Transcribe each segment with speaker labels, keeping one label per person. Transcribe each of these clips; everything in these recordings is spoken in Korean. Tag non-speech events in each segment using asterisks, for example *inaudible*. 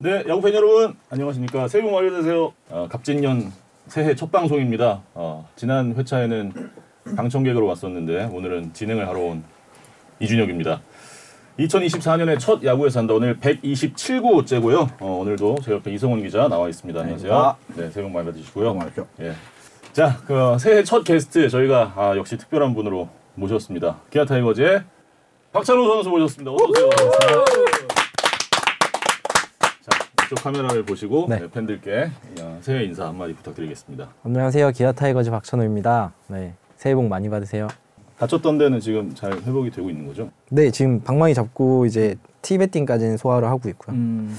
Speaker 1: 네, 야구팬 여러분 안녕하십니까. 새해 복 많이 받으세요. 어, 갑진년 새해 첫 방송입니다. 어, 지난 회차에는 방청객으로 왔었는데 오늘은 진행을 하러 온 이준혁입니다. 2024년에 첫 야구에서 한다. 오늘 127구째고요. 어, 오늘도 제 옆에 이성훈 기자 나와 있습니다. 안녕하세요.
Speaker 2: 안녕하십니까.
Speaker 1: 네, 새해 복 많이 받으시고요.
Speaker 2: 말이죠.
Speaker 1: 예. 자, 그 어, 새해 첫 게스트 저희가 아, 역시 특별한 분으로 모셨습니다. 기아 타이거즈의 박찬호 선수 모셨습니다. 어서 오세요. 자, 이쪽 카메라를 보시고
Speaker 3: 네.
Speaker 1: 네, 팬들께 어, 새해 인사 한마디 부탁드리겠습니다.
Speaker 3: 안녕하세요. 기아 타이거즈 박찬호입니다. 네. 새해 복 많이 받으세요.
Speaker 1: 다쳤던 데는 지금 잘 회복이 되고 있는 거죠?
Speaker 3: 네, 지금 방망이 잡고 이제 티베팅까지는 소화를 하고 있고요.
Speaker 2: 음,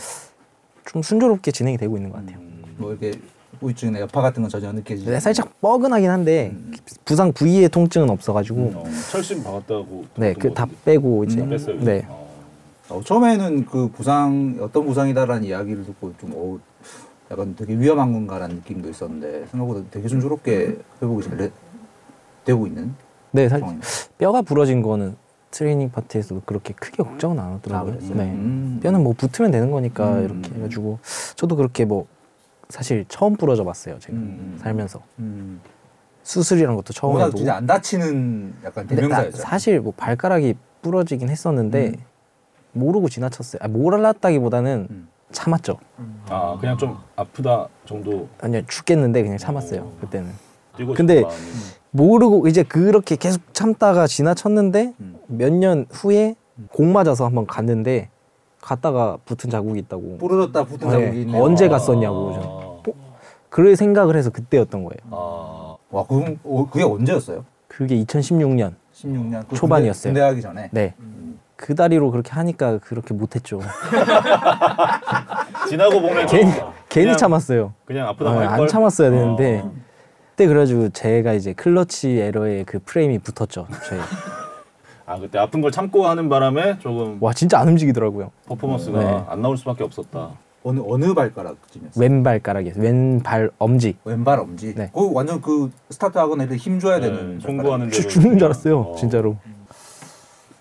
Speaker 3: 좀 순조롭게 진행이 되고 있는 것 같아요.
Speaker 2: 뭐 이렇게 우울증이나 여파 같은 건 전혀 느껴지지.
Speaker 3: 네, 살짝 뻐근하긴 한데
Speaker 2: 음.
Speaker 3: 부상 부위의 통증은 없어 가지고
Speaker 1: 어, 철심 박았다고
Speaker 3: 음. 네,
Speaker 1: 들었던
Speaker 3: 그
Speaker 1: 것
Speaker 3: 다
Speaker 1: 같은데.
Speaker 3: 빼고
Speaker 2: 음.
Speaker 3: 이제
Speaker 1: 다 뺐어요. 그죠?
Speaker 3: 네.
Speaker 1: 어,
Speaker 2: 않아요. 어, 처음에는 그 부상 어떤 부상이다라는 이야기를 듣고 좀 어, 약간 되게 위험한 건가라는 느낌도 있었는데 생각보다 되게 순조롭게 회복이 잘 되- 되고 있는
Speaker 3: 네, 음. 살
Speaker 2: 상황입니다.
Speaker 3: 뼈가 부러진 거는 트레이닝 파트에서도 그렇게 크게 걱정은 안
Speaker 2: 아,
Speaker 3: 하더라고요.
Speaker 2: 그랬어요?
Speaker 3: 네.
Speaker 2: 음.
Speaker 3: 뼈는 뭐 붙으면 되는 거니까
Speaker 2: 음.
Speaker 3: 이렇게 해 가지고 저도 그렇게 뭐 사실 처음 부러져 봤어요, 제가.
Speaker 2: 음.
Speaker 3: 살면서.
Speaker 2: 음.
Speaker 3: 수술이란 것도 처음
Speaker 2: 뭔가
Speaker 3: 해보고
Speaker 2: 진짜 안 다치는 약간
Speaker 3: 근데 나
Speaker 2: 대명사였죠.
Speaker 3: 사실 뭐 발가락이 부러지긴 했었는데
Speaker 2: 음.
Speaker 3: 모르고 지나쳤어요. 아, 몰랐다기보다는
Speaker 2: 음.
Speaker 3: 참았죠.
Speaker 1: 아, 그냥 좀 아프다 정도
Speaker 3: 아니요 죽겠는데 그냥 참았어요
Speaker 1: 오.
Speaker 3: 그때는.
Speaker 1: 뛰고
Speaker 3: 근데-
Speaker 1: 싶은 마음이
Speaker 3: 모르고 이제 그렇게 계속 참다가 지나쳤는데
Speaker 2: 음.
Speaker 3: 몇 년 후에 공 맞아서 한번 갔는데 갔다가 붙은 자국이 있다고.
Speaker 2: 부러졌다 붙은 자국이
Speaker 3: 음. 네.
Speaker 2: 있네요.
Speaker 3: 언제
Speaker 2: 아.
Speaker 3: 갔었냐고. 저. 어? 그럴 생각을 해서 그때였던 거예요.
Speaker 1: 아,
Speaker 2: 와, 그건, 어, 그게 언제였어요?
Speaker 3: 그게 2016년.
Speaker 2: 16년 그
Speaker 3: 초반이었어요.
Speaker 2: 군대, 군대 가기 전에. 음.
Speaker 3: 네. 그 다리로 그렇게 하니까 그렇게
Speaker 2: *laughs*
Speaker 3: 못했죠.
Speaker 1: 지나고 보면
Speaker 3: 괜히,
Speaker 1: 좀
Speaker 3: 괜히
Speaker 1: 그냥
Speaker 3: 참았어요.
Speaker 1: 그냥 아프다
Speaker 3: 아,
Speaker 1: 말걸
Speaker 3: 안 참았어야 되는데 그때 그래가지고 제가 이제 클러치 에러에 그 프레임이 붙었죠. 제.
Speaker 1: 아 그때 아픈 걸 참고 하는 바람에 조금
Speaker 3: 와 진짜 안 움직이더라고요.
Speaker 1: 퍼포먼스가
Speaker 3: 네.
Speaker 1: 안 나올 수밖에 없었다.
Speaker 2: 어느 어느 발가락쯤이었어요?
Speaker 3: 왼발가락에 왼발 엄지
Speaker 2: 왼발 엄지.
Speaker 3: 네.
Speaker 2: 그 완전 그 스타트 하거나 이럴 때힘 줘야 되는.
Speaker 1: 네, 송구하는
Speaker 3: 주-
Speaker 1: 대로
Speaker 3: 죽는 줄 알았어요.
Speaker 1: 어,
Speaker 3: 진짜로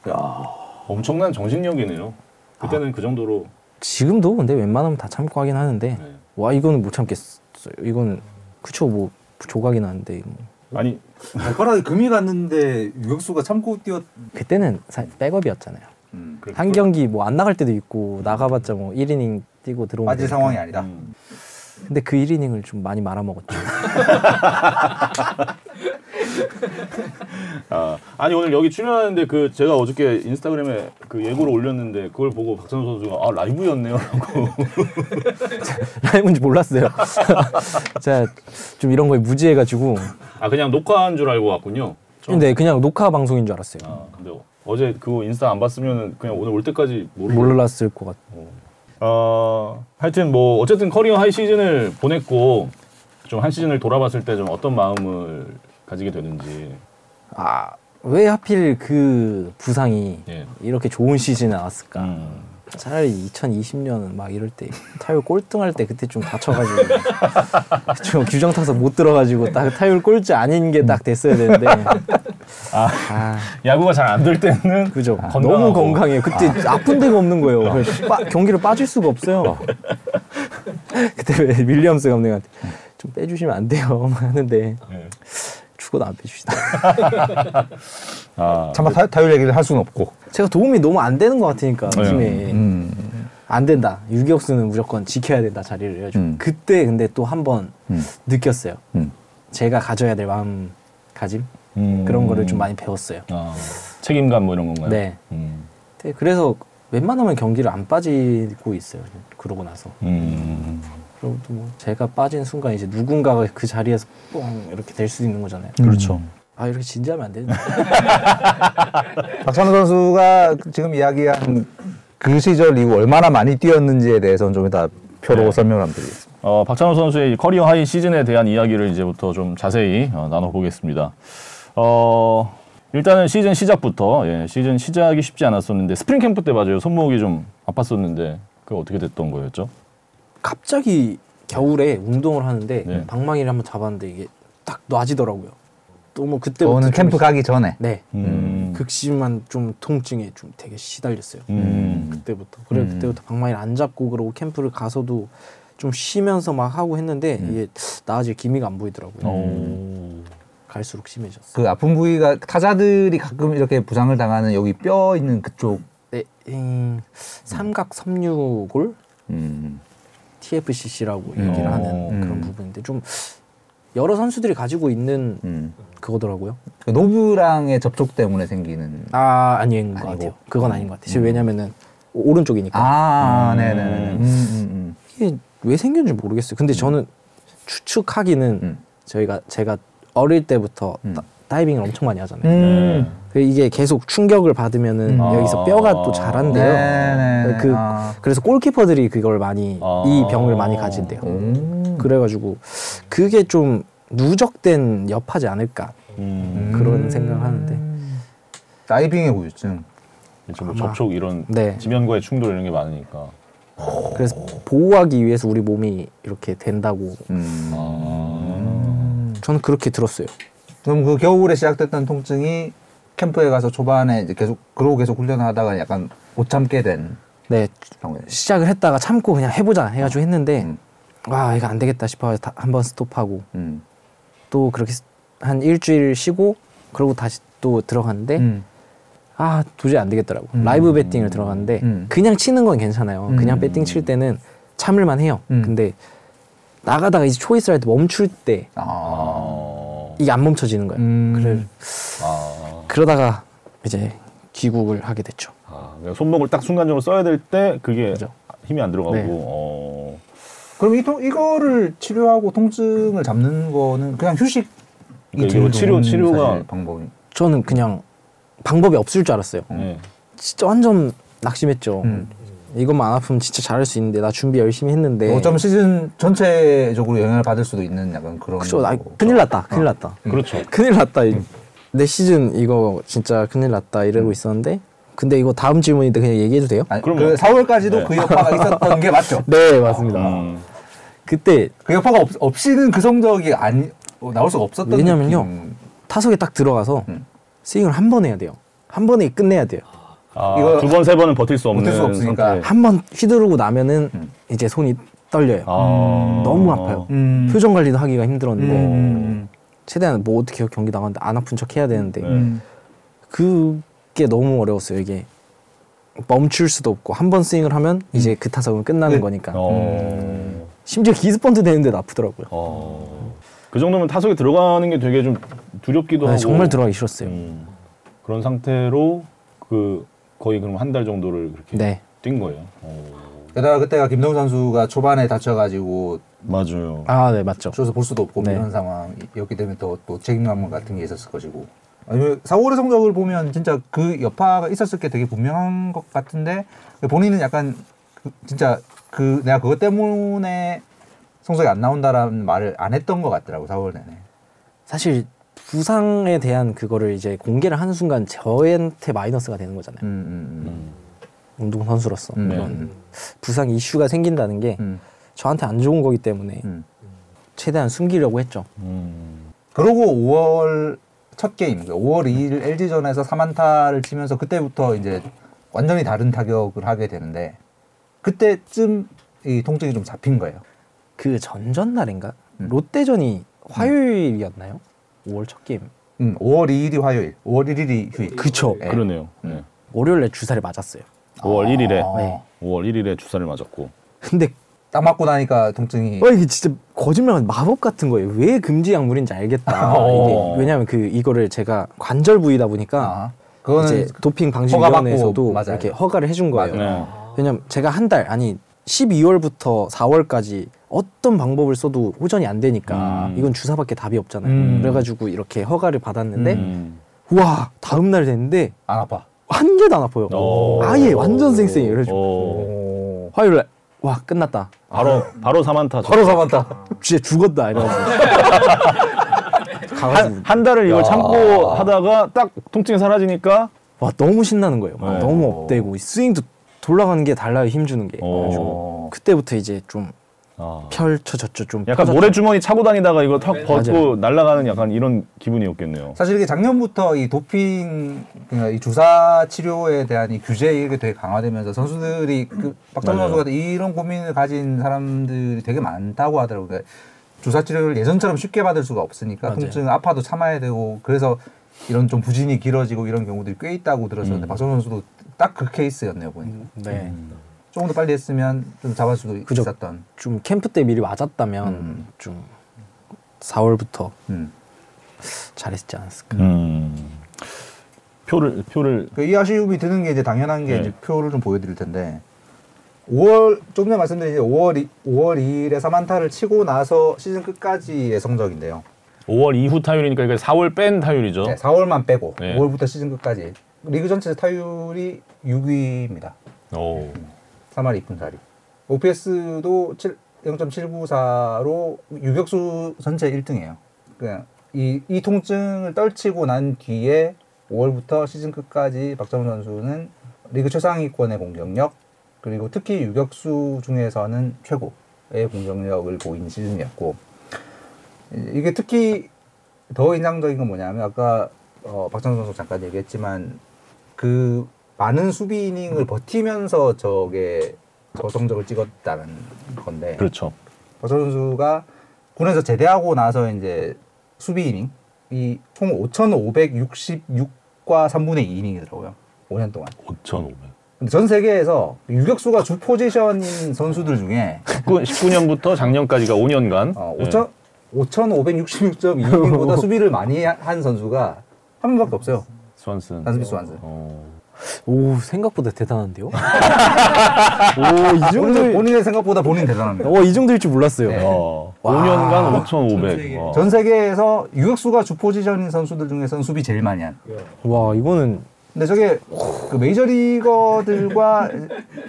Speaker 2: 발가락. 야.
Speaker 1: 엄청난 정신력이네요.
Speaker 3: 아.
Speaker 1: 그때는 그 정도로
Speaker 3: 지금도 근데 웬만하면 다 참고 하긴 하는데
Speaker 1: 네.
Speaker 3: 와 이거는 못 참겠어요. 이건 그쵸 뭐 조각이 나는데 뭐.
Speaker 1: 아니
Speaker 2: 발가락에 금이 갔는데 유격수가 참고 뛰었.
Speaker 3: 그때는 사- 백업이었잖아요.
Speaker 2: 음.
Speaker 1: 그렇게
Speaker 3: 한 경기 뭐 안 나갈 때도 있고 나가봤자 뭐 1이닝 뛰고 들어오는
Speaker 2: 빠질
Speaker 3: 거니까.
Speaker 2: 상황이 아니다.
Speaker 1: 음.
Speaker 3: 근데 그 1이닝을 좀 많이 말아먹었죠.
Speaker 1: 아, 아니 오늘 여기 출연하는데 그 제가 어저께 인스타그램에 그 예고를 올렸는데 그걸 보고 박찬호 선수가 아 라이브였네요라고 *laughs*
Speaker 3: *laughs* 라이브인지 몰랐어요. 제가 좀 이런 거에 무지해가지고
Speaker 1: 아 그냥 녹화한 줄 알고 왔군요. 처음.
Speaker 3: 근데 그냥 녹화 방송인 줄 알았어요.
Speaker 1: 아 근데 어제 그거 인스타 안 봤으면 그냥 오늘 올 때까지 모르고
Speaker 3: 몰랐을 것 같아.
Speaker 1: 어, 하여튼 뭐 어쨌든 커리어 하이 시즌을 보냈고 좀 한 시즌을 돌아봤을 때 좀 어떤 마음을 가지게 되는지
Speaker 3: 아왜 하필 그 부상이
Speaker 1: 예.
Speaker 3: 이렇게 좋은 시즌에 나왔을까?
Speaker 1: 음.
Speaker 3: 차라리 2020년 막 이럴 때 타율 꼴등할 때 그때 좀 다쳐가지고
Speaker 1: *laughs*
Speaker 3: 좀 규정 타서 못 들어가지고 딱 타율 꼴찌 아닌 게 딱 됐어야 되는데
Speaker 1: 아,
Speaker 3: 아
Speaker 1: 야구가 잘 안 될 때는
Speaker 3: 그죠
Speaker 1: 건강하고.
Speaker 3: 너무 건강해요 그때 아. 픈 데가 없는 거예요 그래서 빠- 경기를 빠질 수가 없어요 그때 왜 윌리엄스 감독한테 좀 빼주시면 안 돼요 *laughs* 하는데
Speaker 1: 예.
Speaker 3: 죽어도 안 빼주시다
Speaker 1: 아,
Speaker 2: 참아 타, 타율 얘기를 할 수는 없고.
Speaker 3: 제가 도움이 너무 안 되는 것 같으니까
Speaker 1: 네.
Speaker 3: 팀에
Speaker 2: 음.
Speaker 3: 안 된다. 유격수는 무조건 지켜야 된다 자리를 해가지고
Speaker 2: 음.
Speaker 3: 그때 근데 또 한 번
Speaker 2: 음.
Speaker 3: 느꼈어요.
Speaker 2: 음.
Speaker 3: 제가 가져야 될 마음 가짐
Speaker 1: 음.
Speaker 3: 그런 거를 좀 많이 배웠어요.
Speaker 1: 아, 책임감 뭐 이런 건가요?
Speaker 3: 네.
Speaker 1: 음.
Speaker 3: 근데 그래서 웬만하면 경기를 안 빠지고 있어요. 그러고 나서
Speaker 1: 음.
Speaker 3: 그리고 또 뭐 제가 빠진 순간 이제 누군가가 그 자리에서 뻥 이렇게 될 수도 있는 거잖아요.
Speaker 4: 그렇죠.
Speaker 3: 아 이렇게 진지하면 안 되는데. *laughs*
Speaker 4: 박찬호 선수가 지금 이야기한 그 시절 이후 얼마나 많이 뛰었는지에 대해서는 좀 이따 표로
Speaker 1: 네.
Speaker 4: 설명을 한번 드리겠습니다.
Speaker 1: 어, 박찬호 선수의 이 커리어 하이 시즌에 대한 이야기를 이제부터 좀 자세히 어, 나눠보겠습니다. 어, 일단은 시즌 시작부터 예, 시즌 시작이 쉽지 않았었는데 스프링 캠프 때 맞아요. 손목이 좀 아팠었는데 그게 어떻게 됐던 거였죠?
Speaker 3: 갑자기 겨울에 운동을 하는데
Speaker 1: 네.
Speaker 3: 방망이를 한번 잡았는데 이게 딱 놔지더라고요. 또 뭐
Speaker 1: 네,
Speaker 3: 그때
Speaker 4: 저는 캠프 가기 전에
Speaker 3: 네
Speaker 1: 음.
Speaker 3: 극심한 좀 통증에 좀 되게 시달렸어요.
Speaker 1: 음.
Speaker 3: 그때부터. 그래
Speaker 4: 음.
Speaker 3: 그때부터 방망이를 안 잡고 그러고 캠프를 가서도 좀 쉬면서 막 하고 했는데
Speaker 4: 음.
Speaker 3: 이게 나아질 기미가 안 보이더라고요.
Speaker 4: 어.
Speaker 3: 갈수록 심해졌어.
Speaker 4: 그 아픈 부위가 타자들이 가끔 이렇게 부상을 당하는 여기 뼈 있는 그쪽.
Speaker 3: 네, 음, 삼각 섬유골
Speaker 4: 음.
Speaker 3: TFCC라고
Speaker 4: 음.
Speaker 3: 얘기를
Speaker 1: 어.
Speaker 3: 하는 그런
Speaker 4: 음.
Speaker 3: 부분인데 좀 여러 선수들이 가지고 있는
Speaker 4: 음.
Speaker 3: 그거더라고요.
Speaker 4: 그 노브랑의 접촉 때문에 생기는.
Speaker 3: 아 아닌 것
Speaker 4: 아니고. 음.
Speaker 3: 같아요. 그건 아닌 것 같아요. 지금 왜냐면은 오- 오른쪽이니까
Speaker 4: 아,
Speaker 1: 음.
Speaker 4: 네네네. 음, 음,
Speaker 3: 이게 왜 생겼는지 모르겠어요. 근데 저는 추측하기는
Speaker 4: 음.
Speaker 3: 저희가 제가 어릴 때부터
Speaker 4: 음.
Speaker 3: 다, 다이빙을 엄청 많이
Speaker 4: 음.
Speaker 3: 하잖아요.
Speaker 4: 음.
Speaker 3: 그 이게 계속 충격을
Speaker 4: 음.
Speaker 3: 받으면은 여기서 뼈가 또 자란대요.
Speaker 4: 네네네.
Speaker 3: 네. 그-
Speaker 4: 아.
Speaker 3: 그래서 골키퍼들이 그걸 많이
Speaker 1: 아.
Speaker 3: 이 병을 많이 가진대요. 음,
Speaker 4: 오.
Speaker 3: 그래가지고 그게 좀 누적된 여파지 않을까
Speaker 1: 음.
Speaker 3: 그런 생각을 하는데
Speaker 4: 다이빙의 후유증.
Speaker 1: 지금 뭐
Speaker 3: 아마.
Speaker 1: 접촉 이런
Speaker 3: 네
Speaker 1: 지면과의 충돌 이런 게 많으니까.
Speaker 3: 그래서 보호하기 위해서 우리 몸이 이렇게 된다고
Speaker 4: 음.
Speaker 1: 아.
Speaker 3: 저는 그렇게 들었어요.
Speaker 4: 그럼 그 겨울에 시작됐던 통증이 캠프에 가서 초반에 이제 계속 그러고 계속 훈련하다가 약간 못 참게 된
Speaker 3: 네
Speaker 4: 경우에.
Speaker 3: 시작을 했다가 참고 그냥 해보자 해가지고 했는데
Speaker 4: 음.
Speaker 3: 와 이거 안 되겠다 싶어 한번 스톱하고
Speaker 4: 음.
Speaker 3: 또 그렇게 한 일주일 쉬고 그러고 다시 또 들어갔는데
Speaker 4: 음.
Speaker 3: 아 도저히 안 되겠더라고
Speaker 4: 음.
Speaker 3: 라이브 배팅을 들어갔는데
Speaker 4: 음.
Speaker 3: 그냥 치는 건 괜찮아요
Speaker 4: 음.
Speaker 3: 그냥 배팅 칠 때는 참을만 해요
Speaker 4: 음.
Speaker 3: 근데 나가다가 이제 초이스를 할 때 멈출 때
Speaker 4: 아.
Speaker 1: 아.
Speaker 3: 이게 안 멈춰지는 거예요
Speaker 4: 음.
Speaker 3: 그래,
Speaker 1: 아.
Speaker 3: 그러다가 이제 귀국을 하게 됐죠
Speaker 1: 아. 그냥 손목을 딱 순간적으로 써야 될 때 그게
Speaker 3: 그죠.
Speaker 1: 힘이 안 들어가고.
Speaker 3: 네.
Speaker 1: 어.
Speaker 4: 그럼 이 통, 이거를 치료하고 통증을 잡는 거는 그냥 휴식.
Speaker 1: 그러니까 이거 치료- 치료가-
Speaker 4: 방법이. 뭐
Speaker 3: 저는 그냥 방법이 없을 줄 알았어요
Speaker 1: 네.
Speaker 3: 진짜 완전 낙심했죠
Speaker 4: 음.
Speaker 3: 이것만 안 아프면 진짜 잘할 수 있는데 나 준비 열심히 했는데
Speaker 4: 어쩌면 시즌 전체적으로 영향을 받을 수도 있는 약간 그런.
Speaker 3: 그쵸 나
Speaker 4: 거고. 어. 음.
Speaker 3: 큰일 났다 큰일 났다
Speaker 1: 그렇죠.
Speaker 3: 큰일 났다. 이- 내 시즌 이거 진짜 큰일 났다 이러고 있었는데 근데 이거 다음 질문인데 그냥 얘기해도 돼요?
Speaker 4: 아니,
Speaker 1: 그럼요.
Speaker 4: 그 4월까지도
Speaker 1: 네.
Speaker 4: 그 여파가 있었던 게 맞죠.
Speaker 3: 네 맞습니다.
Speaker 1: 음.
Speaker 3: 그때
Speaker 4: 그 여파가 없, 없이는 그 성적이 안 어, 나올 수가 없었던.
Speaker 3: 왜냐면요.
Speaker 4: 느낌.
Speaker 3: 타석에 딱 들어가서
Speaker 4: 음.
Speaker 3: 스윙을 한 번 해야 돼요. 한 번에 끝내야 돼요.
Speaker 1: 아,
Speaker 4: 이거-
Speaker 1: 두 번 세 번은 버틸 수 없는
Speaker 4: 버틸 수 없으니까.
Speaker 1: 상태.
Speaker 3: 한 번 휘두르고 나면은
Speaker 4: 음.
Speaker 3: 이제 손이 떨려요.
Speaker 1: 아.
Speaker 3: 음, 너무 아파요.
Speaker 4: 음.
Speaker 3: 표정 관리도 하기가
Speaker 4: 음,
Speaker 3: 힘들었는데
Speaker 4: 음,
Speaker 3: 최대한 뭐 어떻게 경기 나갔는데 안 아픈 척 해야 되는데
Speaker 1: 네.
Speaker 4: 음.
Speaker 3: 그게 너무 어려웠어요. 이게 멈출 수도 없고 한 번 스윙을 하면 이제 그 타석은 끝나는
Speaker 4: 네.
Speaker 3: 거니까
Speaker 1: 어.
Speaker 3: 심지어 기습번트 되는데도 아프더라고요.
Speaker 1: 어. 그 정도면 타석에 들어가는 게 되게 좀 두렵기도
Speaker 3: 아,
Speaker 1: 하고.
Speaker 3: 정말 들어가기 싫었어요.
Speaker 1: 음. 그런 상태로 그 거의 그럼 한 달 정도를 그렇게
Speaker 3: 네.
Speaker 1: 뛴 거예요. 어.
Speaker 4: 게다가 그때가 김동 선수가 초반에 다쳐가지고
Speaker 1: 맞아요.
Speaker 3: 아, 네, 맞죠.
Speaker 4: 쇼에서 볼 수도 없고
Speaker 3: 네.
Speaker 4: 이런 상황이었기 때문에 더 또 책임감 같은 게 있었을 것이고 아니면 4월의 성적을 보면 진짜 그 여파가 있었을 게 되게 분명한 것 같은데 본인은 약간 그- 진짜 그 내가 그것 때문에 성적이 안 나온다라는 말을 안 했던 것 같더라고 4월 내내
Speaker 3: 사실 부상에 대한 그거를 이제 공개를 하는 순간 저한테 마이너스가 되는 거잖아요.
Speaker 4: 음, 음,
Speaker 3: 운동 선수로서
Speaker 4: 음,
Speaker 3: 그런
Speaker 4: 음.
Speaker 3: 부상 이슈가 생긴다는 게
Speaker 4: 음, 음,
Speaker 3: 저한테 안 좋은 거기 때문에
Speaker 4: 음.
Speaker 3: 최대한 숨기려고 했죠.
Speaker 1: 음.
Speaker 4: 그러고 5월 첫 게임, 5월 2일 LG전에서 3안타를 치면서 그때부터 이제 완전히 다른 타격을 하게 되는데 그때쯤 이 통증이 좀 잡힌 거예요.
Speaker 3: 그 전전날인가
Speaker 4: 음.
Speaker 3: 롯데전이 화요일이었나요? 5월 첫 게임.
Speaker 4: 음, 5월 2일이 화요일, 5월 1일이 휴일.
Speaker 3: 그쵸.
Speaker 4: 예.
Speaker 1: 그러네요. 네.
Speaker 3: 월요일에 주사를 맞았어요.
Speaker 1: 5월 1일에
Speaker 3: 음. 네.
Speaker 1: 5월 1일에 주사를 맞았고.
Speaker 3: 근데
Speaker 4: 딱 맞고 나니까 통증이
Speaker 3: 와 이게 진짜 거짓말 같은 마법 같은 거예요. 왜 금지 약물인지 알겠다.
Speaker 4: 아,
Speaker 1: 어.
Speaker 3: 이게 왜냐하면 그 이거를 제가 관절 부위다 보니까
Speaker 4: 아,
Speaker 3: 이제
Speaker 4: 그거는
Speaker 3: 도핑 방지
Speaker 4: 허가 받고,
Speaker 3: 위원회에서도
Speaker 4: 맞아요.
Speaker 3: 이렇게 허가를 해준 거예요.
Speaker 1: 네.
Speaker 3: 왜냐면 제가 한 달 아니 12월부터 4월까지 어떤 방법을 써도 호전이 안 되니까
Speaker 1: 음.
Speaker 3: 이건 주사밖에 답이 없잖아요.
Speaker 4: 음.
Speaker 3: 그래가지고 이렇게 허가를 받았는데
Speaker 1: 음.
Speaker 3: 와 다음 날 됐는데
Speaker 4: 안 아파.
Speaker 3: 한 개도 안 아파요.
Speaker 1: 오.
Speaker 3: 아예 완전 쌩쌩해요. 그래가지고
Speaker 1: 오.
Speaker 3: 화요일 날와 끝났다.
Speaker 1: 바로 바로 사만타.
Speaker 4: 바로 잡았다.
Speaker 3: 진짜 죽었다
Speaker 1: *laughs*
Speaker 3: 이러면서 가가지고
Speaker 1: 한, 한 달을 이걸
Speaker 4: 야.
Speaker 1: 참고 하다가 딱 통증이 사라지니까
Speaker 3: 와 너무 신나는 거예요. 막
Speaker 1: 네.
Speaker 3: 너무 업되고 이 스윙도 돌아가는 게 달라요 힘 주는 게.
Speaker 1: 오.
Speaker 3: 그때부터 이제 좀
Speaker 1: 아.
Speaker 3: 펼쳐졌죠 좀.
Speaker 1: 약간
Speaker 3: 퍼졌죠. 네.
Speaker 1: 모래 주머니 차고 다니다가 이거 턱 벗고
Speaker 3: 맞아요.
Speaker 1: 날아가는 약간 이런 기분이었겠네요.
Speaker 4: 사실 이게 작년부터 이 도핑 그러니까 이 주사 치료에 대한 이 규제 이게 되게 강화되면서 선수들이 그 박정호
Speaker 1: 맞아요.
Speaker 4: 선수가 이런 고민을 가진 사람들이 되게 많다고 하더라고요. 그러니까 주사 치료를 예전처럼 쉽게 받을 수가 없으니까
Speaker 3: 맞아요.
Speaker 4: 통증 아파도 참아야 되고 그래서 이런 좀 부진이 길어지고 이런 경우들이 꽤 있다고
Speaker 3: 음.
Speaker 4: 들었었는데 박정호 선수도 딱 그 케이스였네요 보니까
Speaker 3: 네.
Speaker 1: 음.
Speaker 4: 조금 더 빨리 했으면 좀 잡을 수도
Speaker 3: 그죠.
Speaker 4: 있었던.
Speaker 3: 좀 캠프 때 미리 맞았다면
Speaker 4: 음.
Speaker 3: 좀 4월부터
Speaker 4: 음.
Speaker 3: 잘했지 않았을까.
Speaker 1: 음. 표를 표를
Speaker 4: 그이 아쉬움이 드는 게 이제 당연한 게
Speaker 1: 네.
Speaker 4: 이제 표를 좀 보여드릴 텐데 5월 좀 전에 말씀드린 5월 2, 5월 2일에 사만타를 치고 나서 시즌 끝까지의 성적인데요.
Speaker 1: 5월 이후 타율이니까 이게 4월 뺀 타율이죠.
Speaker 4: 네, 4월만 빼고
Speaker 1: 네.
Speaker 4: 5월부터 시즌 끝까지 리그 전체 타율이 6위입니다.
Speaker 1: 오.
Speaker 4: 3할 2푼 4리. OPS도 7, 0.794로 유격수 전체 1등이에요. 그냥 이, 이 통증을 떨치고 난 뒤에 5월부터 시즌 끝까지 박정훈 선수는 리그 최상위권의 공격력 그리고 특히 유격수 중에서는 최고의 공격력을 보인 시즌이었고 이게 특히 더 인상적인 건 뭐냐면 아까 어, 박찬호 선수 잠깐 얘기했지만 그 많은 수비 이닝을 버티면서 저게 저 성적을 찍었다는 건데
Speaker 1: 그렇죠.
Speaker 4: 박찬호 선수가 군에서 제대하고 나서 이제 수비 이닝 이총 5,566과 3분의 2 이닝이더라고요. 5년 동안.
Speaker 1: 5,500.
Speaker 4: 근데 전 세계에서 유격수가 주 포지션인 선수들 중에
Speaker 1: 19, 년부터 작년까지가 5년간. 네,
Speaker 4: 어, 5천
Speaker 1: *laughs*
Speaker 4: 5,566.2인보다 수비를 많이 하- 한 선수가 한 명밖에 없어요.
Speaker 1: 스완슨.
Speaker 4: 단스비 스완슨.
Speaker 1: 어.
Speaker 3: 오 생각보다 대단한데요.
Speaker 1: 아,
Speaker 3: 오이
Speaker 4: 본인,
Speaker 3: 정도.
Speaker 4: 본인의 생각보다 본인 대단합니다.
Speaker 3: 어이 정도일 줄 몰랐어요.
Speaker 4: 네.
Speaker 1: 어. 5년간
Speaker 3: 와.
Speaker 1: 5,500. 어.
Speaker 4: 전 세계에서 유격수가 주 포지션인 선수들 중에서는 수비 제일 많이 한.
Speaker 1: 예.
Speaker 3: 와 이거는
Speaker 4: 근데 저게 그 메이저리거들과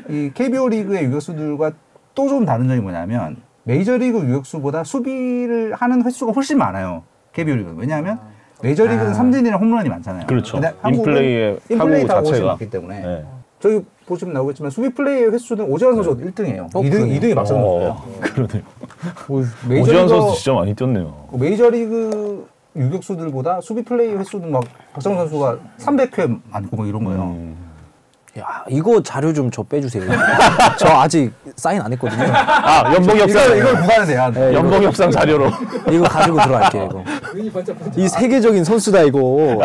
Speaker 4: 이 KBO 리그의 유격수들과 또 좀 다른 점이 뭐냐면 메이저리그 유격수보다 수비를 하는 횟수가 훨씬 많아요. KBO 리그는. 왜냐하면 메이저리그는
Speaker 3: 아.
Speaker 4: 삼진이나 홈런이 많잖아요.
Speaker 1: 그렇죠.
Speaker 4: 근데 한국은
Speaker 1: 인플레이의
Speaker 4: 인플레이
Speaker 1: 타구
Speaker 4: 다 훨씬
Speaker 1: 자체가.
Speaker 4: 많기 때문에
Speaker 1: 네.
Speaker 4: 저기 보시면 나오겠지만 수비 플레이의 횟수는 오재환 선수가 1등이에요.
Speaker 3: 어,
Speaker 4: 2등,
Speaker 3: 그래요?
Speaker 4: 2등이 박성호
Speaker 1: 어,
Speaker 4: 선수예요.
Speaker 1: 그러네요.
Speaker 4: 메이저리거-
Speaker 1: 오지환 선수 진짜 많이 뛰었네요.
Speaker 4: 그 메이저리그 유격수들보다 수비 플레이 횟수는 막 박성호 선수가 300회 많고 막 이런 거예요.
Speaker 1: 음.
Speaker 3: 야 이거 자료 좀 저 빼주세요. 저 아직 사인 안 했거든요.
Speaker 1: 아 연봉
Speaker 4: *laughs* 이걸,
Speaker 1: 협상.
Speaker 4: 이걸 부과는 돼야 돼.
Speaker 1: 연봉 협상
Speaker 4: *laughs*
Speaker 1: 자료로.
Speaker 3: 이거 가지고 들어갈게요. 이거. 이 세계적인 선수다 이거.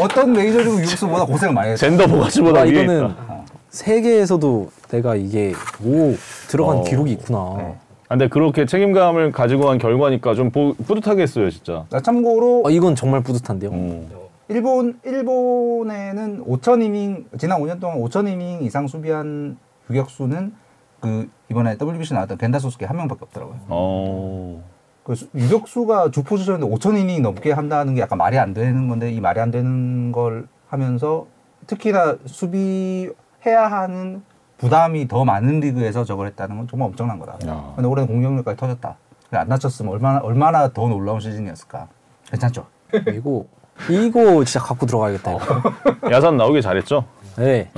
Speaker 4: 어떤 메이저리그 유격수보다 고생을 많이 했어요.
Speaker 1: 젠더
Speaker 4: 아,
Speaker 1: 보가치보다
Speaker 3: 와
Speaker 1: 위에 아,
Speaker 3: 이거는
Speaker 1: 있다.
Speaker 3: 세계에서도 내가 이게 오 들어간
Speaker 1: 어.
Speaker 3: 기록이 있구나.
Speaker 4: 네.
Speaker 1: 아, 근데 그렇게 책임감을 가지고 한 결과니까 좀 보, 뿌듯하게 했어요, 진짜.
Speaker 4: 나 참고로
Speaker 3: 어 이건 정말 뿌듯한데요.
Speaker 1: 음.
Speaker 4: 일본 일본에는 5천 이닝 지난 5년 동안 5천 이닝 이상 수비한 유격수는 그 이번에 WBC 나왔던 겐다 소스케 한 명밖에 없더라고요.
Speaker 1: 어.
Speaker 4: 그 수- 유격수가 주 포지션인데 5천 이닝 넘게 한다는 게 약간 말이 안 되는 건데 이 말이 안 되는 걸 하면서 특히나 수비해야 하는 부담이 더 많은 리그에서 저걸 했다는 건 정말 엄청난 거다.
Speaker 1: 야.
Speaker 4: 근데 올해는 공격력까지 터졌다. 그래, 안 다쳤으면 얼마나 얼마나 더 놀라운 시즌이었을까. 괜찮죠?
Speaker 3: 이거 이거 진짜 갖고 들어가야겠다. 이거.
Speaker 1: 야산 나오길 잘했죠?
Speaker 3: 네.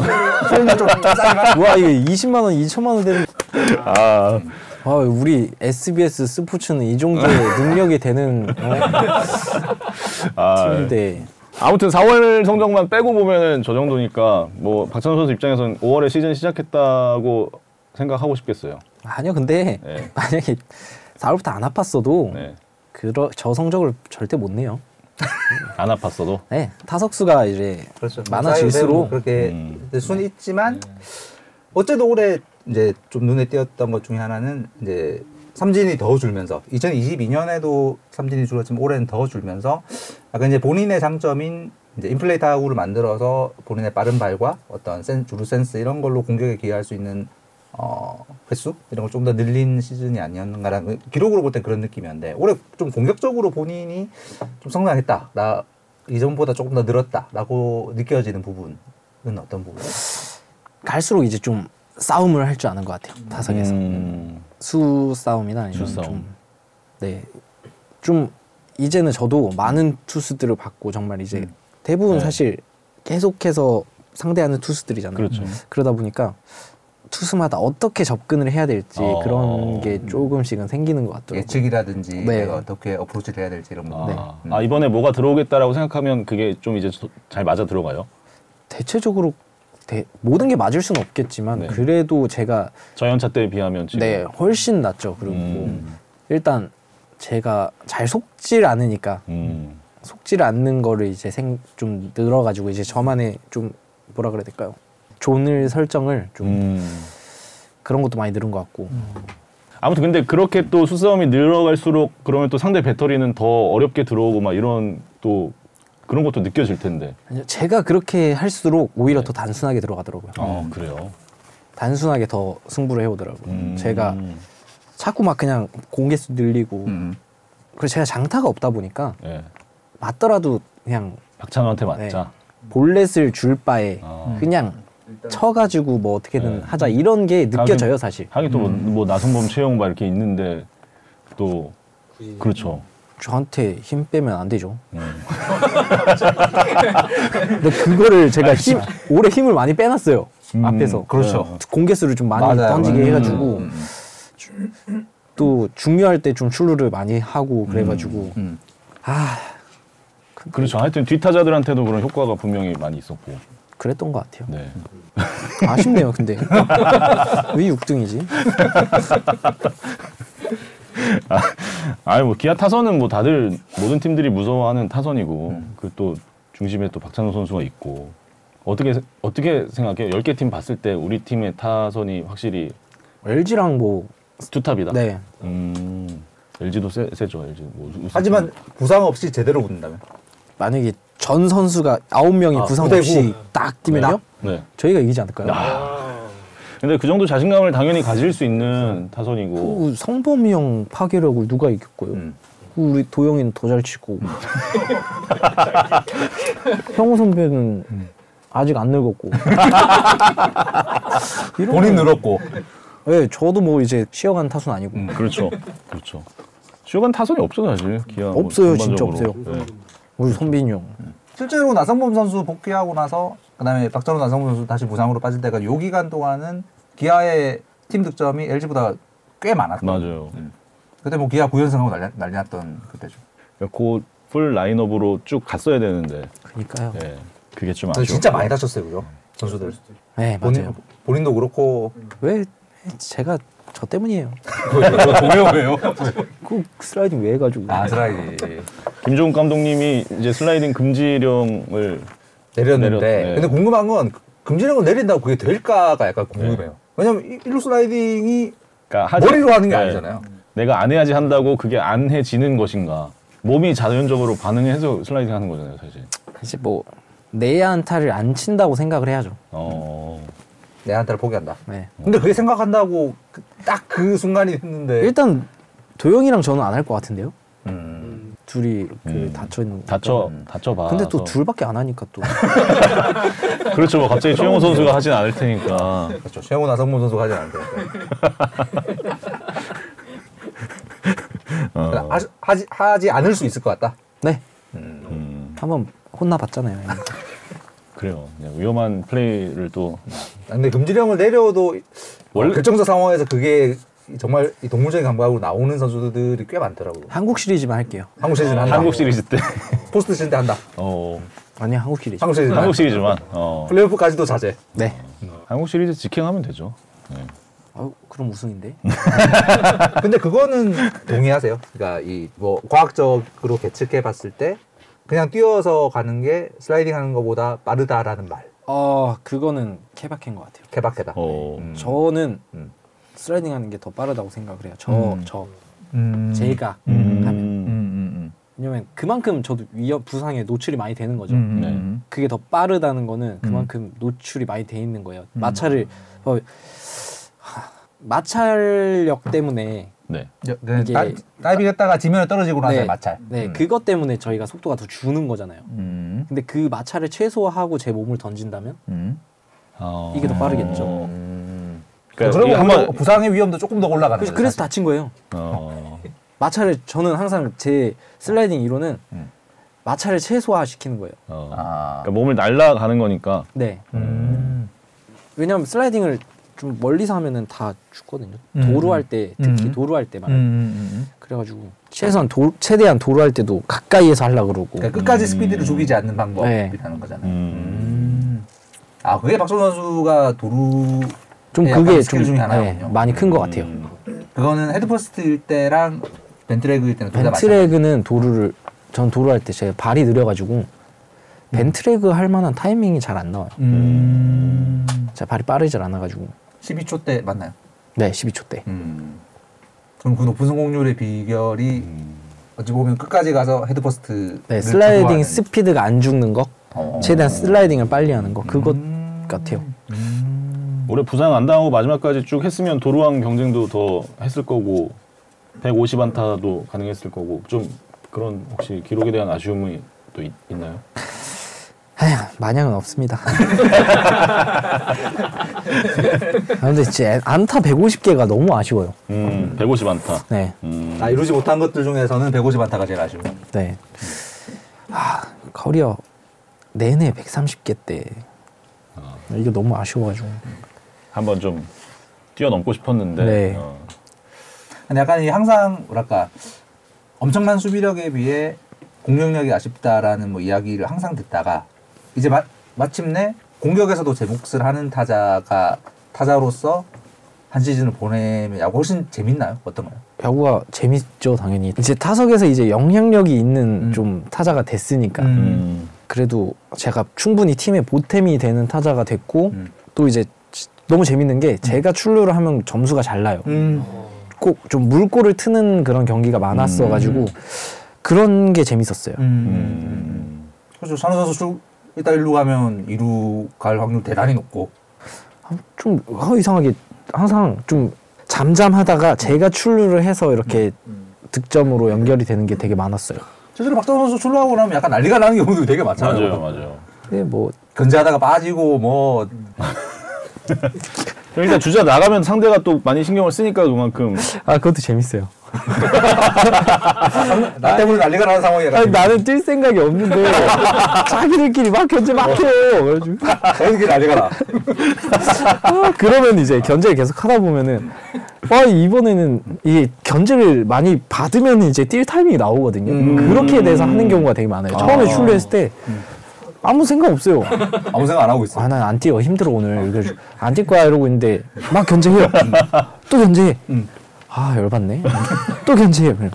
Speaker 4: 수요일날 좀 짜증나.
Speaker 3: 와 이거 20만 원, 2천만 원 되는.
Speaker 1: 아,
Speaker 3: 아 우리 SBS 스포츠는 이 정도의 능력이 되는 어,
Speaker 4: 음.
Speaker 1: 아.
Speaker 3: 팀인데
Speaker 1: 아무튼 4월 성적만 빼고 보면은 저 정도니까 뭐 박찬호 선수 입장에서는 5월에 시즌 시작했다고 생각하고 싶겠어요.
Speaker 3: 아니요 근데
Speaker 1: 네.
Speaker 3: 만약에 4월부터 안 아팠어도
Speaker 1: 네.
Speaker 3: 그러 저 성적을 절대 못 내요.
Speaker 1: 안 아팠어도.
Speaker 3: 네 타석수가 이제
Speaker 4: 그렇죠.
Speaker 3: 많아질수록 네.
Speaker 4: 그렇게
Speaker 1: 음.
Speaker 4: 순 있지만 어쨌든 올해 이제 좀 눈에 띄었던 것 중에 하나는 이제 삼진이 더 줄면서 2022년에도 삼진이 줄었지만 올해는 더 줄면서 약간 이제 본인의 장점인 이제 인플레이 타구를 만들어서 본인의 빠른 발과 어떤 센, 주루 센스 이런 걸로 공격에 기여할 수 있는 어, 횟수 이런 걸 좀 더 늘린 시즌이 아니었는가라는 기록으로 볼 때 그런 느낌이었는데 올해 좀 공격적으로 본인이 좀 성장했다 나 이전보다 조금 더 늘었다라고 느껴지는 부분은 어떤 부분이에요?
Speaker 3: 갈수록 이제 좀 싸움을 할 줄 아는 것 같아요 타석에서
Speaker 1: 음.
Speaker 3: 수 싸움이나 이런
Speaker 1: 수 싸움.
Speaker 3: 좀네좀 이제는 저도 많은 투수들을 받고 정말 이제 대부분
Speaker 1: 네.
Speaker 3: 사실 계속해서 상대하는 투수들이잖아요.
Speaker 1: 그렇죠.
Speaker 3: 그러다 보니까 투수마다 어떻게 접근을 해야 될지
Speaker 1: 어.
Speaker 3: 그런 게 조금씩은 생기는 것 같더라고요.
Speaker 4: 예측이라든지
Speaker 3: 네.
Speaker 4: 내가 어떻게 어프로치를 해야 될지 이런
Speaker 1: 아,
Speaker 4: 거. 음.
Speaker 1: 아, 이번에 뭐가 들어오겠다라고 생각하면 그게 좀 이제 소- 잘 맞아 들어가요.
Speaker 3: 대체적으로 대- 모든 게 맞을 수는 없겠지만
Speaker 1: 네.
Speaker 3: 그래도 제가
Speaker 1: 저연차 때에 비하면 지금
Speaker 3: 네 훨씬 낫죠. 그리고
Speaker 1: 음.
Speaker 3: 일단 제가 잘 속질 않으니까
Speaker 1: 음.
Speaker 3: 속질 않는 거를 이제 생, 좀 늘어가지고 이제 저만의 좀 뭐라 그래야 될까요? 존을 설정을 좀
Speaker 1: 음.
Speaker 3: 그런 것도 많이 늘은 것 같고
Speaker 1: 아무튼 근데 그렇게 또 수싸움이 늘어갈수록 그러면 또 상대 배터리는 더 어렵게 들어오고 막 이런 또 그런 것도 느껴질 텐데.
Speaker 3: 아니요, 제가 그렇게 할수록 오히려
Speaker 1: 네.
Speaker 3: 더 단순하게 들어가더라고요.
Speaker 1: 아 그래요.
Speaker 3: 단순하게 더 승부를 해오더라고요.
Speaker 1: 음.
Speaker 3: 제가 자꾸 막 그냥 공개수 늘리고
Speaker 2: 음.
Speaker 3: 그리고 제가 장타가 없다 보니까
Speaker 1: 예.
Speaker 3: 맞더라도 그냥 네,
Speaker 1: 박찬호한테 맞자.
Speaker 3: 볼넷을 줄 바에
Speaker 1: 아.
Speaker 3: 그냥 쳐가지고 뭐 어떻게든
Speaker 1: 네.
Speaker 3: 하자 이런 게 느껴져요 사실.
Speaker 1: 하긴 또뭐
Speaker 4: 음.
Speaker 1: 나성범 최영 막 이렇게 있는데 또 그렇죠.
Speaker 3: 저한테 힘 빼면 안 되죠.
Speaker 1: 음.
Speaker 3: *laughs* 근데 그거를 제가 힘 올해 힘을 많이 빼놨어요 앞에서
Speaker 4: 그렇죠.
Speaker 3: 공개수를 좀 많이
Speaker 4: 맞아요, 음.
Speaker 3: 던지게
Speaker 4: 맞아요.
Speaker 3: 해가지고 주- 또 중요할 때 좀 출루를 많이 하고 그래가지고
Speaker 4: 음.
Speaker 3: 아
Speaker 1: 그렇죠. 하여튼 뒷타자들한테도 그런 효과가 분명히 많이 있었고.
Speaker 3: 그랬던 것 같아요.
Speaker 1: 네.
Speaker 3: 아쉽네요 근데 *laughs* 왜 6등이지?
Speaker 1: 아니 뭐 기아 타선은 뭐 다들 모든 팀들이 무서워하는 타선이고
Speaker 4: 음.
Speaker 1: 그 또 중심에 또 박찬호 선수가 있고 어떻게 세- 어떻게 생각해요? 10개 팀 봤을 때 우리 팀의 타선이 확실히
Speaker 3: LG랑 뭐
Speaker 1: 투탑이다.
Speaker 3: 네.
Speaker 1: 음. LG도 세, 세죠. LG. 뭐 우승-
Speaker 4: 하지만 부상 없이 제대로 붙는다면
Speaker 3: 만약에 전 선수가 9명이
Speaker 1: 아,
Speaker 3: 부상
Speaker 4: 그대고. 아,
Speaker 3: 없이 딱 뛰면요?
Speaker 1: 네.
Speaker 3: 저희가 이기지 않을까요?
Speaker 1: 근데 그 정도 자신감을 당연히 가질 수 있는 타선이고
Speaker 3: 그 성범이 형 파괴력을 누가 이겼고요?
Speaker 4: 음.
Speaker 3: 그 우리 도영이는 더 잘 치고 *laughs* 형우 선배는 아직 안
Speaker 4: *laughs*
Speaker 3: 늙었고 이런
Speaker 4: 본인
Speaker 3: 거-
Speaker 4: 늘었고
Speaker 3: 예, 저도 뭐 이제 쉬어간 타순 아니고
Speaker 4: 음.
Speaker 1: 그렇죠. 그렇죠. 주간 타선이 없죠, 사실. 기아 뭐
Speaker 3: 없어요, 진짜
Speaker 1: 전반적으로. 네.
Speaker 3: 우리 선빈이 형
Speaker 4: *laughs* 음. 실제로 나성범 선수 복귀하고 나서 그다음에 박찬호 나성범 선수 다시 부상으로 빠질 때가 요 기간 동안은 기아의 팀 득점이 LG보다 꽤 많았던.
Speaker 1: 맞아요.
Speaker 4: 그때 뭐 기아 9연승하고 난리, 난리 났던 그때죠.
Speaker 1: 그러니까 곧풀 라인업으로 쭉 갔어야 되는데
Speaker 3: 그러니까요. 네,
Speaker 1: 네. 그게 좀
Speaker 4: 근데
Speaker 1: 아쉬워.
Speaker 4: 진짜 많이 다쳤어요, 그죠? 선수들.
Speaker 3: 네, 맞아요.
Speaker 4: 본인, 도 그렇고
Speaker 3: 왜 제가 저 때문이에요.
Speaker 4: 왜요, 왜요?
Speaker 3: 그 슬라이딩 왜 해가지고
Speaker 4: *laughs* 아, 슬라이드
Speaker 1: 김종국 감독님이 이제 슬라이딩 금지령을
Speaker 4: 내렸는데.
Speaker 1: 내렸- 네.
Speaker 4: 근데 궁금한 건 금지령을 내린다고 그게 될까가 약간 궁금해요. 왜냐면 이- 일루 슬라이딩이
Speaker 1: 그러니까
Speaker 4: 머리로 하는 게
Speaker 1: 네.
Speaker 4: 아니잖아요.
Speaker 1: 내가 안 해야지 한다고 그게 안 해지는 것인가? 몸이 자연적으로 반응해서 슬라이딩 하는 거잖아요, 사실.
Speaker 3: 이제 뭐 내야 안타를 안 친다고 생각을 해야죠.
Speaker 1: 어.
Speaker 4: 내 한타를 포기한다.
Speaker 3: 네.
Speaker 4: 근데 그게 생각한다고 딱 그 순간이 됐는데.
Speaker 3: 일단 도영이랑 저는 안 할 것 같은데요.
Speaker 4: 음. 아,
Speaker 3: 둘이 이렇게
Speaker 1: 음.
Speaker 3: 닫혀 있는 거.
Speaker 1: 다쳐 다쳐 봐.
Speaker 3: 근데 또 둘밖에 안 하니까
Speaker 4: *laughs*
Speaker 3: 또
Speaker 1: 그렇죠. 뭐 갑자기 최영호 선수가 하진 않을 테니까.
Speaker 4: 그렇죠. 최영호 나성문 선수가 하지 않을 테니까.
Speaker 1: 어.
Speaker 4: 그러니까 하지, 하지, 하지 않을 수 있을 것 같다.
Speaker 3: 네
Speaker 4: 음.
Speaker 1: 음.
Speaker 3: 한번 혼나봤잖아요. 형님.
Speaker 1: 그래요. 그냥 위험한 플레이를 또
Speaker 4: 근데 금지령을 내려도 어,
Speaker 1: 원래-
Speaker 4: 결정적 상황에서 그게 정말 이 동물적인 감각으로 나오는 선수들이 꽤 많더라고요.
Speaker 3: 한국 시리즈만 할게요.
Speaker 4: 한국 시리즈는 한다.
Speaker 1: 한국 시리즈 때
Speaker 4: 포스트 시즌 때 한다.
Speaker 1: 네. 어.
Speaker 3: 아니 한국 시리즈.
Speaker 4: 한국
Speaker 1: *laughs*
Speaker 4: 시리즈.
Speaker 1: 한국 시리즈만. 어.
Speaker 4: 플레이오프까지도 자제.
Speaker 3: 네.
Speaker 1: 한국 시리즈 직행하면 되죠. 네.
Speaker 3: 아 그럼 우승인데.
Speaker 4: 음. 근데 그거는 동의하세요. 그러니까 이 뭐 과학적으로 계측해 봤을 때 그냥 뛰어서 가는 게 슬라이딩 하는 것보다 빠르다라는 말.
Speaker 3: 어 그거는 케바케인 것 같아요.
Speaker 4: 개박해다.
Speaker 1: 어.
Speaker 4: 음.
Speaker 3: 저는
Speaker 4: 음.
Speaker 3: 슬라이딩 하는 게 더 빠르다고 생각을 해요. 저
Speaker 4: 음.
Speaker 3: 저
Speaker 4: 음.
Speaker 3: 제가 하면
Speaker 1: 음.
Speaker 4: 음, 음,
Speaker 3: 왜냐면 그만큼 저도 위협 부상에 노출이 많이 되는
Speaker 4: 음.
Speaker 3: 거죠.
Speaker 4: 음,
Speaker 1: 네.
Speaker 4: 음.
Speaker 3: 그게 더 빠르다는 거는 그만큼 노출이 많이 돼 있는 거예요.
Speaker 4: 음.
Speaker 3: 마찰을 어, 하, 마찰력 때문에
Speaker 1: 네.
Speaker 4: 여- 그
Speaker 3: 이게-
Speaker 4: 다이- 다이빙 했다가 지면에 떨어지고 나서
Speaker 3: 네,
Speaker 4: 의 마찰.
Speaker 3: 네
Speaker 4: 음.
Speaker 3: 그것 때문에 저희가 속도가 더 주는 거잖아요.
Speaker 4: 음.
Speaker 3: 근데 그 마찰을 최소화하고 제 몸을 던진다면
Speaker 4: 음.
Speaker 1: 어.
Speaker 3: 이게 더 빠르겠죠.
Speaker 4: 음.
Speaker 1: 그러니까
Speaker 4: 그러면
Speaker 1: 이게 한번
Speaker 4: 부상의 위험도 조금 더 올라가는
Speaker 3: 그래서,
Speaker 4: 거죠.
Speaker 3: 그래서
Speaker 4: 사실.
Speaker 3: 다친 거예요.
Speaker 1: 어.
Speaker 3: 마찰을 저는 항상 제 슬라이딩 이론은
Speaker 4: 음.
Speaker 3: 마찰을 최소화시키는 거예요.
Speaker 1: 어.
Speaker 4: 아.
Speaker 1: 그러니까 몸을 날라가는 거니까
Speaker 3: 네
Speaker 4: 음.
Speaker 3: 왜냐하면 슬라이딩을 좀 멀리서 하면은 다 죽거든요.
Speaker 4: 음.
Speaker 3: 도루할 때 특히
Speaker 4: 음.
Speaker 3: 도루할 때만
Speaker 4: 음,
Speaker 3: 그래가지고 최소한 도, 최대한 도루할 때도 가까이에서 하려 그러고
Speaker 2: 그러니까 끝까지
Speaker 1: 음.
Speaker 2: 스피드를 죽이지 않는 방법이라는
Speaker 3: 네.
Speaker 2: 거잖아요.
Speaker 1: 음.
Speaker 2: 아 그게 박정우 선수가 도루
Speaker 3: 좀
Speaker 2: 네,
Speaker 3: 그게
Speaker 2: 약간
Speaker 3: 좀
Speaker 2: 스킬 중에
Speaker 3: 예,
Speaker 2: 하나군요.
Speaker 3: 많이 큰 것 같아요.
Speaker 1: 음.
Speaker 2: 그거는 헤드퍼스트일 때랑 벤트레그일 때는 둘 다 맞잖아요.
Speaker 3: 벤트레그는 도루를 전 도루할 때 제 발이 느려가지고
Speaker 2: 음.
Speaker 3: 벤트레그 할 만한 타이밍이 잘 안 나와요.
Speaker 4: 음.
Speaker 3: 제 발이 빠르질 않아가지고
Speaker 2: 12초 때 맞나요?
Speaker 3: 네 12초 때
Speaker 2: 음.
Speaker 4: 그럼 그 높은 성공률의 비결이
Speaker 2: 어찌 보면 끝까지 가서 헤드퍼스트
Speaker 3: 음. 네, 슬라이딩 스피드가 안 죽는 거
Speaker 2: 어.
Speaker 3: 최대한 슬라이딩을 빨리 하는 거 그것
Speaker 4: 음.
Speaker 3: 같아요.
Speaker 1: 올해 부상 안 당하고 마지막까지 쭉 했으면 도루왕 경쟁도 더 했을 거고 150안타도 가능했을 거고 좀 그런 혹시 기록에 대한 아쉬움이 또 있, 나요
Speaker 3: 에휴, 마냥은
Speaker 2: *laughs*
Speaker 3: 없습니다. 아, 근데 진짜 안타 150개가 너무 아쉬워요.
Speaker 1: 음, 150안타.
Speaker 3: 네,
Speaker 1: 음,
Speaker 4: 아, 이루지 못한 것들 중에서는 150 안타가 제일 아쉬운.
Speaker 3: 네. 아, 커리어 내내 130개 때
Speaker 4: 어.
Speaker 3: 이게 너무 아쉬워가지고
Speaker 1: 한번 좀 뛰어넘고 싶었는데
Speaker 3: 네.
Speaker 1: 어,
Speaker 4: 근데 약간 이 항상 뭐랄까 엄청난 수비력에 비해 공격력이 아쉽다라는 뭐 이야기를 항상 듣다가 이제 마, 마침내 공격에서도 제 몫을 하는 타자가 타자로서 한 시즌을 보내면 야구 훨씬 재밌나요? 어떤가요?
Speaker 3: 야구가 재밌죠 당연히. 이제 타석에서 이제 영향력이 있는
Speaker 4: 음.
Speaker 3: 좀 타자가 됐으니까
Speaker 4: 음.
Speaker 1: 음,
Speaker 3: 그래도 제가 충분히 팀의 보탬이 되는 타자가 됐고
Speaker 4: 음.
Speaker 3: 또 이제 지- 너무 재밌는 게 제가 출루를 하면 점수가 잘 나요.
Speaker 4: 음.
Speaker 3: 꼭 좀 물꼬를 트는 그런 경기가 많았어가지고
Speaker 4: 음.
Speaker 3: 그런 게 재밌었어요.
Speaker 1: 음,
Speaker 4: 그렇죠. 산호 선수 쭉 이따 일루 가면 이루 갈 확률 대단히 높고.
Speaker 3: 아, 좀 어, 이상하게 항상 좀 잠잠하다가 제가 출루를 해서 이렇게 득점으로 연결이 되는 게 되게 많았어요.
Speaker 4: 실제로 박정호 선수 출루하고 나면 약간 난리가 나는 경우도 되게 많잖아요.
Speaker 1: 맞아요, 맞아요.
Speaker 3: 근데 뭐
Speaker 4: 견제하다가 빠지고 뭐
Speaker 1: 일단 주자 나가면 상대가 또 많이 신경을 쓰니까 그만큼
Speaker 3: 아, 그것도 재밌어요.
Speaker 4: 나 때문에 난리가 나는 상황이라.
Speaker 3: 아니, 나는 뛸 생각이 *laughs* 없는데 자기들끼리 막 견제 막 해요. 그래가지고
Speaker 4: *laughs* 이렇게 난리가 나.
Speaker 3: 아, 그러면 이제 견제를 계속 하다 보면은 아 이번에는 이 견제를 많이 받으면 이제 뛸 타이밍이 나오거든요. 그렇게 돼서 하는 경우가 되게 음. 많아요. 처음에 출루했을 때 아무 생각 없어요.
Speaker 4: 아무 생각 안 하고 있어.
Speaker 3: 아 난 안 뛰어 힘들어 오늘 이거 안뛸 거야 이러고 있는데 막 견제해요. 또 견제해. 아 열받네. 또 견제해. 그냥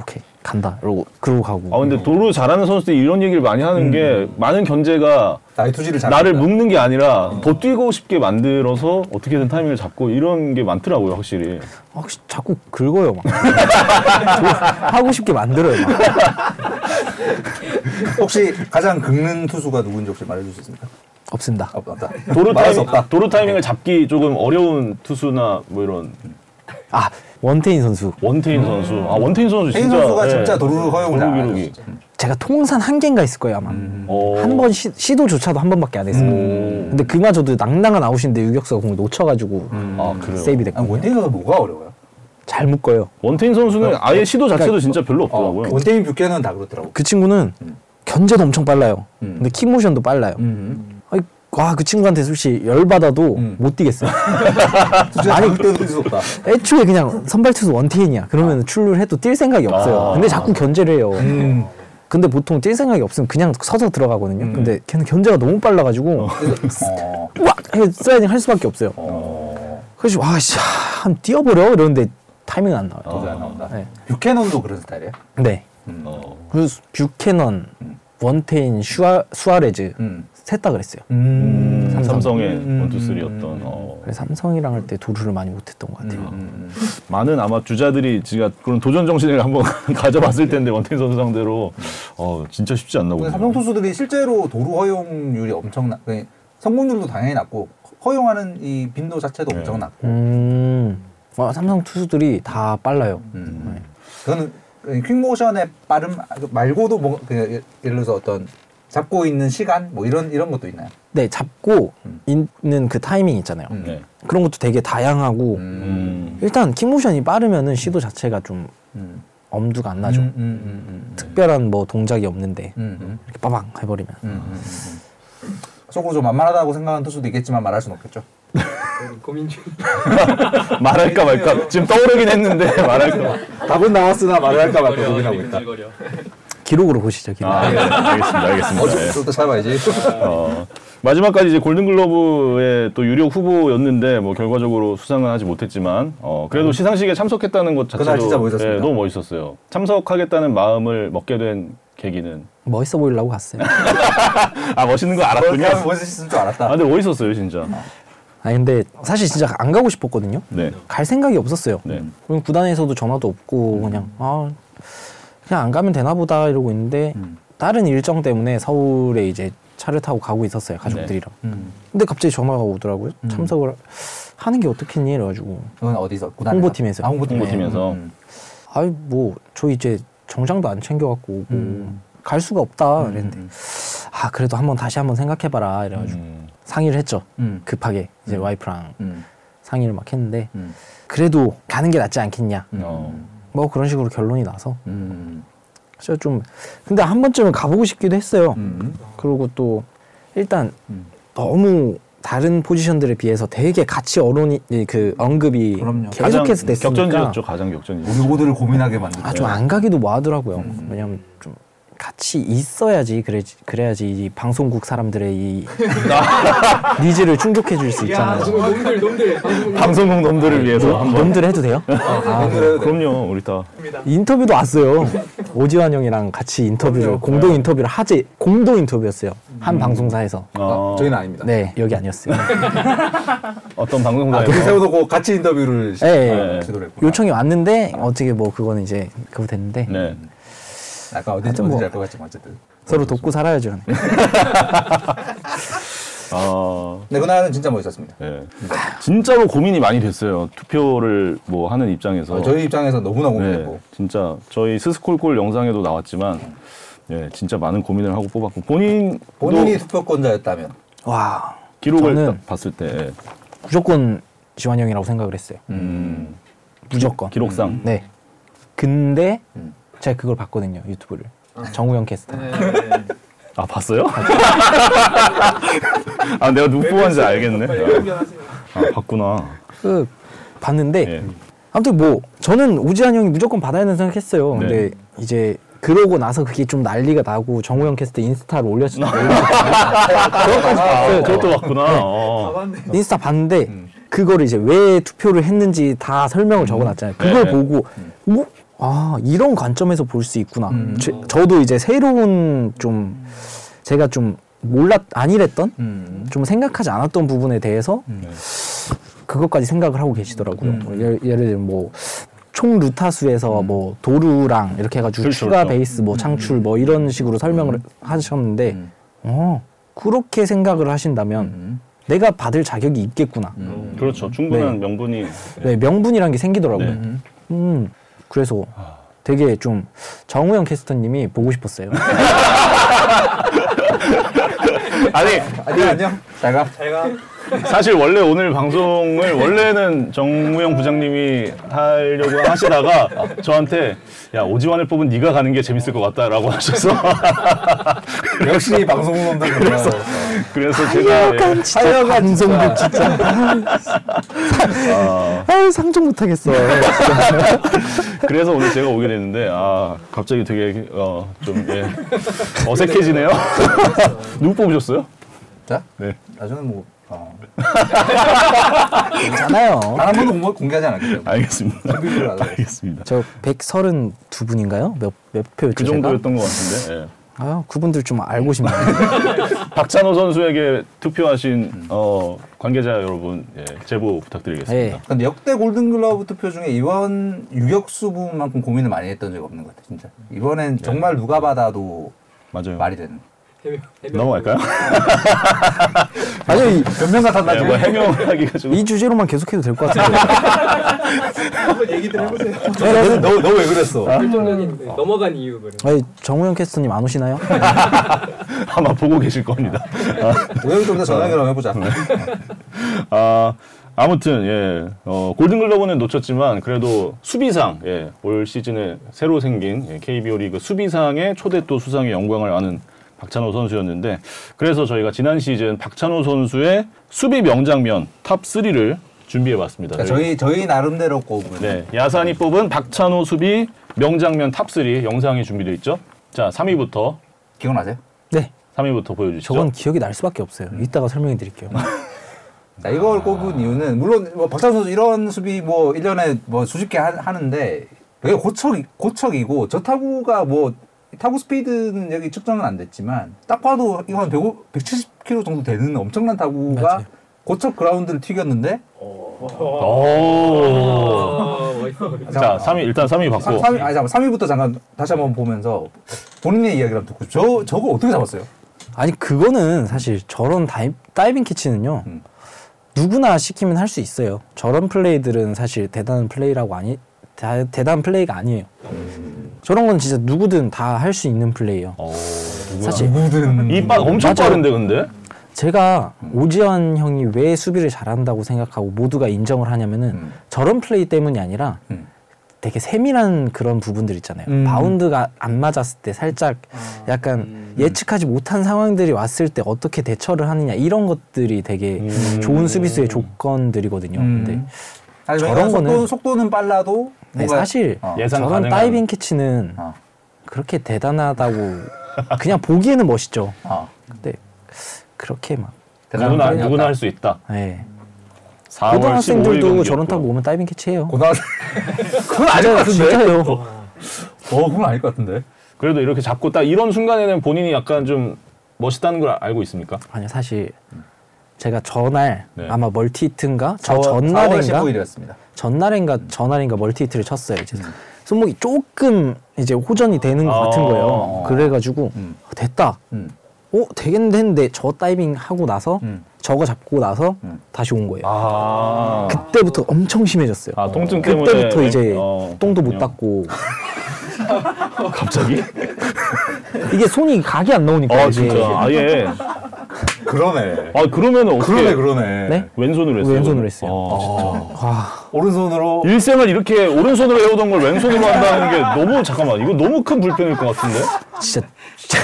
Speaker 3: 오케이 간다. 이러고 그러고 가고.
Speaker 1: 아
Speaker 4: 음.
Speaker 1: 근데 도루 잘하는 선수들이 이런 얘기를 많이
Speaker 3: 음.
Speaker 1: 하는 게 많은 견제가
Speaker 4: 나의 아, 투지를 음. 잘.
Speaker 1: 나를 묶는 게 아니라 더 뛰고 싶게 만들어서 어떻게든 타이밍을 잡고 이런 게 많더라고요, 확실히.
Speaker 3: 아, 혹시 자꾸 긁어요 막. *laughs* 하고 싶게 만들어요 막.
Speaker 4: 혹시 가장 긁는 투수가 누군지 혹시 말해줄 수 있습니까?
Speaker 3: 없습니다.
Speaker 4: 아, 맞다.
Speaker 1: 도루
Speaker 4: 말할 수
Speaker 1: 타이밍,
Speaker 4: 없다.
Speaker 1: 도루 타이밍을 잡기 조금 어려운 투수나 뭐 이런
Speaker 3: 아 원태인 선수.
Speaker 1: 원태인
Speaker 3: 음.
Speaker 1: 선수. 아 원태인 선수
Speaker 4: 태인
Speaker 1: 진짜. 예.
Speaker 4: 선수가 진짜 도루를 허용을 안 하죠,
Speaker 1: 기록이.
Speaker 4: 진짜.
Speaker 3: 제가 통산 한 개인가 있을 거예요 아마.
Speaker 1: 어.
Speaker 3: 한 번 시도조차도 한 번밖에 안 했어요.
Speaker 1: 음.
Speaker 3: 근데 그마저도 낭낭한 아웃인데 유격수가 공을 놓쳐가지고
Speaker 1: 아 그래요.
Speaker 3: 세이브 됐고
Speaker 4: 아니, 원태인 선수 뭐가 어려워요?
Speaker 3: 잘 묶어요.
Speaker 1: 원태인 선수는 아예 시도 자체도 진짜 별로
Speaker 4: 어,
Speaker 1: 없더라고요.
Speaker 4: 원태인 뷰캐는 다 그렇더라고.
Speaker 3: 그 친구는 견제도 엄청 빨라요.
Speaker 4: 음.
Speaker 3: 근데 킥모션도 빨라요.
Speaker 4: 음.
Speaker 3: 아니, 와, 그 친구한테 솔직히 열받아도
Speaker 4: 음.
Speaker 3: 못 뛰겠어요. *laughs*
Speaker 4: 투지를 아니 그때도 뛸수 없다.
Speaker 3: 애초에 그냥 선발투수 원태인이야. 그러면
Speaker 4: 아.
Speaker 3: 출루를 해도 뛸 생각이 없어요.
Speaker 1: 아.
Speaker 3: 근데 자꾸 견제를 해요.
Speaker 4: 음.
Speaker 3: 근데 보통 뛸 생각이 없으면 그냥 서서 들어가거든요. 근데 걔는 견제가 너무 빨라가지고
Speaker 4: 어.
Speaker 3: 와! 이렇게 슬라이딩 할 수밖에 없어요. 그래서 와, 씨, 아, 한번 뛰어버려? 이러는데 타이밍 안 나와요.
Speaker 4: 도저히 안 나온다.
Speaker 3: 네.
Speaker 4: 뷰캐넌도 그런 스타일이야.
Speaker 3: 네.
Speaker 1: 어.
Speaker 3: 그 뷰캐넌, 원테인, 슈아, 수아레즈
Speaker 4: 음.
Speaker 3: 셋 다 그랬어요.
Speaker 4: 음.
Speaker 1: 삼성의 원투쓰리였던 어.
Speaker 3: 그래서 삼성이랑 할 때 도루를 많이 못했던 것 같아요.
Speaker 4: 음.
Speaker 1: 많은 아마 주자들이 지가 그런 도전 정신을 한번 *laughs* 가져봤을 텐데 원태인 선수 상대로 어 진짜 쉽지 않나 보네요.
Speaker 4: 삼성 투수들이 실제로 도루 허용률이 엄청나. 그러니까 성공률도 당연히 낮고 허용하는 이 빈도 자체도
Speaker 1: 네.
Speaker 4: 엄청 낮고.
Speaker 3: 음, 와, 삼성 투수들이 다 빨라요.
Speaker 4: 음. 그거는 퀵모션의 빠름 말고도 뭐 그, 예를 들어서 어떤 잡고 있는 시간 뭐 이런 이런 것도 있나요?
Speaker 3: 네, 잡고
Speaker 4: 음.
Speaker 3: 있는 그 타이밍 있잖아요.
Speaker 4: 음.
Speaker 1: 네.
Speaker 3: 그런 것도 되게 다양하고
Speaker 4: 음.
Speaker 1: 음.
Speaker 3: 일단 킥모션이 빠르면은 시도 자체가 좀
Speaker 4: 음.
Speaker 3: 엄두가 안 나죠.
Speaker 4: 음, 음, 음, 음,
Speaker 3: 특별한 뭐 동작이 없는데
Speaker 4: 음, 음,
Speaker 3: 이렇게 빠방 해버리면
Speaker 4: 음, 음, 음. 속으로 좀 만만하다고 생각하는 투수도 있겠지만 말할 순 없겠죠.
Speaker 5: 고민 중.
Speaker 1: 말할까 말까 지금 떠오르긴 했는데 *laughs* 말할까 말까.
Speaker 4: 답은 나왔으나 말을 할까 말까
Speaker 1: 네.
Speaker 5: 거려,
Speaker 4: 고민하고 있다.
Speaker 5: 근질거려.
Speaker 3: 기록으로 보시죠. 기록.
Speaker 1: 아, 예. 알겠습니다. 알겠습니다. 예.
Speaker 4: 좀더 참아야지.
Speaker 1: 어, 마지막까지 이제 골든글러브의 또 유력 후보였는데 뭐 결과적으로 수상은 하지 못했지만 어, 그래도 시상식에 참석했다는 것
Speaker 4: 음. 그날 진짜
Speaker 1: 자체도 네,
Speaker 4: 멋있었습니다.
Speaker 1: 너무 멋있었어요. 참석하겠다는 마음을 먹게 된 계기는
Speaker 3: 멋있어 보이려고 갔어요.
Speaker 1: 아 멋있는 거 알았군요.
Speaker 4: 멋있을 줄 알았다.
Speaker 1: 아 근데 멋있었어요 진짜.
Speaker 3: 아 근데 사실 진짜 안 가고 싶었거든요.
Speaker 1: 네.
Speaker 3: 갈 생각이 없었어요.
Speaker 1: 네.
Speaker 3: 그럼 구단에서도 전화도 없고 그냥
Speaker 4: 음.
Speaker 3: 아 그냥 안 가면 되나 보다 이러고 있는데
Speaker 4: 음.
Speaker 3: 다른 일정 때문에 서울에 이제 차를 타고 가고 있었어요 가족들이랑.
Speaker 4: 음.
Speaker 3: 근데 갑자기 전화가 오더라고요. 참석을 하는 게 어떻겠니? 이래가지고
Speaker 4: 그건 어디서? 구단
Speaker 3: 홍보팀에서.
Speaker 4: 아, 홍보팀.
Speaker 1: 홍보팀에서.
Speaker 4: 음.
Speaker 3: 아이 뭐 저 이제 정장도 안 챙겨갖고 오고
Speaker 4: 음.
Speaker 3: 갈 수가 없다 그랬는데 아 그래도 한번 다시 한번 생각해봐라 이래가지고
Speaker 1: 음.
Speaker 3: 상의를 했죠
Speaker 4: 음.
Speaker 3: 급하게 이제 와이프랑
Speaker 4: 음.
Speaker 3: 상의를 막 했는데
Speaker 4: 음.
Speaker 3: 그래도 가는 게 낫지 않겠냐
Speaker 1: 어.
Speaker 3: 뭐 그런 식으로 결론이 나서
Speaker 4: 음.
Speaker 3: 그래서 좀 근데 한 번쯤은 가보고 싶기도 했어요
Speaker 4: 음.
Speaker 3: 그리고 또 일단
Speaker 4: 음.
Speaker 3: 너무 다른 포지션들에 비해서 되게 같이 어론이 그 언급이
Speaker 2: 그럼요.
Speaker 3: 계속해서
Speaker 1: 가장
Speaker 3: 됐으니까
Speaker 1: 격전지였죠 가장 격전지.
Speaker 4: 우리 모두를 고민하게 만든다.
Speaker 3: 아 좀 안 가기도 뭐하더라고요. 왜냐면 좀 같이 있어야지 그래 그래야지 이 방송국 사람들의 이 니즈를 충족해 줄 수
Speaker 5: 야,
Speaker 3: 있잖아요.
Speaker 5: 정말 놈들 놈들 방송
Speaker 1: 방송국 놈들을
Speaker 4: 네. 뭐
Speaker 1: 위해서 한번.
Speaker 3: 놈들 해도 돼요?
Speaker 1: 네.
Speaker 4: 아, 그래요.
Speaker 1: 그럼요 우리 다.
Speaker 5: 놈입니다.
Speaker 3: 인터뷰도 왔어요. 오지환 형이랑 같이 인터뷰를 공동 인터뷰를 하지 공동 인터뷰였어요. 한 방송사에서.
Speaker 1: 어,
Speaker 4: 아, 저희는 아닙니다.
Speaker 3: 네 여기 아니었어요.
Speaker 1: 어떤
Speaker 4: 아, 둘이
Speaker 1: 방송사에서
Speaker 4: 세워놓고 같이 인터뷰를 시-
Speaker 3: 예, 예.
Speaker 1: 네.
Speaker 4: 시도를 했구나.
Speaker 3: 요청이 왔는데 어떻게 뭐 그거는 이제 그거 됐는데
Speaker 1: 네.
Speaker 4: 약간 어딘지
Speaker 3: 하여튼 뭐-
Speaker 4: 뭔지 알것 같지만 어쨌든.
Speaker 3: 서로 돕고 살아야죠.
Speaker 1: 네. 아
Speaker 4: 네, 그날은 진짜 멋있었습니다.
Speaker 1: 예. 진짜로 고민이 많이 됐어요. 투표를 뭐 하는 입장에서.
Speaker 4: 어, 저희 입장에서 너무나 고민했고.
Speaker 1: 네, 진짜 저희 스스콜골 영상에도 나왔지만 예, 진짜 많은 고민을 하고 뽑았고 본인
Speaker 4: 본인이 투표권자였다면.
Speaker 3: *laughs* 와
Speaker 1: 기록을
Speaker 3: 저는-
Speaker 1: 딱 봤을 때 예.
Speaker 3: 무조건 지환 형이라고 생각을 했어요.
Speaker 1: 음,
Speaker 3: 무조건.
Speaker 1: 기록상
Speaker 3: 네. 근데
Speaker 4: 음.
Speaker 3: 제가 그걸 봤거든요 유튜브를 정우영 캐스터.
Speaker 5: 네, 네.
Speaker 1: 아 봤어요? *laughs* 아 내가 누구 뽑았는지 알겠네.
Speaker 5: 빨리 의견하세요.
Speaker 1: 아 봤구나.
Speaker 3: 그 봤는데
Speaker 1: 예.
Speaker 3: 아무튼 뭐 저는 우지한 형이 무조건 받아야 된다 생각했어요.
Speaker 1: 네.
Speaker 3: 근데 이제 그러고 나서 그게 좀 난리가 나고 정우영 캐스터
Speaker 1: *laughs*
Speaker 3: 인스타를 올렸지.
Speaker 1: 아, 저것도 봤구나.
Speaker 5: 다
Speaker 1: 어.
Speaker 5: 봤네.
Speaker 3: 인스타 봤는데 그거를 이제 왜 투표를 했는지 다 설명을 적어놨잖아요. 그걸
Speaker 1: 네.
Speaker 3: 보고 오? 아 이런 관점에서 볼 수 있구나.
Speaker 4: 음.
Speaker 3: 제- 저도 이제 새로운 좀 제가 좀 몰랐 안일했던
Speaker 4: 음.
Speaker 3: 좀 생각하지 않았던 부분에 대해서 그것까지 생각을 하고 계시더라고요.
Speaker 4: 음.
Speaker 3: 뭐 예를, 예를 들면 뭐 총 루타수에서 뭐 도루랑 이렇게 해가지고
Speaker 1: 그렇죠,
Speaker 3: 추가
Speaker 1: 그렇죠.
Speaker 3: 베이스 뭐 창출 뭐 이런 식으로 설명을 하셨는데
Speaker 4: 음.
Speaker 3: 어 그렇게 생각을 하신다면
Speaker 4: 음.
Speaker 3: 내가 받을 자격이 있겠구나.
Speaker 4: 음.
Speaker 1: 그렇죠. 충분한 명분이
Speaker 3: 네, 명분이란 게 생기더라고요.
Speaker 1: 네.
Speaker 4: 음.
Speaker 3: 음 그래서 되게 좀 정우영 캐스터님이 보고 싶었어요.
Speaker 1: 아니
Speaker 4: 네, 안녕, 안녕. 잘 가.
Speaker 5: 제가
Speaker 1: 사실 원래 오늘 방송을 원래는 정우영 부장님이 하려고 하시다가 저한테 야 오지환을 뽑은 네가 가는 게 재밌을 것 같다라고 하셔서
Speaker 4: 역시 방송놈들 그래서
Speaker 1: 그래서 제가 네,
Speaker 3: 진짜 방송국 진짜. 아 상종 못하겠어.
Speaker 1: 그래서 오늘 제가 오게 됐는데 아 갑자기 되게 어, 좀 예, 어색해지네요. *laughs* 누구 뽑으셨어요?
Speaker 4: 자,
Speaker 1: 네.
Speaker 4: 나중에 뭐 어.
Speaker 3: 괜찮아요.
Speaker 4: 단한 번도 공개, 공개하지 않았기 때문에.
Speaker 1: 알겠습니다.
Speaker 4: 준비를 안 하고.
Speaker 1: 알겠습니다.
Speaker 3: 저 132분인가요? 몇, 몇 표였죠?
Speaker 1: 그 정도였던 것 같은데. 예.
Speaker 3: 제가? 아, 그분들 좀 알고 싶네요.
Speaker 1: 박찬호 선수에게 투표하신 어, 관계자 여러분 예, 제보 부탁드리겠습니다.
Speaker 4: *laughs*
Speaker 3: 예.
Speaker 4: 근데 역대 골든글러브 투표 중에 이번 유격수 부분만큼 고민을 많이 했던 적이 없는 것 같아, 진짜. 이번엔 정말 누가 받아도
Speaker 1: 맞아요.
Speaker 4: 말이 되는.
Speaker 5: 해명, 해명.
Speaker 1: 넘어갈까요?
Speaker 3: 아니,
Speaker 4: 변명 같았나
Speaker 1: 네,
Speaker 4: 지금?
Speaker 1: 뭐 해명하기가 좀
Speaker 3: 이 주제로만 계속해도 될 것 같은데. 네.
Speaker 5: 한번 얘기들 해보세요.
Speaker 4: 너너왜 그랬어?
Speaker 5: 결정적인 네, 넘어간 이유 그래.
Speaker 3: 아니, 정우영 캐스터님 안 오시나요?
Speaker 1: 아마 보고 계실 겁니다.
Speaker 4: 오늘 좀더 전화 연결 해보자.
Speaker 1: 아, 아무튼 예, 어, 골든글러브는 놓쳤지만 그래도 수비상 예, 올 시즌에 새로 생긴 예, KBO 리그 수비상의 초대 또 수상의 영광을 아는 박찬호 선수였는데 그래서 저희가 지난 시즌 박찬호 선수의 수비 명장면 탑 3를 준비해 봤습니다.
Speaker 4: 그러니까 저희
Speaker 3: 네.
Speaker 4: 저희 나름대로 꼽은
Speaker 1: 네, 야산이 뽑은 박찬호 수비 명장면 탑 3 영상이 준비되어 있죠. 자, 3위부터
Speaker 4: 기억나세요?
Speaker 3: 네.
Speaker 1: 3위부터 보여주시죠.
Speaker 3: 저건 기억이 날 수밖에 없어요. 이따가 설명해 드릴게요. 아.
Speaker 4: 자, 이걸 꼽은 이유는 물론 뭐 박찬호 선수 이런 수비 뭐 1년에 뭐 수십 개 하, 는데 되게 고척 고척이고 저 타구가 뭐 타구 스피드는 여기 측정은 안 됐지만 딱 봐도 이거 한 150, 170km 정도 되는 엄청난 타구가
Speaker 3: 맞아요.
Speaker 4: 고척 그라운드를 튀겼는데
Speaker 3: 어.
Speaker 1: 오.
Speaker 5: 아,
Speaker 1: 자, 3위 일단 3위
Speaker 4: 삼
Speaker 1: 받고.
Speaker 4: 3위, 아니 잠깐 3위부터 잠깐 다시 한번 보면서 본인의 이야기를 한번 듣고 싶어요. 저 저거 어떻게 잡았어요?
Speaker 3: 아니 그거는 사실 저런 다이, 다이빙 캐치는요
Speaker 4: 음.
Speaker 3: 누구나 시키면 할 수 있어요 저런 플레이들은 사실 대단한 플레이라고 아니 다, 대단한 플레이가 아니에요 저런 건 진짜 누구든 다 할 수 있는 플레이예요
Speaker 1: 오.
Speaker 3: 사실
Speaker 4: 모든
Speaker 1: 이빠 엄청
Speaker 3: 음, 맞아요.
Speaker 1: 빠른데 근데.
Speaker 3: 제가 오지환 형이 왜 수비를 잘한다고 생각하고 모두가 인정을 하냐면은
Speaker 4: 음.
Speaker 3: 저런 플레이 때문이 아니라
Speaker 4: 음.
Speaker 3: 되게 세밀한 그런 부분들 있잖아요.
Speaker 4: 음. 아,
Speaker 3: 바운드가 안 맞았을 때 살짝 약간 예측하지 못한 상황들이 왔을 때 어떻게 대처를 하느냐 이런 것들이 되게
Speaker 1: 음.
Speaker 3: 좋은 수비수의 조건들이거든요.
Speaker 4: 음.
Speaker 3: 근데
Speaker 4: 아니,
Speaker 3: 저런
Speaker 4: 왜냐면 속도,
Speaker 3: 거는-
Speaker 4: 속도는 빨라도
Speaker 3: 네,
Speaker 4: 뭔가-
Speaker 3: 사실
Speaker 4: 어.
Speaker 1: 예상
Speaker 3: 저런
Speaker 1: 가능한-
Speaker 3: 다이빙 캐치는
Speaker 4: 어.
Speaker 3: 그렇게 대단하다고 그냥 보기에는 멋있죠.
Speaker 4: 어.
Speaker 3: 근데 그렇게 막
Speaker 4: 대단한
Speaker 1: 누구나
Speaker 4: 편이었다.
Speaker 1: 누구나 할 수 있다.
Speaker 3: 예.
Speaker 1: 4월 15일
Speaker 3: 고등학생들도
Speaker 1: 경기였고요. 어,
Speaker 3: 저런 타고 오면 다이빙 캐치해요.
Speaker 4: 고등학생
Speaker 3: *laughs* 그건 아닌 것 같은데. 진짜요.
Speaker 4: 어 그건 아닐 것 같은데
Speaker 1: 그래도 이렇게 잡고 딱 이런 순간에는 본인이 약간 좀 멋있다는 걸 알고 있습니까?
Speaker 3: 아니요 사실 제가 전날
Speaker 1: 네.
Speaker 3: 아마 멀티 히트인가 저
Speaker 4: 4월
Speaker 3: 전날인가
Speaker 4: 15일이었습니다
Speaker 3: 전날인가 전날인가 멀티 히트를 쳤어요. 이제 손목이 조금 이제 호전이 되는 것 같은
Speaker 1: 음. 아.
Speaker 3: 거예요. 그래가지고
Speaker 4: 음.
Speaker 3: 아, 됐다.
Speaker 4: 음.
Speaker 3: 어 되겠는데 했는데 저 다이빙 하고 나서
Speaker 4: 음.
Speaker 3: 저거 잡고 나서
Speaker 4: 음.
Speaker 3: 다시 온 거예요.
Speaker 1: 아.
Speaker 3: 그때부터 엄청 심해졌어요.
Speaker 1: 아, 통증 때문에
Speaker 3: 그때부터 이제
Speaker 1: 어,
Speaker 3: 똥도 못
Speaker 1: 그렇군요.
Speaker 3: 닦고
Speaker 1: 갑자기?
Speaker 3: 이게 손이 각이 안
Speaker 1: *laughs*
Speaker 3: 나오니까
Speaker 1: 아,
Speaker 3: 이게
Speaker 1: 진짜. 아예.
Speaker 4: 그러네
Speaker 1: 아, 그러면 어떻게
Speaker 4: 그러네
Speaker 1: 아,
Speaker 4: 그러네
Speaker 3: 네?
Speaker 1: 왼손으로 했어요.
Speaker 3: 왼손으로 했어요.
Speaker 1: 아, 진짜.
Speaker 3: 와,
Speaker 4: 오른손으로
Speaker 1: 일생을 이렇게 오른손으로 해오던 걸 왼손으로 한다는 게 너무 잠깐만 이거 너무 큰 불편일 것 같은데
Speaker 3: 진짜, 진짜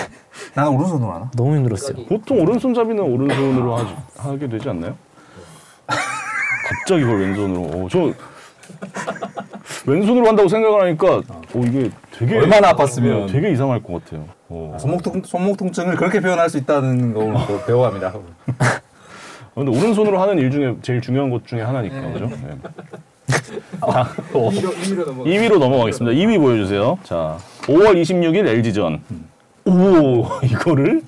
Speaker 4: 나는 오른손으로 하나?
Speaker 3: 너무 힘들었어요.
Speaker 1: 보통 오른손잡이는 오른손으로 하지, 하게 되지 않나요? 갑자기 그걸 왼손으로 어, 저 왼손으로 한다고 생각을 하니까 어, 이게 되게
Speaker 4: 얼마나 아팠으면.
Speaker 1: 어, 되게 이상할 것 같아요. 어.
Speaker 4: 손목, 통, 손목 통증을 그렇게 표현할 수 있다는 걸 또 배워갑니다
Speaker 1: 근데 오른손으로 하는 일 중에 제일 중요한 것 중에 하나니까 그죠? 네. 다- 어.
Speaker 5: 임의로 임의로 넘어.
Speaker 1: 2위로 넘어가겠습니다. 2위 보여주세요. 자, 5월 26일 LG전. 오, 이거를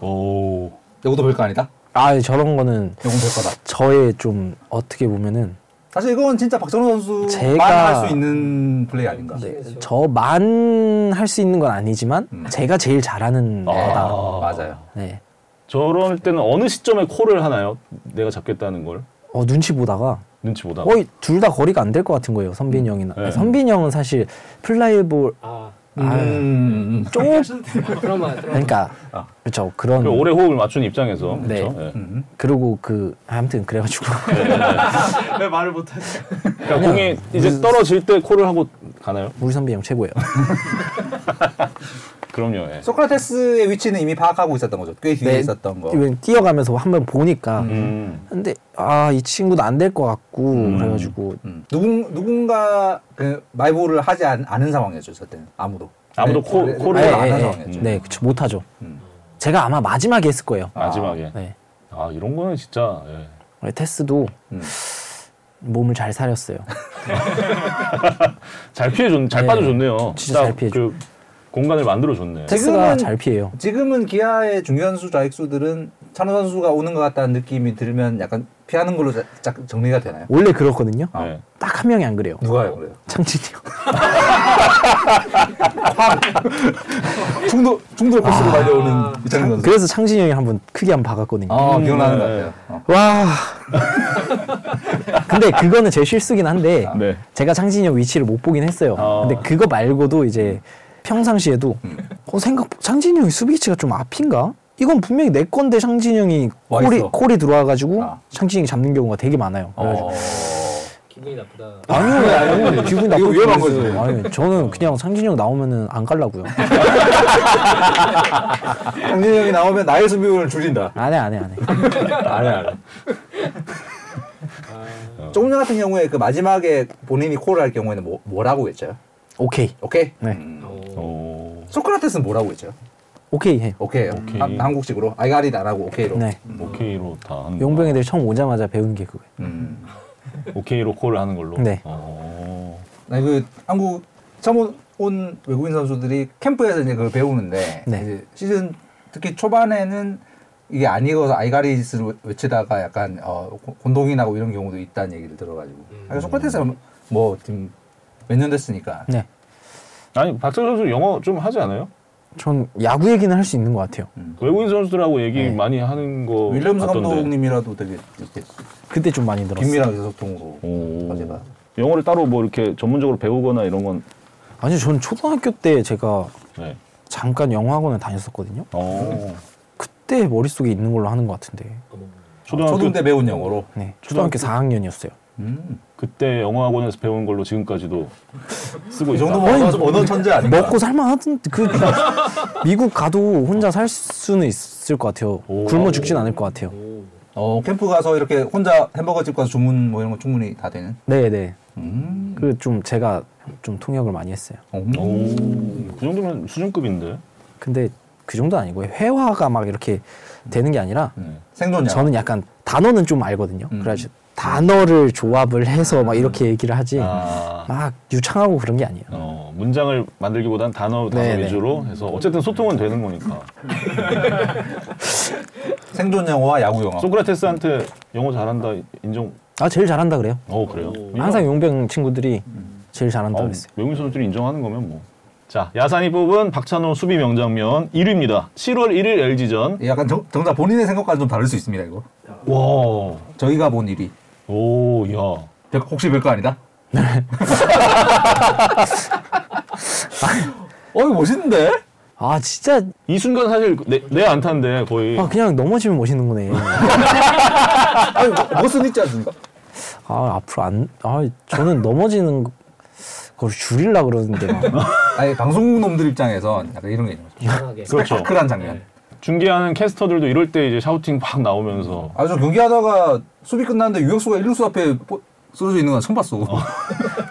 Speaker 1: 오.
Speaker 4: 이것도 별거 아니다?
Speaker 3: 아 저런 거는
Speaker 4: 이건 별거다
Speaker 3: 저의 좀 어떻게 보면은
Speaker 4: 사실 이건 진짜 박정호 선수만
Speaker 3: 제가-
Speaker 4: 할 수 있는 플레이 아닌가
Speaker 3: 네, 저만 할 수 있는 건 아니지만
Speaker 4: 음.
Speaker 3: 제가 제일 잘하는 거다.
Speaker 1: 아.
Speaker 4: 맞아요
Speaker 3: 네.
Speaker 1: 저럴 때는 어느 시점에 콜을 하나요? 내가 잡겠다는 걸
Speaker 3: 어 눈치 보다가
Speaker 1: 눈치 보다.
Speaker 3: 거의 둘 다 거리가 안 될 것 같은 거예요. 선빈
Speaker 4: 음.
Speaker 3: 형이나
Speaker 1: 네.
Speaker 3: 선빈 형은 사실 플라이볼
Speaker 5: 아
Speaker 3: 아유,
Speaker 4: 음, 음.
Speaker 3: 조금
Speaker 5: 드라마 드라마.
Speaker 3: 그러니까
Speaker 4: 아.
Speaker 3: 그렇죠 그런
Speaker 1: 그 오래 호흡을 맞춘 입장에서
Speaker 3: 네.
Speaker 1: 그렇죠. 예.
Speaker 3: 그리고 그 아무튼 그래가지고
Speaker 4: 네.
Speaker 5: 왜 말을 못하지?
Speaker 1: 예. 그러니까 공이 이제 떨어질 때 콜을 하고 가나요?
Speaker 3: *laughs* 우리 선빈 형 최고예요.
Speaker 1: 그럼요. 예.
Speaker 4: 소크라테스의 위치는 이미 파악하고 있었던 거죠 꽤 *laughs* 뒤에
Speaker 3: 네.
Speaker 4: 있었던 거
Speaker 3: 이번 뛰어가면서 한번 보니까
Speaker 1: 음.
Speaker 3: 근데 아 이 친구도 안 될 것 같고
Speaker 1: 음.
Speaker 3: 그래가지고
Speaker 4: 음. 누군, 누군가 그 마이볼을 하지 않, 않은 상황이었죠 저때는 아무도
Speaker 1: 아무도
Speaker 4: 네,
Speaker 1: 코-
Speaker 4: 네,
Speaker 1: 코를
Speaker 4: 네,
Speaker 1: 안
Speaker 4: 안
Speaker 3: 예,
Speaker 4: 하는
Speaker 3: 예,
Speaker 4: 상황이었죠
Speaker 3: 예. 네 그쵸 못하죠.
Speaker 4: 음.
Speaker 3: 제가 아마 마지막에 했을 거예요.
Speaker 1: 마지막에.
Speaker 3: 네.
Speaker 1: 아 이런 거는 진짜 예.
Speaker 3: 우리 테스도
Speaker 4: 음.
Speaker 3: 몸을
Speaker 4: *laughs*
Speaker 3: 잘 사렸어요.
Speaker 1: 잘 피해줬, 잘
Speaker 3: 네.
Speaker 1: 빠져줬네요.
Speaker 3: 진짜 잘
Speaker 1: 딱
Speaker 3: 피해줘.
Speaker 1: 그 공간을 만들어줬네.
Speaker 3: 테스가
Speaker 4: 지금은-
Speaker 3: 잘 피해요.
Speaker 4: 음. 지금은 기아의 중견수 좌익수들은 찬호 선수가 오는 것 같다는 느낌이 들면 약간 피하는 걸로 자, 자, 정리가 되나요?
Speaker 3: 원래 그렇거든요.
Speaker 1: 네.
Speaker 3: 딱 한 명이 안 그래요.
Speaker 4: 누가요 그래요?
Speaker 3: 창진이 형.
Speaker 4: 중도 중도 코스로 달려오는
Speaker 5: 아.
Speaker 4: 이찬호 선수.
Speaker 3: 그래서 창진이 형이 한번 크게 한번 박았거든요.
Speaker 4: 아
Speaker 1: 음,
Speaker 4: 기억나는
Speaker 1: 네.
Speaker 4: 것 같아요. 어.
Speaker 3: 와. *laughs* 근데 그거는 제 실수긴
Speaker 4: 아,
Speaker 3: 한데
Speaker 1: 네.
Speaker 3: 제가 창진이 형 위치를 못 보긴 했어요.
Speaker 1: 아.
Speaker 3: 근데 그거 말고도
Speaker 4: 음.
Speaker 3: 이제 평상시에도 어, 생각 창진이 형이 수비 위치가 좀 앞인가? 이건 분명히 내 건데 창진이 형이
Speaker 4: 와
Speaker 3: 콜이
Speaker 4: 있어.
Speaker 3: 콜이 들어와가지고
Speaker 4: 아.
Speaker 3: 창진이 형이 잡는 경우가 되게 많아요. 그래가지고
Speaker 4: 어.
Speaker 5: 기분이 나쁘다.
Speaker 3: 아니요, 아니요. 기분 나쁘고
Speaker 4: 위험한 거죠.
Speaker 3: 아니, 저는 그냥 상진이 형 나오면은 안 갈라고요.
Speaker 4: 강진이 형이 나오면 나의 수비율을 줄인다. 어.
Speaker 3: 안 해, 안 해, 안 해.
Speaker 4: *laughs* 아니 아니.
Speaker 5: 아,
Speaker 4: 조금 전 같은 경우에 그 마지막에 본인이 콜을 할 경우에는 뭐, 뭐라고 했죠?
Speaker 3: 오케이.
Speaker 4: 오케이.
Speaker 3: 네.
Speaker 5: 어.
Speaker 1: 오.
Speaker 4: 소크라테스는 뭐라고 했죠?
Speaker 3: 오케이 해.
Speaker 4: 오케이.
Speaker 1: 오케이.
Speaker 4: 한, 한국식으로 아이가리 안 하고 오케이로.
Speaker 3: 네.
Speaker 1: 오케이로 다 하는 거.
Speaker 3: 용병애들 처음 오자마자 배운 게 그거예요.
Speaker 4: 음.
Speaker 1: 오케이로 콜을 하는 걸로.
Speaker 3: 네.
Speaker 1: 어.
Speaker 4: 아니 그 한국 처음 온- 온 외국인 선수들이 캠프에서 이제 그걸 배우는데
Speaker 3: 네.
Speaker 4: 이제 시즌 특히 초반에는 이게 안 익어서 아이가리스를 외치다가 약간 어, 고- 곤동이 나고 이런 경우도 있다는 얘기를 들어가지고
Speaker 5: 음.
Speaker 4: 아니, 소크라테스는 뭐 지금 몇 년 됐으니까
Speaker 3: 네.
Speaker 1: 아니 박철 선수 영어 좀 하지 않아요?
Speaker 3: 전 야구 얘기는 할 수 있는 것 같아요.
Speaker 1: 외국인 선수들하고 얘기
Speaker 3: 네.
Speaker 1: 많이 하는 거.
Speaker 4: 윌리엄스
Speaker 1: 같던데.
Speaker 4: 감독님이라도 되게 이렇게
Speaker 3: 그때 좀 많이 들었어요.
Speaker 4: 긴밀하게 소통으로
Speaker 1: 오.
Speaker 4: 어제가
Speaker 1: 영어를 따로 뭐 이렇게 전문적으로 배우거나 이런 건.
Speaker 3: 아니, 전 초등학교 때 제가
Speaker 1: 네.
Speaker 3: 잠깐 영어학원을 다녔었거든요.
Speaker 1: 어.
Speaker 3: 그때 머릿속에 있는 걸로 하는 것 같은데.
Speaker 1: 초등학교
Speaker 4: 초등 때 배운 영어로
Speaker 3: 네. 초등학교 4학년이었어요.
Speaker 4: 음.
Speaker 1: 그때 영어학원에서 배운 걸로 지금까지도 쓰고
Speaker 4: 뭐 이
Speaker 1: 있다.
Speaker 4: 정도면 언어, 언어 천재 아닌가?
Speaker 3: 먹고 살만하던 그 미국 가도 혼자 살 수는 있을 것 같아요.
Speaker 1: 오.
Speaker 3: 굶어 죽진 않을 것 같아요.
Speaker 4: 어 캠프 가서 이렇게 혼자 햄버거 집 가서 주문 뭐 이런 거 충분히 다 되는.
Speaker 3: 네, 네.
Speaker 4: 음.
Speaker 3: 그 좀 제가 좀 통역을 많이 했어요.
Speaker 1: 오. 그 정도면 수준급인데.
Speaker 3: 근데 그 정도 아니고 회화가 막 이렇게 되는 게 아니라
Speaker 1: 네.
Speaker 4: 생존자.
Speaker 3: 저는 약간 단어는 좀 알거든요.
Speaker 4: 음.
Speaker 3: 그래서 단어를 조합을 해서 막 이렇게 얘기를 하지
Speaker 1: 아.
Speaker 3: 막 유창하고 그런 게 아니에요.
Speaker 1: 어, 문장을 만들기보단 단어 단어
Speaker 3: 네, 네.
Speaker 1: 위주로 해서 어쨌든 소통은 되는 거니까.
Speaker 4: 생존 영어와 야구 영어.
Speaker 1: 소크라테스한테 영어 잘한다 인정.
Speaker 3: 아 제일 잘한다 그래요.
Speaker 1: 어 그래요.
Speaker 3: 항상 용병 친구들이 제일 잘한다
Speaker 1: 어,
Speaker 3: 그랬어요.
Speaker 1: 외국인 선수들이 인정하는 거면 뭐. 자 야산이 뽑은 박찬호 수비 명장면 1위입니다. 7월 1일 LG전.
Speaker 4: 약간 정, 정작 본인의 생각과는 좀 다를 수 있습니다 이거.
Speaker 1: 와.
Speaker 4: 저희가 본 일이
Speaker 1: 오 야.
Speaker 4: 별- 혹시 별거 아니다.
Speaker 1: 네.
Speaker 4: *laughs* 어이 멋있는데?
Speaker 3: 아 진짜
Speaker 1: 이 순간 사실 내, 내 안타인데 거의.
Speaker 3: 아 그냥 넘어지면 멋있는 거네.
Speaker 4: 아니 뭐- 멋은 있지 않습니까?
Speaker 3: 아 앞으로 안, 아 저는 넘어지는 거- 걸 줄일라 그러는데
Speaker 1: *laughs*
Speaker 3: 막.
Speaker 4: 아니 방송국 놈들 입장에서 약간 이런 게 있는 거죠.
Speaker 5: 이상하게.
Speaker 1: 그렇죠.
Speaker 4: 스펙타클한 장면.
Speaker 1: 중계하는 캐스터들도 이럴 때 이제 샤우팅 팍 나오면서
Speaker 4: 아 저 경기하다가 수비 끝났는데 유격수가 1루수 앞에 뽀- 쓰러져 있는 건 처음 봤어.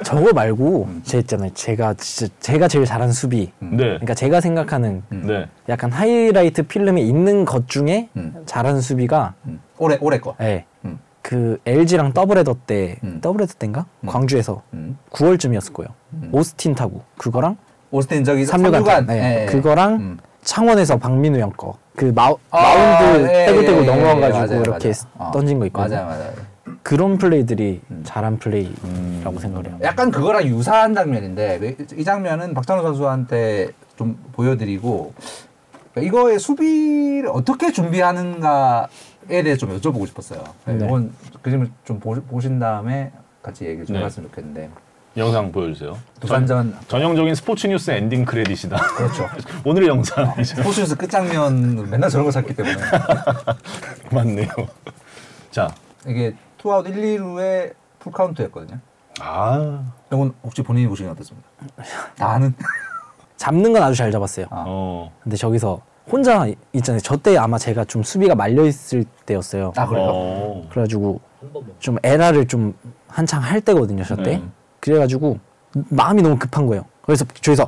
Speaker 3: 저거 말고
Speaker 1: 음.
Speaker 3: 제 있잖아요. 제가 진짜 제가 제일 잘한 수비.
Speaker 4: 음.
Speaker 1: 네.
Speaker 3: 그러니까 제가 생각하는
Speaker 1: 네.
Speaker 3: 약간 하이라이트 필름에 있는 것 중에
Speaker 4: 음.
Speaker 3: 잘한 수비가
Speaker 4: 음. 올해 올해 거.
Speaker 3: 예.
Speaker 4: 음.
Speaker 3: 그 LG랑 더블헤더 때
Speaker 4: 음.
Speaker 3: 더블헤더 때인가? 광주에서
Speaker 4: 음.
Speaker 3: 9월쯤이었을 거예요. 오스틴 타고 그거랑
Speaker 4: 오스틴 저기
Speaker 3: 삼류간,
Speaker 4: 삼류간.
Speaker 3: 네.
Speaker 4: 예, 예.
Speaker 3: 그거랑
Speaker 4: 음.
Speaker 3: 창원에서 박민우 형 거. 그 마우,
Speaker 4: 아,
Speaker 3: 마운드
Speaker 4: 예,
Speaker 3: 떼고떼고
Speaker 4: 예, 예,
Speaker 3: 넘어가가지고
Speaker 4: 맞아요,
Speaker 3: 이렇게
Speaker 4: 맞아요. 어.
Speaker 3: 던진 거 있거든요.
Speaker 4: 맞아요, 맞아요.
Speaker 3: 그런 플레이들이 잘한 플레이라고 생각을 해요.
Speaker 4: 음. 약간 그거랑 유사한 장면인데 이 장면은 박찬호 선수한테 좀 보여드리고 그러니까 이거의 수비를 어떻게 준비하는가에 대해 좀 여쭤보고 싶었어요.
Speaker 3: 네.
Speaker 4: 이건 그 점을 좀 보, 보신 다음에 같이 얘기 좀
Speaker 1: 네.
Speaker 4: 했으면 좋겠는데
Speaker 1: 영상 보여주세요.
Speaker 4: 두산전
Speaker 1: 전형적인 스포츠 뉴스 엔딩 크레딧이다.
Speaker 4: 그렇죠.
Speaker 1: *laughs* 오늘의 영상이죠.
Speaker 4: 포스뉴스 끝장면 맨날 저런 거 찾기 때문에
Speaker 1: *laughs* 맞네요. 자,
Speaker 4: 이게 투아웃 1, 2루에 풀카운트였거든요.
Speaker 1: 아,
Speaker 4: 이건 혹시 본인이 보시기엔
Speaker 3: *laughs*
Speaker 4: 어떻습니까? 다 아는? *laughs*
Speaker 3: 잡는 건 아주 잘 잡았어요.
Speaker 4: 아.
Speaker 1: 어,
Speaker 3: 근데 저기서 혼자 있잖아요. 저 때 아마 제가 좀 수비가 말려 있을 때였어요.
Speaker 4: 아 그래요?
Speaker 1: 어,
Speaker 3: 그래가지고
Speaker 5: 한번 먹.
Speaker 3: 좀 에라를 좀 한창 할 때거든요, 저
Speaker 4: 네.
Speaker 3: 때.
Speaker 1: 음.
Speaker 3: 그래가지고 마음이 너무 급한 거예요. 그래서 저기서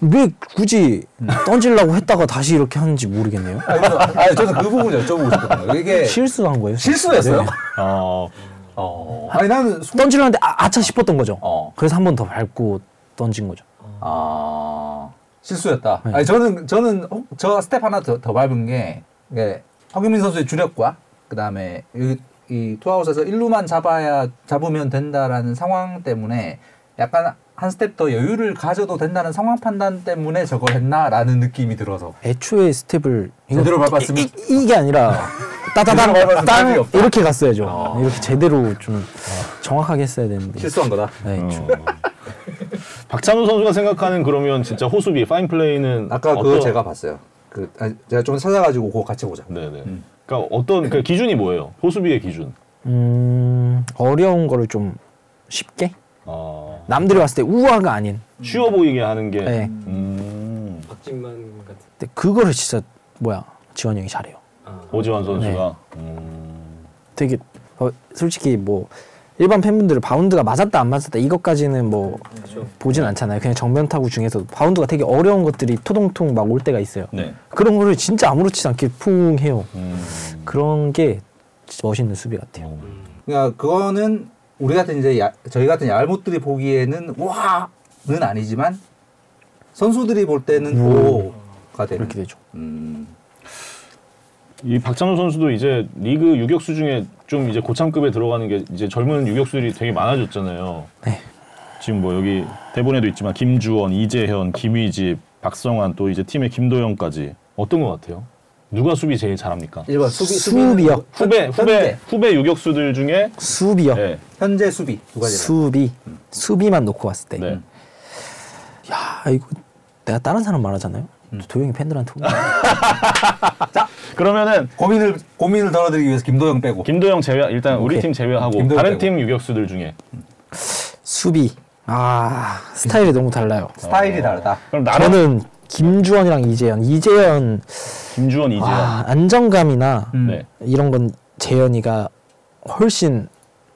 Speaker 3: 왜 굳이 던지려고 했다가 다시 이렇게 하는지 모르겠네요.
Speaker 4: 음. 아, 그래서, 아, 저도 그 부분을 여쭤보고 싶거든요. 이게
Speaker 3: 실수한 거예요.
Speaker 4: 실수였어요?
Speaker 3: 네.
Speaker 1: 어,
Speaker 4: 어. 아니 나는 수...
Speaker 3: 던지려 는데 아, 아차 싶었던 거죠.
Speaker 4: 어.
Speaker 3: 그래서 한 번 더 밟고 던진 거죠.
Speaker 4: 아 실수였다.
Speaker 1: 네.
Speaker 4: 아니 저는 저는 어, 저 스텝 하나 더, 더 밟은 게 이게 허경민 선수의 주력과 그 다음에 이, 이 투아웃에서 1루만 잡아야 잡으면 된다라는 상황 때문에 약간 한 스텝 더 여유를 가져도 된다는 상황 판단 때문에 저걸 했나라는 느낌이 들어서
Speaker 3: 애초에 스텝을 이거
Speaker 4: 제대로 밟았으면-
Speaker 3: 이, 이, 게 아니라
Speaker 4: *laughs*
Speaker 3: 따다당
Speaker 4: 제대로 밟았으면
Speaker 3: 땅
Speaker 4: 답이 없다.
Speaker 3: 이렇게 갔어야죠. 네, 이렇게 제대로 좀 정확하게 했어야 되는데.
Speaker 4: 실수한 어. 거다.
Speaker 3: 네, 좀-
Speaker 1: 박찬호 선수가 생각하는 그러면 진짜 호수비 파인 플레이는
Speaker 4: 아까 그거
Speaker 1: 어떤-
Speaker 4: 제가 봤어요. 그 아니, 제가 좀 찾아가지고 그거 같이 보자.
Speaker 1: 네, 네.
Speaker 4: 음.
Speaker 1: 그러니까 어떤 그 기준이 뭐예요? 호수비의 기준.
Speaker 3: 음, 어려운 거를 좀 쉽게
Speaker 1: 아,
Speaker 3: 남들이 봤을 때 우아가 아닌
Speaker 1: 쉬워 보이게 하는 게.
Speaker 3: 네.
Speaker 1: 음.
Speaker 5: 박진만 같은.
Speaker 3: 근데 그거를 진짜 뭐야 지원 형이 잘해요.
Speaker 5: 아.
Speaker 1: 오지환 선수가.
Speaker 4: 네.
Speaker 1: 음.
Speaker 3: 되게 어, 솔직히 뭐 일반 팬분들은 바운드가 맞았다 안 맞았다 이것까지는 뭐
Speaker 5: 그렇죠.
Speaker 3: 보진 않잖아요. 그냥 정면 타구 중에서 바운드가 되게 어려운 것들이 토동통 막 올 때가 있어요.
Speaker 1: 네.
Speaker 3: 그런 거를 진짜 아무렇지 않게 풍 해요.
Speaker 1: 음.
Speaker 3: 그런 게 진짜 멋있는 수비 같아요.
Speaker 4: 그러니까 그거는 우리 같은 이제 야- 저희 같은 얄못들이 보기에는 와는 아니지만 선수들이 볼 때는 오가 음. 되는.
Speaker 3: 그렇게 되죠.
Speaker 4: 음.
Speaker 1: 이 박찬호 선수도 이제 리그 유격수 중에 좀 이제 고참급에 들어가는 게 이제 젊은 유격수들이 되게 많아졌잖아요.
Speaker 3: 네.
Speaker 1: 지금 뭐 여기 대본에도 있지만 김주원, 이재현, 김희집, 박성환 또 이제 팀의 김도영까지 어떤 것 같아요? 누가 수비 제일 잘합니까?
Speaker 4: 1번 수비 뭐
Speaker 3: 수비요.
Speaker 1: 후배 후배
Speaker 4: 현재.
Speaker 1: 후배 유격수들 중에
Speaker 3: 수비요.
Speaker 1: 네.
Speaker 4: 현재 수비 두 음. 가지.
Speaker 3: 수비. 수비만 놓고 봤을 때.
Speaker 1: 네.
Speaker 3: 야, 이거 내가 다른 사람 말하잖아요.
Speaker 4: 음.
Speaker 3: 도영이 팬들한테 혼나.
Speaker 1: 그러면은
Speaker 4: 고민을 고민을 덜어드리기 위해서 김도영 빼고.
Speaker 1: 김도영 제외 일단 우리
Speaker 3: 오케이.
Speaker 1: 팀 제외하고
Speaker 4: 김도영
Speaker 1: 다른
Speaker 4: 빼고.
Speaker 1: 팀 유격수들 중에
Speaker 3: 수비. 아, 스타일이 너무 달라요.
Speaker 4: 스타일이 다르다.
Speaker 1: 그럼 나는
Speaker 3: 저는 김주원이랑 이재현. 이재현
Speaker 1: 김주원, 이재현
Speaker 3: 와, 안정감이나
Speaker 4: 음.
Speaker 1: 네.
Speaker 3: 이런 건 재현이가 훨씬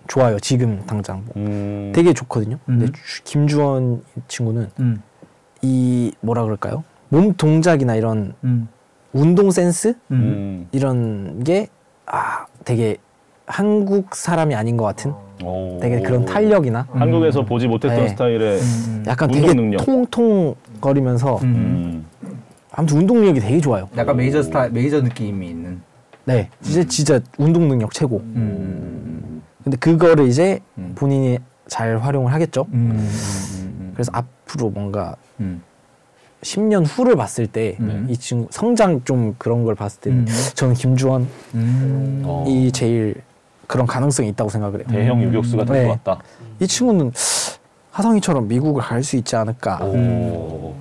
Speaker 3: 좋아요. 지금 당장 뭐.
Speaker 1: 음,
Speaker 3: 되게 좋거든요. 근데
Speaker 4: 음.
Speaker 3: 주- 김주원 이 친구는
Speaker 4: 음.
Speaker 3: 이 뭐라 그럴까요? 몸 동작이나 이런
Speaker 4: 음.
Speaker 3: 운동 센스
Speaker 1: 음,
Speaker 3: 이런 게 아 되게 한국 사람이 아닌 것 같은
Speaker 1: 음. 오.
Speaker 3: 되게 그런 탄력이나
Speaker 1: 한국에서 보지 못했던
Speaker 3: 네.
Speaker 1: 스타일의
Speaker 4: 음.
Speaker 3: 약간
Speaker 1: 운동
Speaker 3: 되게
Speaker 1: 능력.
Speaker 3: 통통거리면서
Speaker 4: 음.
Speaker 1: 음.
Speaker 3: 아무튼 운동 능력이 되게 좋아요.
Speaker 4: 약간 메이저 스타 메이저 느낌이 있는.
Speaker 3: 네, 진짜
Speaker 1: 음.
Speaker 3: 진짜 운동 능력 최고.
Speaker 4: 음.
Speaker 3: 근데 그거를 이제
Speaker 4: 음.
Speaker 3: 본인이 잘 활용을 하겠죠.
Speaker 4: 음. 음.
Speaker 3: 그래서 앞으로 뭔가
Speaker 4: 음.
Speaker 3: 10년 후를 봤을 때 이
Speaker 4: 음.
Speaker 3: 친구 성장 좀 그런 걸 봤을 때는
Speaker 4: 음.
Speaker 3: 저는 김주원이
Speaker 4: 음.
Speaker 1: 어.
Speaker 3: 제일 그런 가능성이 있다고 생각을 해요.
Speaker 1: 대형 유격수가 될
Speaker 3: 네.
Speaker 1: 것 같다.
Speaker 3: 이 친구는 하성이처럼 미국을 갈 수 있지 않을까.
Speaker 4: 음.
Speaker 1: 오.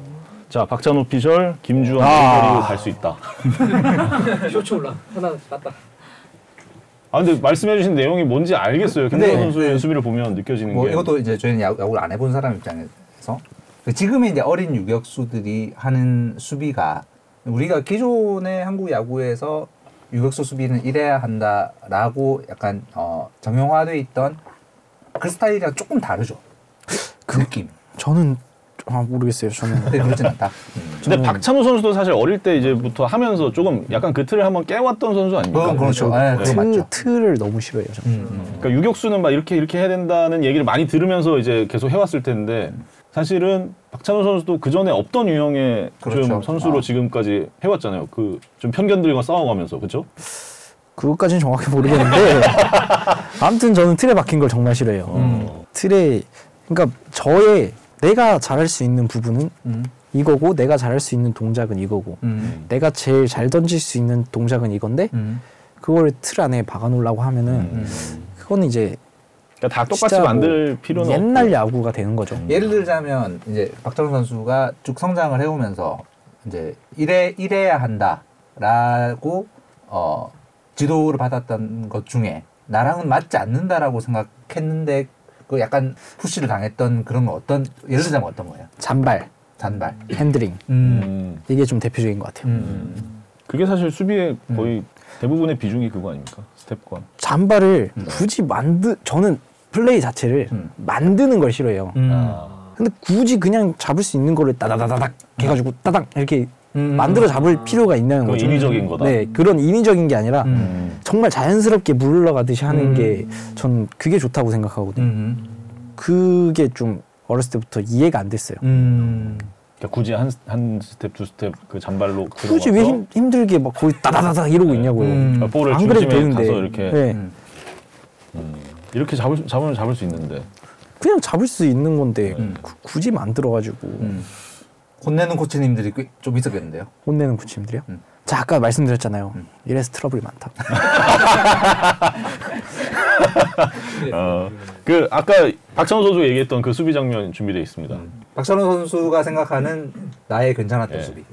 Speaker 1: 자 박찬호 피셜, 김주원
Speaker 3: 아.
Speaker 1: 그리고 갈수 있다.
Speaker 5: 쇼츠 올라 하나 땄다.
Speaker 1: 아 근데 말씀해주신 내용이 뭔지 알겠어요. 김주원
Speaker 4: 근데-
Speaker 1: 선수의 수비를 보면 느껴지는
Speaker 4: 네. 뭐
Speaker 1: 게
Speaker 4: 이것도 이제 저희는 야구, 야구를 안 해본 사람 입장에서 그 지금의 이제 어린 유격수들이 하는 수비가 우리가 기존의 한국 야구에서 유격수 수비는 이래야 한다라고 약간 어, 정형화돼 있던 그 스타일이랑 조금 다르죠. 그 느낌.
Speaker 3: 저는 아, 모르겠어요.
Speaker 1: 네.
Speaker 3: 저는
Speaker 4: 근데 그렇진 않다. 음.
Speaker 1: 근데 박찬호 선수도 사실 어릴 때 이제부터 하면서 조금 약간 그 틀을 한번 깨왔던 선수 아닙니까?
Speaker 4: 그건 그렇죠. 예,
Speaker 1: 네.
Speaker 4: 그건
Speaker 3: 틀,
Speaker 4: 맞죠.
Speaker 3: 틀을 너무 싫어해요. 저는.
Speaker 4: 음,
Speaker 1: 그러니까 유격수는 막 이렇게 이렇게 해야 된다는 얘기를 많이 들으면서 이제 계속 해왔을 텐데 사실은 박찬호 선수도 그 전에 없던 유형의 좀
Speaker 4: 그렇죠.
Speaker 1: 선수로
Speaker 4: 아.
Speaker 1: 지금까지 해왔잖아요. 그 좀 편견들과 싸워가면서 그렇죠?
Speaker 3: 그것까지는
Speaker 1: *laughs*
Speaker 3: 정확히 모르겠는데 아무튼 저는 틀에 박힌 걸 정말 싫어해요. 틀에 그러니까 저의 내가 잘할 수 있는 부분은
Speaker 4: 음.
Speaker 3: 이거고 내가 잘할 수 있는 동작은 이거고
Speaker 4: 음.
Speaker 3: 내가 제일 잘 던질 수 있는 동작은 이건데
Speaker 4: 음.
Speaker 3: 그걸 틀 안에 박아놓으려고 하면은 그거는 이제
Speaker 1: 그러니까 다 똑같이
Speaker 3: 진짜 뭐
Speaker 1: 만들 음. 필요는
Speaker 3: 옛날
Speaker 1: 없고. 음.
Speaker 3: 야구가 되는 거죠.
Speaker 4: 예를 들자면 이제 박정우 선수가 쭉 성장을 해오면서 이제 이래 이래야 한다라고 어 지도를 받았던 것 중에 나랑은 맞지 않는다라고 생각했는데 그 약간 푸시를 당했던 그런 건 어떤 예를 들자면 어떤 거예요?
Speaker 3: 잔발,
Speaker 4: 잔발.
Speaker 3: 핸드링
Speaker 4: 음.
Speaker 1: 음.
Speaker 3: 이게 좀 대표적인 것 같아요.
Speaker 4: 음.
Speaker 1: 그게 사실 수비의 거의
Speaker 3: 음.
Speaker 1: 대부분의 비중이 그거 아닙니까? 스텝권.
Speaker 3: 잔발을
Speaker 1: 음.
Speaker 3: 굳이 만드 저는 플레이 자체를
Speaker 4: 음.
Speaker 3: 만드는 걸 싫어해요.
Speaker 4: 음.
Speaker 3: 근데 굳이 그냥 잡을 수 있는 거를 따다다다닥 해가지고 따닥 이렇게
Speaker 4: 음.
Speaker 3: 만들어 잡을 필요가
Speaker 1: 음.
Speaker 3: 있냐는
Speaker 1: 아. 그거
Speaker 3: 거죠.
Speaker 1: 인위적인 거다.
Speaker 3: 네, 그런 인위적인 게 아니라
Speaker 4: 음.
Speaker 3: 정말 자연스럽게 물러가듯이 하는
Speaker 4: 음.
Speaker 3: 게 전 그게 좋다고 생각하거든요.
Speaker 4: 음.
Speaker 3: 그게 좀 어렸을 때부터 이해가 안 됐어요.
Speaker 4: 음.
Speaker 1: 그러니까 굳이 한, 한 스텝, 두 스텝 그 잔발로
Speaker 3: 굳이
Speaker 1: 들어가서
Speaker 3: 왜 힘, 힘들게 막 거기 따다다닥 이러고 있냐고요.
Speaker 4: 음.
Speaker 1: 그러니까 볼을
Speaker 3: 안 그래도
Speaker 1: 중심에
Speaker 3: 되는데.
Speaker 1: 가서 이렇게
Speaker 3: 네.
Speaker 4: 음.
Speaker 1: 이렇게 잡을, 수- 잡으면 잡을 수 있는데
Speaker 3: 그냥 잡을 수 있는 건데
Speaker 4: 음.
Speaker 3: 구- 굳이 만들어가지고
Speaker 4: 음. 혼내는 코치님들이 꽤- 좀 있었겠는데요.
Speaker 3: 혼내는 구치님들이요.
Speaker 4: 음.
Speaker 3: 자 아까 말씀드렸잖아요. 이래서 트러블이 많다.
Speaker 1: 어, 그 아까 박찬호 선수 얘기했던 그 수비 장면 준비되어 있습니다
Speaker 3: 음.
Speaker 4: 박찬호 선수가 생각하는 나의 괜찮았던
Speaker 1: 예.
Speaker 4: 수비.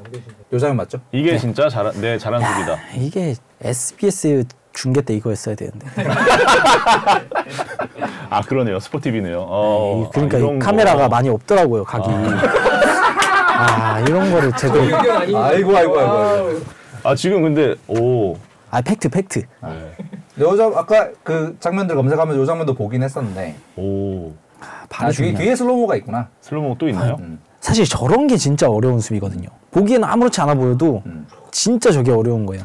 Speaker 4: 요 장면 맞죠?
Speaker 3: 네.
Speaker 1: 이게 진짜 잘한, 내 잘한 수비다
Speaker 3: 이게 SBS 중계 때 이거 했어야 되는데
Speaker 1: 아 그러네요. 스포티비네요. 어,
Speaker 3: 그러니까
Speaker 1: 아,
Speaker 3: 이
Speaker 1: 이런 거.
Speaker 3: 카메라가 많이 없더라고요 각이. 아 이런 거를 제대로.
Speaker 5: 그 아니
Speaker 4: 아이고, 아이고, 아이고, 아이고.
Speaker 1: 아 지금 근데 오.
Speaker 3: 아 팩트 팩트.
Speaker 1: 네.
Speaker 4: 요 장, 아까 그 장면들 검색하면서 요 장면도 보긴 했었는데
Speaker 1: 오.
Speaker 4: 아,
Speaker 3: 바로
Speaker 4: 뒤에,
Speaker 3: 중요한.
Speaker 4: 뒤에 슬로모가 있구나.
Speaker 1: 슬로모 또 있나요?
Speaker 3: 음, 사실 저런 게 진짜 어려운 수비거든요. 보기에는 아무렇지 않아 보여도
Speaker 4: 음.
Speaker 3: 진짜 저게 어려운 거예요.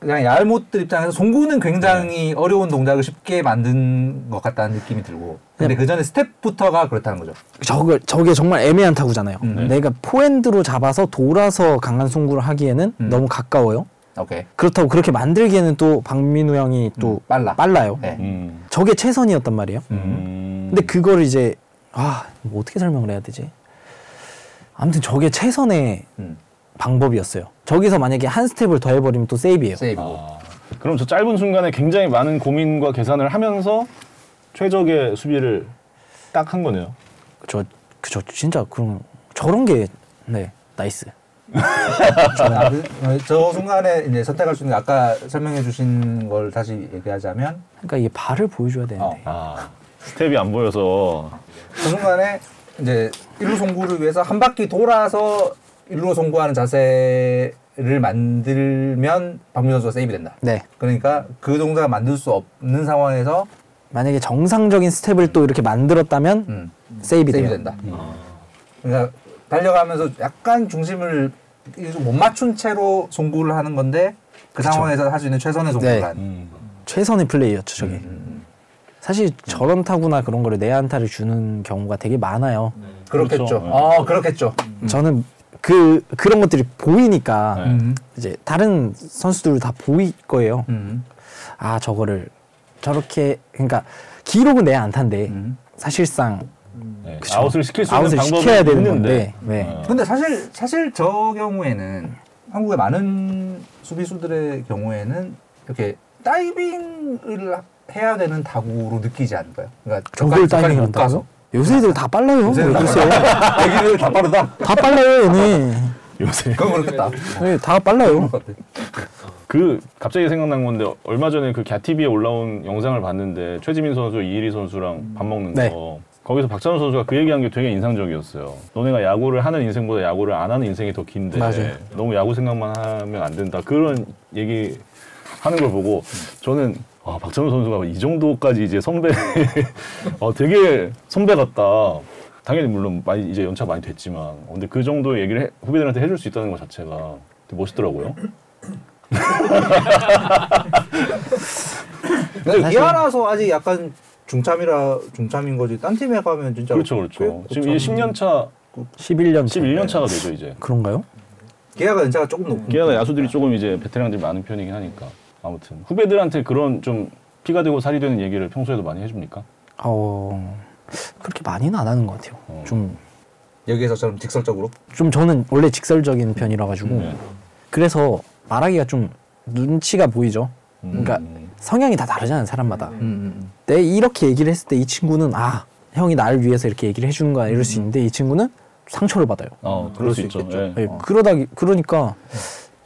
Speaker 4: 그냥 얄못들 입장에서 송구는 굉장히 어려운 동작을 쉽게 만든 것 같다는 느낌이 들고 근데 그 전에 스텝부터가 그렇다는 거죠.
Speaker 3: 저게, 저게 정말 애매한 타구잖아요.
Speaker 4: 음.
Speaker 3: 내가 포핸드로 잡아서 돌아서 강한 송구를 하기에는
Speaker 4: 음.
Speaker 3: 너무 가까워요.
Speaker 4: 오케이.
Speaker 3: 그렇다고 그렇게 만들기에는 또 박민우 형이 또
Speaker 4: 음, 빨라.
Speaker 3: 빨라요.
Speaker 4: 네.
Speaker 1: 음.
Speaker 3: 저게 최선이었단 말이에요.
Speaker 1: 음.
Speaker 3: 근데 그걸 이제 아, 뭐 어떻게 설명을 해야 되지? 아무튼 저게 최선의
Speaker 4: 음.
Speaker 3: 방법이었어요. 저기서 만약에 한 스텝을 더 해버리면 또 세이브예요.
Speaker 4: 세이브.
Speaker 1: 아, 그럼 저 짧은 순간에 굉장히 많은 고민과 계산을 하면서 최적의 수비를 딱 한 거네요.
Speaker 3: 저, 그, 저 진짜 그런 저런 게 네, 나이스.
Speaker 4: 아, 그, 어, 저 순간에 이제 선택할 수 있는 게 아까 설명해 주신 걸 다시 얘기하자면
Speaker 3: 그러니까 이게 발을 보여줘야
Speaker 4: 어.
Speaker 3: 되는데.
Speaker 1: 아 스텝이 안 보여서
Speaker 4: 그 순간에 이제 일루 송구를 위해서 한 바퀴 돌아서 일루 송구하는 자세를 만들면 박민 선수가 세이브 된다.
Speaker 3: 네.
Speaker 4: 그러니까 그 동작을 만들 수 없는 상황에서
Speaker 3: 만약에 정상적인 스텝을 또 이렇게 만들었다면
Speaker 4: 음,
Speaker 3: 세이브 돼요. 음.
Speaker 4: 세이브 된다. 그러니까 달려가면서 약간 중심을 좀못 맞춘 채로 송구를 하는 건데 그 상황에서 할 수 있는 최선의 송구를
Speaker 3: 네.
Speaker 4: 하는.
Speaker 3: 최선의 플레이였죠, 저게.
Speaker 4: 음.
Speaker 3: 사실 저런 타구나 그런 거를 내 안타를 주는 경우가 되게 많아요.
Speaker 4: 그렇겠죠.
Speaker 1: 그렇죠.
Speaker 4: 어, 그렇겠죠.
Speaker 3: 저는 그 그런 것들이 보이니까
Speaker 1: 네.
Speaker 4: 음.
Speaker 3: 이제 다른 선수들 다 보일 거예요.
Speaker 4: 음.
Speaker 3: 아 저거를 저렇게 그러니까 기록은 내 안타인데
Speaker 4: 음.
Speaker 3: 사실상
Speaker 1: 네.
Speaker 3: 그쵸.
Speaker 1: 아웃을 시킬 수 있는
Speaker 3: 아웃을
Speaker 1: 방법이
Speaker 3: 시켜야 되는
Speaker 1: 있는데.
Speaker 3: 건데. 네.
Speaker 1: 어.
Speaker 4: 근데 사실 사실 저 경우에는 한국의 많은 수비수들의 경우에는 이렇게 다이빙을 해야 되는 다구로 느끼지 않을까요? 그러니까
Speaker 3: 저걸
Speaker 4: 저까지- 저까지
Speaker 3: 다이빙
Speaker 4: 못 가서
Speaker 3: 한다고? 요새 애들 다 빨라요.
Speaker 4: 요새 애들 다
Speaker 3: 글쎄요.
Speaker 4: *laughs* 애기들 다 빠르다.
Speaker 3: 다 빨라요, 얘네.
Speaker 4: *laughs*
Speaker 1: 요새
Speaker 4: 그건 그렇겠다.
Speaker 3: 네, 다 빨라요.
Speaker 1: 그 갑자기 생각난 건데 얼마 전에 그 갸티비에 올라온 영상을 봤는데 최지민 선수, 이일이 선수랑 밥 먹는
Speaker 3: 네.
Speaker 1: 거 거기서 박찬호 선수가 그 얘기한 게 되게 인상적이었어요. 너네가 야구를 하는 인생보다 야구를 안 하는 인생이 더 긴데
Speaker 3: 맞아요.
Speaker 1: 너무 야구 생각만 하면 안 된다 그런 얘기 하는 걸 보고 저는 아, 박찬호 선수가 이 정도까지 이제 선배 *laughs* 아, 되게 선배 같다. 당연히 물론 많이 이제 연차 많이 됐지만 근데 그 정도의 얘기를 해- 후배들한테 해줄 수 있다는 것 자체가 되게 멋있더라고요.
Speaker 4: 근데 미안해서 아직 약간 중참이라 중참인 거지. 딴 팀에 가면 진짜
Speaker 1: 그렇죠, 그렇죠. 지금 이제 10년 차,
Speaker 3: 11년
Speaker 1: 11년 차가 되죠 이제.
Speaker 3: 그런가요?
Speaker 4: 계약 연차가 조금 높고.
Speaker 1: 게다가 야수들이 조금 이제 베테랑들이 많은 편이긴 하니까 아무튼 후배들한테 그런 좀 피가 되고 살이 되는 얘기를 평소에도 많이 해줍니까?
Speaker 3: 어 그렇게 많이는 안 하는 것 같아요.
Speaker 1: 어.
Speaker 3: 좀 좀
Speaker 4: 여기에서처럼 직설적으로.
Speaker 3: 저는 원래 직설적인 편이라 가지고
Speaker 1: 네.
Speaker 3: 그래서 말하기가 좀 눈치가 보이죠.
Speaker 1: 음.
Speaker 3: 그러니까 성향이 다 다르잖아요 사람마다.
Speaker 4: 음, 음,
Speaker 3: 내 이렇게 얘기를 했을 때 이 친구는 아 형이 나를 위해서 이렇게 얘기를 해주는 거야 이럴 수
Speaker 1: 음.
Speaker 3: 있는데 이 친구는 상처를 받아요.
Speaker 1: 어, 그럴, 수 있죠. 예.
Speaker 3: 예, 그러다 그러니까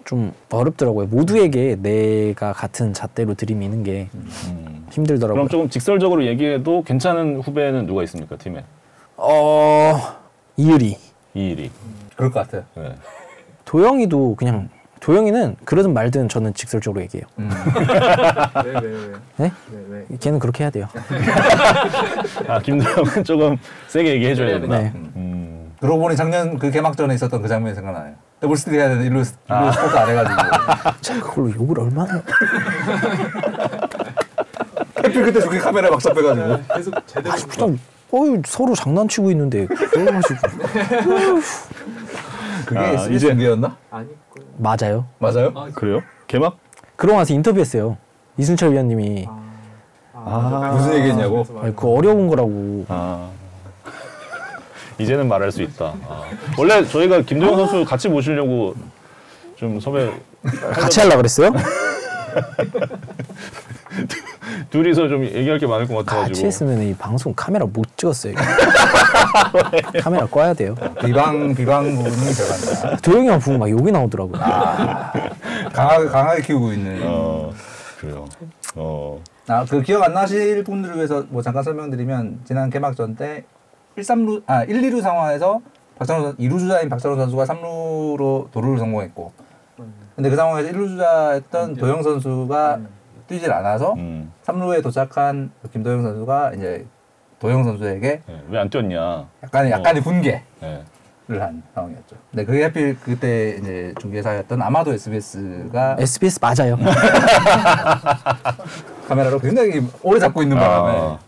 Speaker 3: 좀 어렵더라고요. 모두에게 내가 같은 잣대로 들이미는 게
Speaker 1: 음.
Speaker 3: 힘들더라고요.
Speaker 1: 그럼 조금 직설적으로 얘기해도 괜찮은 후배는 누가 있습니까 팀에?
Speaker 3: 어 이유리
Speaker 1: 이일이.
Speaker 4: 음. 그럴 것 같아요.
Speaker 1: 네.
Speaker 3: 도영이도 그냥 도영이는 그러든 말든 저는 직설적으로 얘기해요.
Speaker 5: *laughs* 왜왜왜
Speaker 3: 네?
Speaker 5: 왜왜
Speaker 3: 걔는 그렇게 해야 돼요.
Speaker 1: 아 김도영은 조금 세게 얘기해줘야 된다.
Speaker 3: 네.
Speaker 1: 음.
Speaker 4: 그러고 보니 작년 그 개막전에 있었던 그 장면이 생각나요. 더블스틱 해야 되는 일루 일루 스포츠 안 해가지고.
Speaker 3: 제가 그걸로 욕을 얼마나 해요.
Speaker 4: *laughs* 하필 그때 저기 카메라에 막 잡혀가지고.
Speaker 5: 계속 제대로
Speaker 3: 아니 그냥 어이 서로 장난치고 있는데 그걸 가지고
Speaker 5: *laughs*
Speaker 4: 그게
Speaker 1: 아,
Speaker 4: SBS
Speaker 1: 이제-
Speaker 4: 중계였나?
Speaker 5: 아닐 거예요
Speaker 3: 맞아요.
Speaker 4: 맞아요?
Speaker 5: 아,
Speaker 1: 그래요? 개막?
Speaker 3: 그러고 나서 인터뷰했어요. 이순철 위원님이
Speaker 5: 아.
Speaker 4: 무슨 얘기했냐고?
Speaker 3: 아, 아니, 그 어려운 거라고
Speaker 1: 아. 이제는 말할 수 있다. 아. 원래 저희가 김도영 선수 같이 모시려고 좀 섭외
Speaker 3: 같이 하려 그랬어요?
Speaker 1: 둘이서 좀 얘기할 게 많을 것
Speaker 3: 같이
Speaker 1: 같아가지고.
Speaker 3: 했으면 이 방송 카메라 못 찍었어요. 카메라 꺼야 돼요.
Speaker 4: 비방 비방 부분이 들어간다.
Speaker 3: 도영이 형 부분 막 욕이 나오더라고요.
Speaker 4: 강하게 강하게 키우고 있는.
Speaker 1: 아, 어, 그래요. 어.
Speaker 4: 아, 그 기억 안 나실 분들을 위해서 뭐 잠깐 설명드리면 지난 개막전 때 1, 3루 아, 1, 2루 상황에서 박찬호 선 2루 주자인 박찬호 선수가 3루로 도루를 성공했고 근데 그 상황에서 1루
Speaker 3: 음.
Speaker 4: 주자였던 도영 선수가 뛰질 않아서
Speaker 1: 음.
Speaker 4: 3루에 도착한 김도영 선수가 이제 도영 선수에게
Speaker 1: 네, 왜 안 뛰었냐?
Speaker 4: 약간의 약간의 분개를
Speaker 1: 네.
Speaker 4: 한 상황이었죠. 근데 그게 하필 그때 이제 중계사였던 아마도 SBS가
Speaker 3: SBS 맞아요.
Speaker 4: 카메라로 굉장히 오래 잡고 있는 바람에
Speaker 1: 아,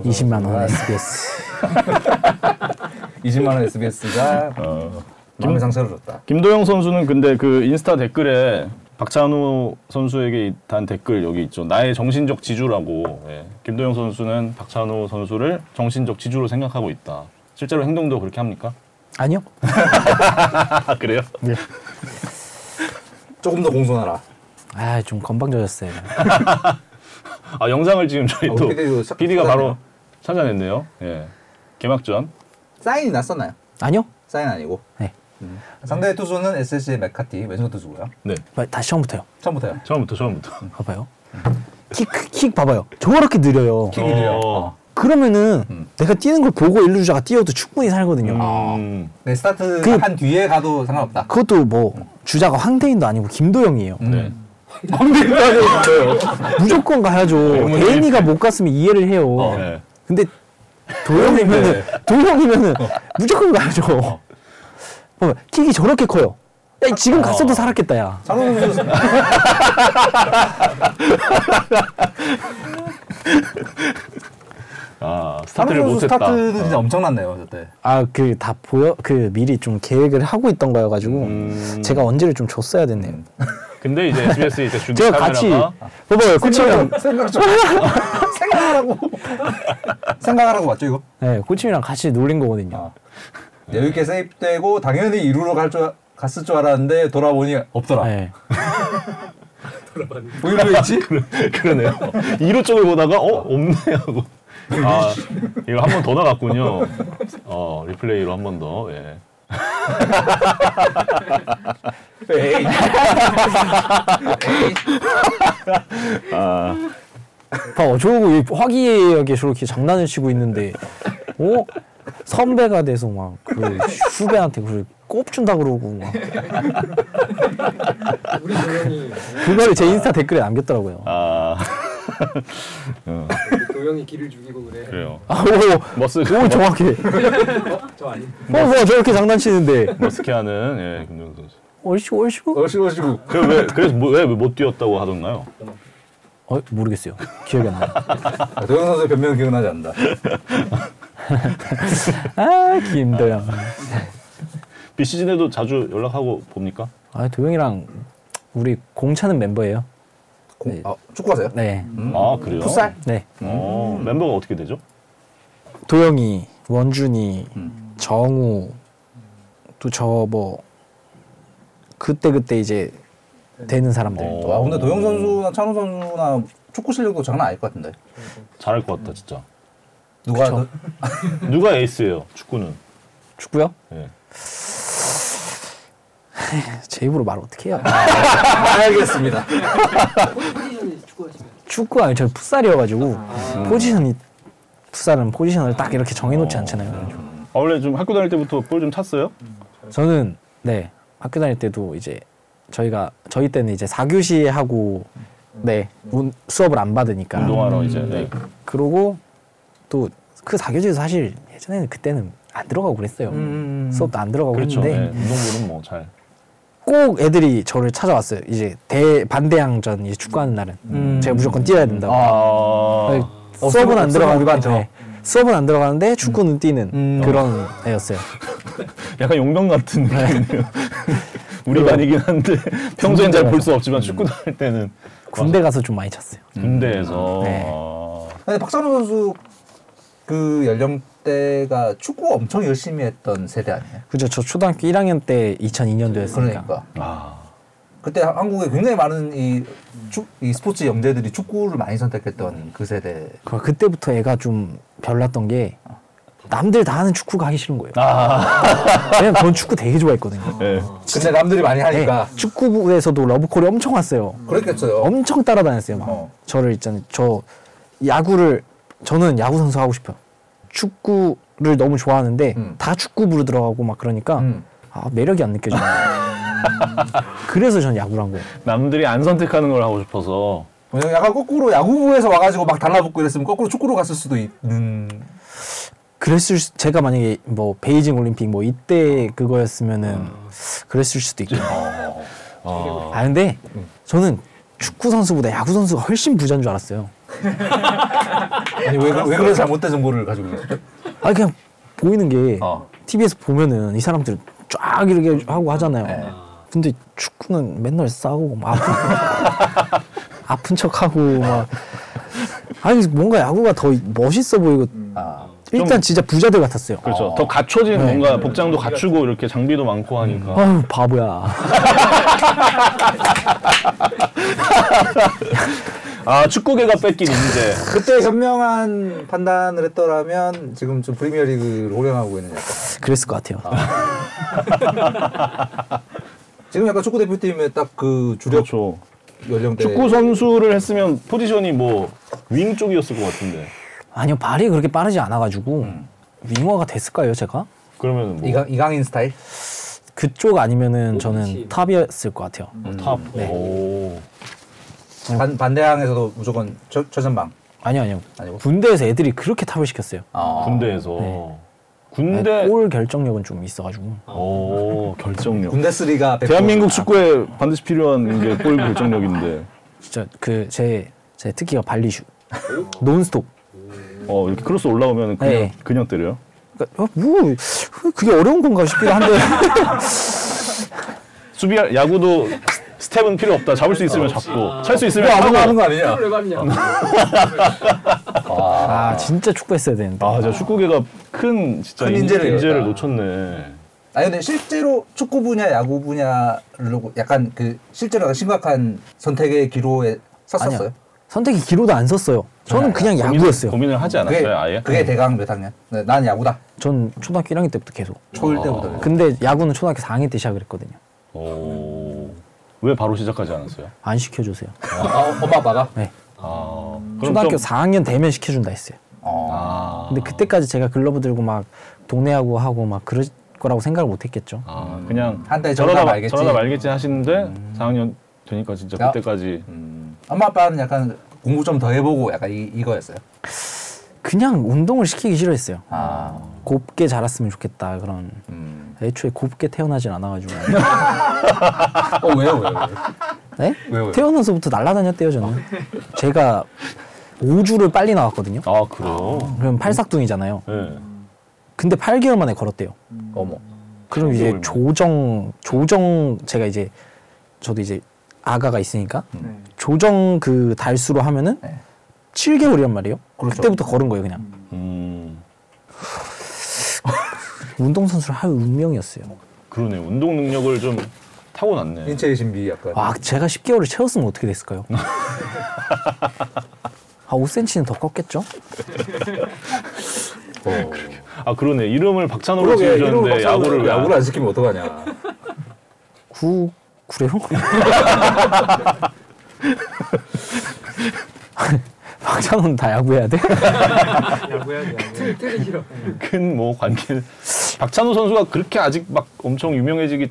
Speaker 3: 20만
Speaker 4: 아.
Speaker 3: 원 SBS.
Speaker 4: 20만 원 SBS가
Speaker 1: 어.
Speaker 4: 마음의 상처를 줬다.
Speaker 1: 김도영 선수는 근데 그 인스타 댓글에 박찬호 선수에게 단 댓글 여기 있죠. 나의 정신적 지주라고. 예. 김도영 선수는 박찬호 선수를 정신적 지주로 생각하고 있다. 실제로 행동도 그렇게 합니까? *laughs*
Speaker 3: 아니요. 네.
Speaker 1: 아 그래요?
Speaker 4: 조금 더 공손하라.
Speaker 3: 아 좀 건방져졌어요.
Speaker 1: 아 영상을 지금 저희
Speaker 4: 어,
Speaker 1: 또
Speaker 4: PD 도 찾-
Speaker 1: PD가 바로
Speaker 4: 찾아내요.
Speaker 1: 찾아냈네요. 예. 개막전.
Speaker 4: 사인이 났었나요?
Speaker 3: 아니요.
Speaker 4: 사인 아니고.
Speaker 3: 네.
Speaker 4: 상대 투수는 SSG 맥카티 왼손 투수고요.
Speaker 1: 네.
Speaker 3: 마- 다시 처음부터요.
Speaker 4: 처음부터요.
Speaker 1: 처음부터 처음부터.
Speaker 3: 봐봐요. 킥, 킥 봐봐요. 저렇게 느려요.
Speaker 1: 어.
Speaker 3: 그러면은 내가 뛰는 걸 보고 일루주자가 뛰어도 충분히 살거든요.
Speaker 1: 음.
Speaker 4: 네, 스타트
Speaker 3: 그-
Speaker 4: 한 뒤에 가도 상관없다.
Speaker 3: 그것도 뭐 주자가 황대인도 아니고 김도영이에요.
Speaker 1: *laughs* 네.
Speaker 3: *laughs* 무조건 가야죠.
Speaker 1: 어머니. 예.
Speaker 3: 대인이가 못 갔으면 이해를 해요.
Speaker 1: 네.
Speaker 3: 근데 도영이면은 도영이면은
Speaker 1: 어.
Speaker 3: 무조건 가야죠. 봐봐, 킥이 저렇게 커요. 야, 지금 갔어도 살았겠다, 야.
Speaker 4: 장훈 선수
Speaker 1: 아 스타트를
Speaker 4: 장훈 선수
Speaker 1: 못했다. 어.
Speaker 4: 스타트는 진짜 엄청났네요 저때.
Speaker 3: 아, 그 다 보여 그 미리 좀 계획을 하고 있던 거여가지고
Speaker 1: 음.
Speaker 3: 제가 언제를 좀 줬어야 됐네요.
Speaker 1: 근데 *laughs* 이제 SBS 이제 중계
Speaker 3: 제가 같이
Speaker 1: 카메라가
Speaker 3: 봐봐요, 코치랑
Speaker 4: 생각 좀 생각하라고 생각하라고 맞죠 이거?
Speaker 3: 네, 코치랑 같이 놀린 거거든요.
Speaker 4: 아. 여유 있게 세입되고 당연히 이루러 갈 줄 갔을 줄 알았는데 돌아보니 없더라.
Speaker 3: 네.
Speaker 4: 왜 이러고 있지?
Speaker 1: 그러네요. 2루 쪽을 보다가 어 없네 하고. 아 이거 한 번 더 나갔군요. 어 리플레이로 한 번 더. 예.
Speaker 4: 에이.
Speaker 3: 봐, 저거 화기애애하게 저렇게 장난을 치고 있는데, 어 선배가 돼서 막 그 후배한테 그걸 꼽준다 그러고 막
Speaker 5: 우리 도영이
Speaker 3: 그거를 제 인스타 댓글에 남겼더라고요.
Speaker 1: 아
Speaker 5: 우리 도영이 길을 죽이고 그래.
Speaker 1: 그래요.
Speaker 3: 아, 오,
Speaker 1: 머스
Speaker 3: 오 정확해.
Speaker 1: 네.
Speaker 3: 어,
Speaker 5: 어? 저 아니.
Speaker 3: 뭐야 저렇게 장난치는데
Speaker 1: 머스케하는 예 김동현 선수.
Speaker 3: 얼씨구 얼씨구?
Speaker 4: 어시고시고.
Speaker 1: 그럼 왜 그래서 뭐, 왜못 뛰었다고 하던가요?
Speaker 3: 어, 모르겠어요. 기억이 안 나.
Speaker 4: 도영 아, 선수 변명 기억나지 않는다.
Speaker 3: 아 김도영.
Speaker 1: 비시즌에도 자주 연락하고 봅니까?
Speaker 3: 아 도영이랑 우리 공차는 멤버예요.
Speaker 4: 공,
Speaker 3: 네.
Speaker 4: 아, 축구하세요?
Speaker 3: 네,
Speaker 1: 아 그래요.
Speaker 4: 풋살?
Speaker 3: 네.
Speaker 1: 어 멤버가 어떻게 되죠?
Speaker 3: 도영이, 원준이, 정우 또 저 뭐 그때 그때 이제 되는 사람들.
Speaker 1: 어.
Speaker 4: 와 근데 도영 선수나 찬호 선수나 축구 실력도 장난 아닐 것 같은데.
Speaker 1: 잘할 것 같다 진짜.
Speaker 4: 누가 더-
Speaker 1: 누가 에이스예요? 축구는.
Speaker 3: 축구요?
Speaker 1: 예.
Speaker 3: 제 입으로 말 어떻게 해요? 아,
Speaker 4: 아, 알겠습니다.
Speaker 5: 포지션이 축구하시면.
Speaker 3: 축구 아니 저 풋살이어가지고
Speaker 1: 아.
Speaker 3: 포지션이 풋살은 포지션을 딱 이렇게
Speaker 1: 어.
Speaker 3: 정해놓지 않잖아요. 그래가지고.
Speaker 1: 아, 원래 좀 학교 다닐 때부터 볼 좀 찼어요?
Speaker 3: 저는 네 학교 다닐 때도 이제 저희가 저희 때는 이제 4교시 하고 네 운- 수업을 안 받으니까
Speaker 1: 음. 운동하러 이제. 네.
Speaker 3: 그러고 또 그 4교시도 사실 예전에는 그때는 안 들어가고 그랬어요.
Speaker 4: 음.
Speaker 3: 수업도 안 들어가고
Speaker 1: 그렇죠. 네.
Speaker 3: 했는데
Speaker 1: 운동부는 뭐 잘.
Speaker 3: 꼭 애들이 저를 찾아왔어요. 이제 대 반대항전 이제 축구하는 날은 제가 무조건 뛰어야 된다고. 아니,
Speaker 1: 아.
Speaker 3: 수업은 안
Speaker 4: 수업은
Speaker 3: 들어가는
Speaker 4: 우리가 하죠.
Speaker 3: 네. 수업은 안 들어가는데 축구는 뛰는
Speaker 4: 음.
Speaker 3: 그런 애였어요.
Speaker 1: 약간 용병 같은 느낌이네요. 우리 반이긴 *laughs* 한데 평소엔 잘 볼 수 없지만 축구 할 때는
Speaker 3: 군대 가서 좀 많이 찼어요.
Speaker 1: 와서 군대에서
Speaker 3: 네.
Speaker 1: 아,
Speaker 4: *laughs* 근데 박찬호 선수 그 연령대가 축구 엄청 열심히 했던 세대 아니에요?
Speaker 3: 그죠? 저 초등학교 1학년 때 2002년도였으니까.
Speaker 4: 그러니까
Speaker 1: 아,
Speaker 4: 그때 한국에 굉장히 많은 이, 축, 이 스포츠 영재들이 축구를 많이 선택했던 그 세대.
Speaker 3: 그때부터 애가 좀 별났던 게 남들 다 하는 축구가 하기 싫은 거예요.
Speaker 1: 아,
Speaker 3: 왜냐면 저는 축구 되게 좋아했거든요.
Speaker 1: 예.
Speaker 4: 근데 남들이 많이
Speaker 3: 네,
Speaker 4: 하니까
Speaker 3: 축구부에서도 러브콜이 엄청 왔어요.
Speaker 4: 그렇겠어요.
Speaker 3: 엄청 따라다녔어요. 막
Speaker 4: 어.
Speaker 3: 저를 있잖아요. 저 야구를 저는 야구 선수 하고 싶어요. 축구를 너무 좋아하는데
Speaker 4: 음.
Speaker 3: 다 축구부로 들어가고 막 그러니까
Speaker 4: 음.
Speaker 3: 아 매력이 안 느껴져요.
Speaker 4: *laughs*
Speaker 3: 그래서 전 야구를 한 거예요.
Speaker 6: 남들이 안 선택하는 걸 하고 싶어서
Speaker 4: 왜냐면 약간 거꾸로 야구부에서 와가지고 막 달라붙고 이랬으면 거꾸로 축구로 갔을 수도 있는.
Speaker 3: 그랬을 수- 제가 만약에 뭐 베이징 올림픽 뭐 이때 그거였으면은 그랬을 수도 있겠네요.
Speaker 4: 어.
Speaker 1: 아,
Speaker 3: 아 근데
Speaker 4: 음.
Speaker 3: 저는 축구 선수보다 야구 선수가 훨씬 부자인 줄 알았어요.
Speaker 4: 아니 왜, 그- 왜 그런 잘못된 정보를 가지고 있는 거죠?
Speaker 3: 아 그냥 보이는 게
Speaker 4: 어.
Speaker 3: TV에서 보면은 이 사람들 쫙 이렇게 하고 하잖아요. 근데 축구는 맨날 싸우고 막 아픈, *laughs* 아픈 척하고 막 아니 뭔가 야구가 더 멋있어 보이고 일단 진짜 부자들 같았어요.
Speaker 6: 그렇죠.
Speaker 1: 아.
Speaker 6: 더 갖춰진
Speaker 1: 네.
Speaker 6: 뭔가 복장도 갖추고 이렇게 장비도
Speaker 1: 음.
Speaker 6: 많고 하니까
Speaker 3: 아유 바보야. *laughs*
Speaker 6: 아 축구계가 뺏긴 인재.
Speaker 4: 그때 현명한 판단을 했더라면 지금 좀 프리미어리그를 호령하고 있는 약간.
Speaker 3: 그랬을 것 같아요.
Speaker 4: 지금 약간 축구 대표팀에 딱 그 주력
Speaker 1: *laughs* 그렇죠.
Speaker 4: 연령대.
Speaker 1: 축구 선수를 했으면 포지션이 뭐 윙 쪽이었을 것 같은데.
Speaker 3: 아니요 발이 그렇게 빠르지 않아가지고 윙어가 됐을까요 제가?
Speaker 1: 그러면 뭐
Speaker 4: 이강, 이강인 스타일?
Speaker 3: 그쪽 아니면은 저는
Speaker 5: 오버치. 음.
Speaker 3: 탑이었을 것 같아요.
Speaker 1: 탑.
Speaker 5: 네.
Speaker 1: 오.
Speaker 4: 반, 반대항에서도 무조건 저, 저전방.
Speaker 3: 아니요 아니요
Speaker 4: 아니고?
Speaker 3: 군대에서 애들이 그렇게 탑을 시켰어요.
Speaker 1: 아.
Speaker 4: 아.
Speaker 1: 군대에서. 군대.
Speaker 3: 골 결정력은 좀 있어가지고.
Speaker 1: 오 결정력.
Speaker 4: 군대 아. 3가
Speaker 1: 대한민국 축구에 반드시 필요한 게 골 결정력인데.
Speaker 3: 진짜 그 제 제 특기가 발리슛 논스톱
Speaker 1: 어 이렇게 크로스 올라오면 그냥
Speaker 3: 네.
Speaker 1: 그냥 때려요.
Speaker 3: 그러니까 어, 뭐 그게 어려운 건가
Speaker 6: *laughs*
Speaker 3: 싶기도 한데
Speaker 1: 수비 야구도 스텝은 필요 없다. 잡을 수 있으면 잡고 찰 수 있으면
Speaker 4: 아무나 하는
Speaker 1: 하고.
Speaker 4: 거 아니냐?
Speaker 5: 왜 봤냐?
Speaker 3: 아 진짜 축구했어야 되는데
Speaker 1: 아, 진짜 축구계가 큰 진짜
Speaker 4: 큰
Speaker 1: 인-
Speaker 4: 인재를
Speaker 1: 인재를
Speaker 4: 잃었다.
Speaker 1: 놓쳤네.
Speaker 4: 아니 근데 실제로 축구 분야, 야구 분야를 놓고 약간 그 실제로 약간 심각한 선택의 기로에 섰었어요.
Speaker 3: 선택이 기로도 안 썼어요 저는 그냥 야구였어요
Speaker 6: 아, 고민을 하지 않았어요
Speaker 4: 그게,
Speaker 6: 아예.
Speaker 4: 그게 대강 몇 학년? 네, 난 야구다.
Speaker 3: 전 초등학교 1학년 때부터 계속
Speaker 4: 초일
Speaker 6: 아.
Speaker 4: 때부터.
Speaker 3: 근데 야구는 초등학교 4학년 때 시작을 했거든요
Speaker 6: 오. 왜 바로 시작하지 않았어요?
Speaker 3: 안 시켜주세요
Speaker 4: 아, 어, 엄마 아빠가.
Speaker 3: 네.
Speaker 6: 아, 그럼
Speaker 3: 초등학교
Speaker 6: 좀
Speaker 3: 4학년 되면 시켜준다 했어요
Speaker 4: 어.
Speaker 6: 아,
Speaker 3: 근데 그때까지 제가 글러브 들고 막 동네하고 하고 막 그럴 거라고 생각을 못 했겠죠
Speaker 6: 아, 그냥
Speaker 4: 한
Speaker 6: 저러다
Speaker 4: 달
Speaker 6: 말-
Speaker 4: 저러다 말겠지.
Speaker 6: 저러다 말겠지 하시는데
Speaker 3: 음.
Speaker 6: 4학년 되니까 진짜
Speaker 4: 야.
Speaker 6: 그때까지
Speaker 4: 엄마 아빠는 약간 공부 좀 더 해보고 약간 이, 이거였어요.
Speaker 3: 그냥 운동을 시키기 싫어했어요
Speaker 4: 아.
Speaker 3: 곱게 자랐으면 좋겠다 그런
Speaker 4: 음.
Speaker 3: 애초에 곱게 태어나진 않아가지고
Speaker 4: 어 왜요 왜요? 왜요?
Speaker 3: 네?
Speaker 4: 왜요?
Speaker 3: 태어나서부터 날아다녔대요 저는. 제가 5주를 빨리 나왔거든요.
Speaker 1: 아 그래요.
Speaker 3: 그럼 팔삭둥이잖아요.
Speaker 1: 네.
Speaker 3: 근데 8개월 만에 걸었대요.
Speaker 4: 어머.
Speaker 3: 그럼
Speaker 1: 팔개월
Speaker 3: 이제
Speaker 1: 만에.
Speaker 3: 조정 조정 제가 이제 저도 이제 아가가 있으니까 조정 그 달수로 하면은
Speaker 4: 네.
Speaker 3: 7개월이란 말이에요. 그
Speaker 4: 그렇죠.
Speaker 3: 때부터 걸은 거예요 그냥.
Speaker 1: 음
Speaker 3: 운동선수를 할 운명이었어요.
Speaker 1: 그러네. 운동 능력을 좀 타고났네.
Speaker 4: 인체의 신비 약간. 어.
Speaker 3: 아 제가 10개월을 채웠으면 어떻게
Speaker 1: *laughs*
Speaker 3: 됐을까요? 아 5cm는 더 컸겠죠?
Speaker 4: 어.
Speaker 1: 아 그러네. 이름을 박찬호로
Speaker 4: 그러게 이름을
Speaker 1: 지어줬는데
Speaker 4: 박사로
Speaker 1: 야구를
Speaker 4: 야구를 안 시키면 어떡하냐.
Speaker 3: 구
Speaker 1: *laughs*
Speaker 3: 그래요? 박찬호는 다 야구해야 돼?
Speaker 1: 그렇죠.
Speaker 5: 야구야 야구. 틀이 길어.
Speaker 1: 큰 뭐 관계. 박찬호 선수가 그렇게 아직 막 엄청 유명해지기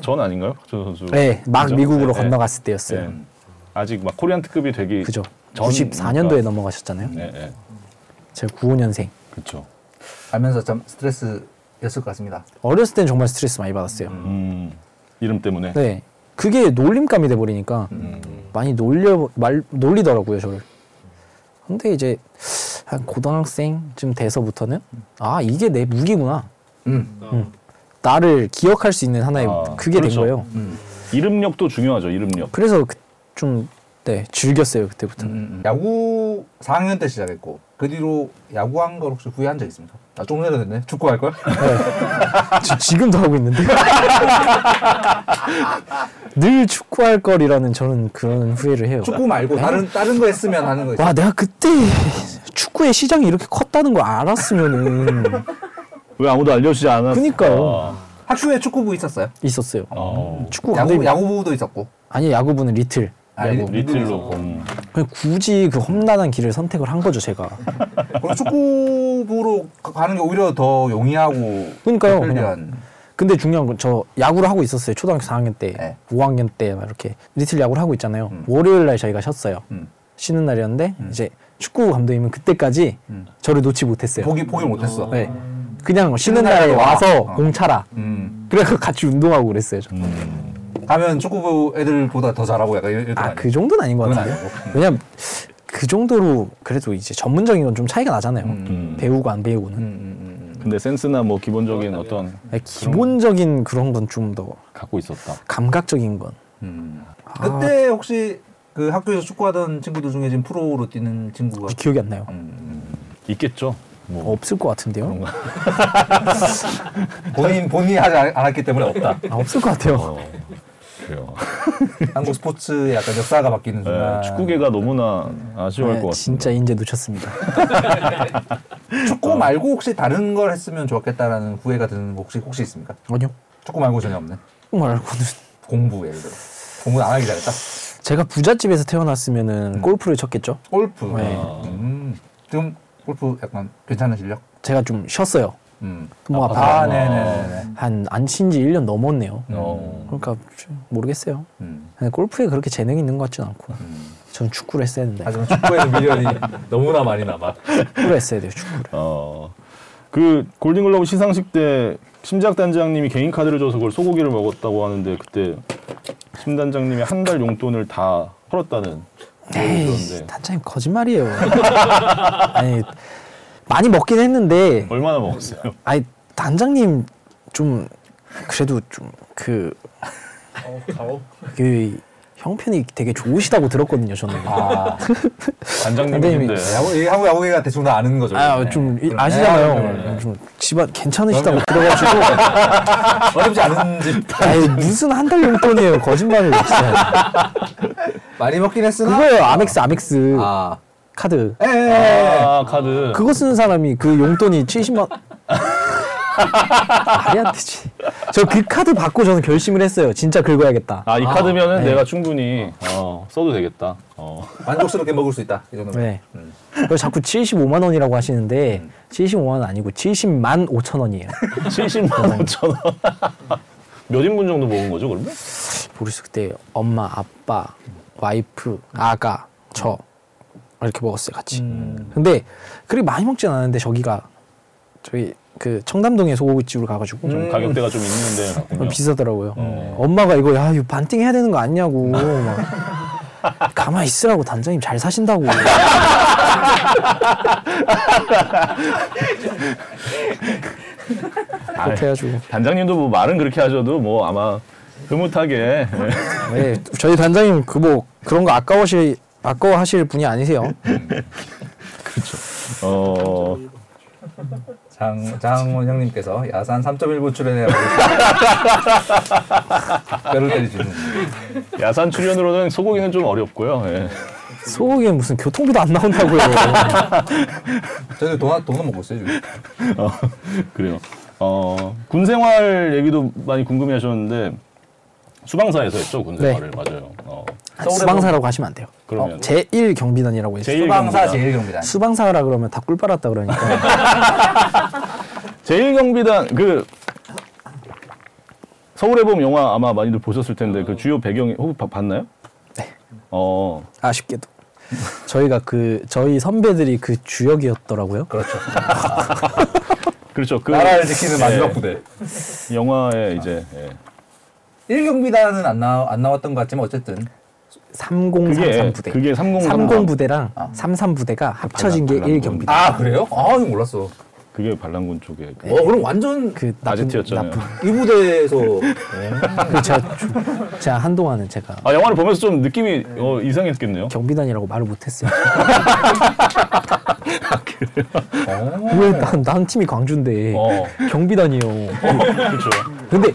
Speaker 1: 전 아닌가요? 박찬호 선수.
Speaker 3: 네, 막
Speaker 1: 그죠?
Speaker 3: 미국으로
Speaker 1: 네, 네.
Speaker 3: 건너갔을 때였어요.
Speaker 1: 네. 아직 막 코리안 특급이 되기
Speaker 3: 그죠?
Speaker 1: 전-
Speaker 3: 94년도에 넘어가셨잖아요.
Speaker 1: 네, 네.
Speaker 3: 제가 95년생.
Speaker 1: 그렇죠.
Speaker 4: 알면서 참 스트레스였을 것 같습니다.
Speaker 3: 어렸을 땐 정말 스트레스 많이 받았어요.
Speaker 1: 음 이름 때문에.
Speaker 3: 네, 그게 놀림감이 돼 버리니까
Speaker 1: 음.
Speaker 3: 많이 놀려 말 놀리더라고요 저를. 근데 이제 한 고등학생쯤 돼서부터는 아 이게 내 무기구나.
Speaker 4: 음.
Speaker 5: 어,
Speaker 3: 나를 기억할 수 있는 하나의
Speaker 1: 아,
Speaker 3: 그게
Speaker 1: 그렇죠.
Speaker 3: 된 거예요.
Speaker 1: 이름력도 중요하죠. 이름력.
Speaker 3: 그래서 그, 좀 네, 즐겼어요 그때부터. 는
Speaker 4: 음. 야구 4학년 때 시작했고 그 뒤로 야구한 걸 혹시 후회한 적 있습니까? 아, 좀 전에 됐네. 축구할 걸? 아,
Speaker 3: 지, 지금도 하고 있는데. *laughs* 늘 축구할 거리라는 저는 그런 후회를 해요.
Speaker 4: 축구 말고 다른 다른 거 했으면 하는 거 있어요.
Speaker 3: 와 내가 그때 축구 축구의 시장이 이렇게 컸다는
Speaker 1: *laughs*
Speaker 3: 걸 알았으면은
Speaker 1: 왜 아무도 알려주지 아, 않았어?
Speaker 3: 그니까요
Speaker 4: 학교에 축구부 있었어요.
Speaker 3: 있었어요.
Speaker 1: 아,
Speaker 7: 어,
Speaker 3: 축구
Speaker 4: 야구
Speaker 3: 감독이
Speaker 4: 야구부도 있었고.
Speaker 3: 아니 야구부는 리틀.
Speaker 4: 아,
Speaker 7: 리틀로 음.
Speaker 3: 그냥 굳이 그 험난한 길을 선택을 한 거죠 제가.
Speaker 4: 그럼 축구부로 가- 가는 게 오히려 더 용이하고
Speaker 3: 그러니까요. 그냥.
Speaker 4: 편리한.
Speaker 3: 근데 중요한 건 저 야구를 하고 있었어요 초등학교 4학년 때,
Speaker 4: 네.
Speaker 3: 5학년 때막 이렇게 리틀 야구를 하고 있잖아요. 월요일 날 저희가 쉬었어요.
Speaker 4: 음.
Speaker 3: 쉬는 날이었는데 이제 축구 감독님은 그때까지 저를 놓지 못했어요.
Speaker 4: 포기 포기 못했어.
Speaker 3: 네. 그냥 쉬는
Speaker 4: 쉬는 날에
Speaker 3: 날에
Speaker 4: 와.
Speaker 3: 와서
Speaker 4: 어.
Speaker 3: 공 차라.
Speaker 4: 음.
Speaker 3: 그래서 같이 운동하고 그랬어요. 저.
Speaker 4: 가면 축구부 애들보다 더 잘하고 약간 이런.
Speaker 3: 아, 그 정도는 아닌 것
Speaker 4: 그건
Speaker 3: 같아요. 음. 왜냐면 그 정도로 그래도 이제 전문적인 건 좀 차이가 나잖아요.
Speaker 7: 음.
Speaker 3: 배우고 안 배우고는.
Speaker 1: 근데 센스나 뭐 기본적인 어떤
Speaker 3: 아니, 네, 기본적인 그런 건 좀 더
Speaker 7: 갖고 있었다.
Speaker 3: 감각적인 건. 아.
Speaker 4: 그때 혹시 그 학교에서 축구하던 친구들 중에 지금 프로로 뛰는 친구가
Speaker 3: 기억이 안 나요.
Speaker 1: 음.
Speaker 3: 어,
Speaker 7: 있겠죠. 뭐
Speaker 3: 없을 것 같은데요. *laughs*
Speaker 4: *laughs* 본인 본인이 하지 않- 않았기 때문에
Speaker 3: *laughs*
Speaker 4: 없다.
Speaker 3: 아, 없을 것 같아요.
Speaker 1: 어.
Speaker 7: 그래요.
Speaker 4: 한국 스포츠의 약간 역사가 바뀌는
Speaker 1: 네,
Speaker 4: 순간
Speaker 1: 축구계가 너무나 아쉬워할
Speaker 3: 네,
Speaker 1: 것 같습니다.
Speaker 3: 진짜 인제 놓쳤습니다.
Speaker 4: 축구 말고 혹시 다른 걸 했으면 좋았겠다라는 후회가 드는 거 혹시 혹시 있습니까?
Speaker 3: 아니요.
Speaker 4: 축구 말고 전혀 없네.
Speaker 3: 말고는 *laughs*
Speaker 4: 공부 예를 들어. 공부는 안 하기 잘했다.
Speaker 3: 제가 부잣집에서 태어났으면은
Speaker 1: 음.
Speaker 3: 골프를 쳤겠죠.
Speaker 4: 골프.
Speaker 3: 네.
Speaker 4: 음. 지금 골프 약간 괜찮은 실력?
Speaker 3: 제가 좀 쉬었어요.
Speaker 4: 음.
Speaker 3: 뭐
Speaker 4: 아,
Speaker 3: 아파.
Speaker 4: 네네네.
Speaker 3: 한안친지 1년 넘었네요.
Speaker 1: 음.
Speaker 4: 어.
Speaker 3: 그러니까 좀 모르겠어요.
Speaker 4: 음.
Speaker 3: 근데 골프에 그렇게 재능이 있는 것 같진 않고.
Speaker 1: 음.
Speaker 3: 저는 축구를 했어야
Speaker 1: 아, 네.
Speaker 3: 했는데.
Speaker 4: 하지만 축구에는 미련이 *laughs* 너무나 많이 남아.
Speaker 3: 축구를 했어야 돼요, 축구를.
Speaker 1: 어, 그 골든글러브 시상식 때 심작 단장님이 개인 카드를 줘서 그걸 소고기를 먹었다고 하는데 그때 심 단장님이 한 달 용돈을 다 털었다는 얘기
Speaker 3: 에이,
Speaker 1: 들었는데
Speaker 3: 단장님 거짓말이에요. *laughs* 아니, 많이 먹긴 했는데,
Speaker 1: 얼마나 먹었어요?
Speaker 3: 아니, 단장님 좀, 그래도 좀, 그, 그, 형편이 되게 좋으시다고 들었거든요, 저는.
Speaker 4: 아,
Speaker 1: 단장님인데
Speaker 4: 야구, 이 한국 야구계가 대충 다 아는 거죠.
Speaker 3: 아,
Speaker 4: 네.
Speaker 3: 좀 이-
Speaker 4: 그럼. 네,
Speaker 3: 아시잖아요.
Speaker 4: 네, 네.
Speaker 3: 좀 집안 괜찮으시다고 들어가지고
Speaker 4: 어렵지 않은 집.
Speaker 3: 아니, 무슨 한 달 용돈이에요. 거짓말을 진짜.
Speaker 4: 많이 먹긴 했으나.
Speaker 3: 그거예요. 아멕스 아멕스
Speaker 4: 아.
Speaker 3: 카드.
Speaker 4: 예, 예, 예.
Speaker 1: 아 카드
Speaker 3: 네. 그거 쓰는 사람이 그 용돈이 70만 말이 안 되지. 저 그 카드 받고 저는 결심을 했어요. 진짜 긁어야겠다.
Speaker 1: 아 이 카드면은 내가 충분히 어, 써도 되겠다. 어. *laughs*
Speaker 4: 만족스럽게 먹을 수 있다. 이 정도면.
Speaker 3: 네. 그걸 자꾸 75만 원이라고 하시는데 75만 원 아니고 70만 5천 원이에요.
Speaker 1: 70만 5천 원. *laughs* 몇 인분 정도 먹은 거죠 그러면?
Speaker 3: 모르겠어 그때 엄마, 아빠, 와이프, 아가, 저 이렇게 먹었어요 같이. 근데 그렇게 많이 먹진 않았는데 저기가 저희 그 청담동에 소고기집으로 가가지고
Speaker 1: 좀 음, 가격대가 좀 있는데
Speaker 3: 좀
Speaker 1: 같군요. 네.
Speaker 3: 비싸더라고요. 엄마가 이거 야 이거 반띵 해야 되는 거
Speaker 1: *laughs*
Speaker 3: 아니냐고 막 가만 히 있으라고 단장님
Speaker 1: *laughs*
Speaker 3: 잘 사신다고. 그렇게 해가지고
Speaker 1: 단장님도 뭐 말은 그렇게 하셔도 뭐 아마 흐뭇하게 예.
Speaker 3: 네, 저희 단장님 그 뭐 그런 거 아까워시 아까워하실 분이 아니세요.
Speaker 1: 어,
Speaker 4: 장, 장원 형님께서 야산 3.1분 출연해야 뼈를 때리시는.
Speaker 1: 야산 출연으로는 소고기는 좀 어렵고요. 예.
Speaker 3: 소고기는 무슨 교통비도 안 나온다고요.
Speaker 4: 저희도 돈, 돈은 먹고 있어요, 지금.
Speaker 1: 어, 그래요. 어, 군 생활 얘기도 많이 궁금해 하셨는데 수방사에서 했죠, 군 생활을. 맞아요. 어.
Speaker 3: 수방사라고 하시면 안 돼요.
Speaker 1: 그러면
Speaker 3: 제1 경비단이라고 해서
Speaker 1: 제일
Speaker 4: 수방사
Speaker 1: 경비단.
Speaker 4: 제일 경비단.
Speaker 3: 수방사라 그러면 다 꿀빨았다 그러니까
Speaker 1: 제일 경비단 그 서울의 봄 영화 아마 많이들 보셨을 텐데 그 주요 배경이 혹 봐- 봤나요? 네. 어,
Speaker 3: 아쉽게도 저희가 그 저희 선배들이 그 주역이었더라고요.
Speaker 4: 그렇죠.
Speaker 1: 그렇죠. 그
Speaker 4: 나라를 지키는 마지막
Speaker 1: 예,
Speaker 4: 부대.
Speaker 1: 영화에 이제 예.
Speaker 4: 1경비단은 안, 나, 안 나왔던 것 같지만 어쨌든.
Speaker 3: 3033 부대.
Speaker 1: 그게 아. 그 3033.
Speaker 3: 30 부대랑 33 부대랑 합쳐진 게
Speaker 1: 발랑-
Speaker 3: 1
Speaker 1: 발랑군.
Speaker 3: 경비단.
Speaker 4: 아, 그래요? 아, 이거 몰랐어.
Speaker 1: 그게 반란군 쪽에 그
Speaker 4: 어, 그럼 완전
Speaker 3: 그 나쁜
Speaker 1: 아제트였잖아요.
Speaker 3: 나쁜.
Speaker 4: 이 부대에서.
Speaker 3: 그 제가 좀- 제가 한동안은 제가
Speaker 1: 아 영화를 보면서 좀 느낌이 어, 이상했겠네요.
Speaker 3: 경비단이라고 말을
Speaker 1: *laughs*
Speaker 3: 못했어요. 왜난 난 팀이 광주인데
Speaker 1: 아, 어.
Speaker 3: 경비단이요.
Speaker 1: 그렇죠.
Speaker 3: 근데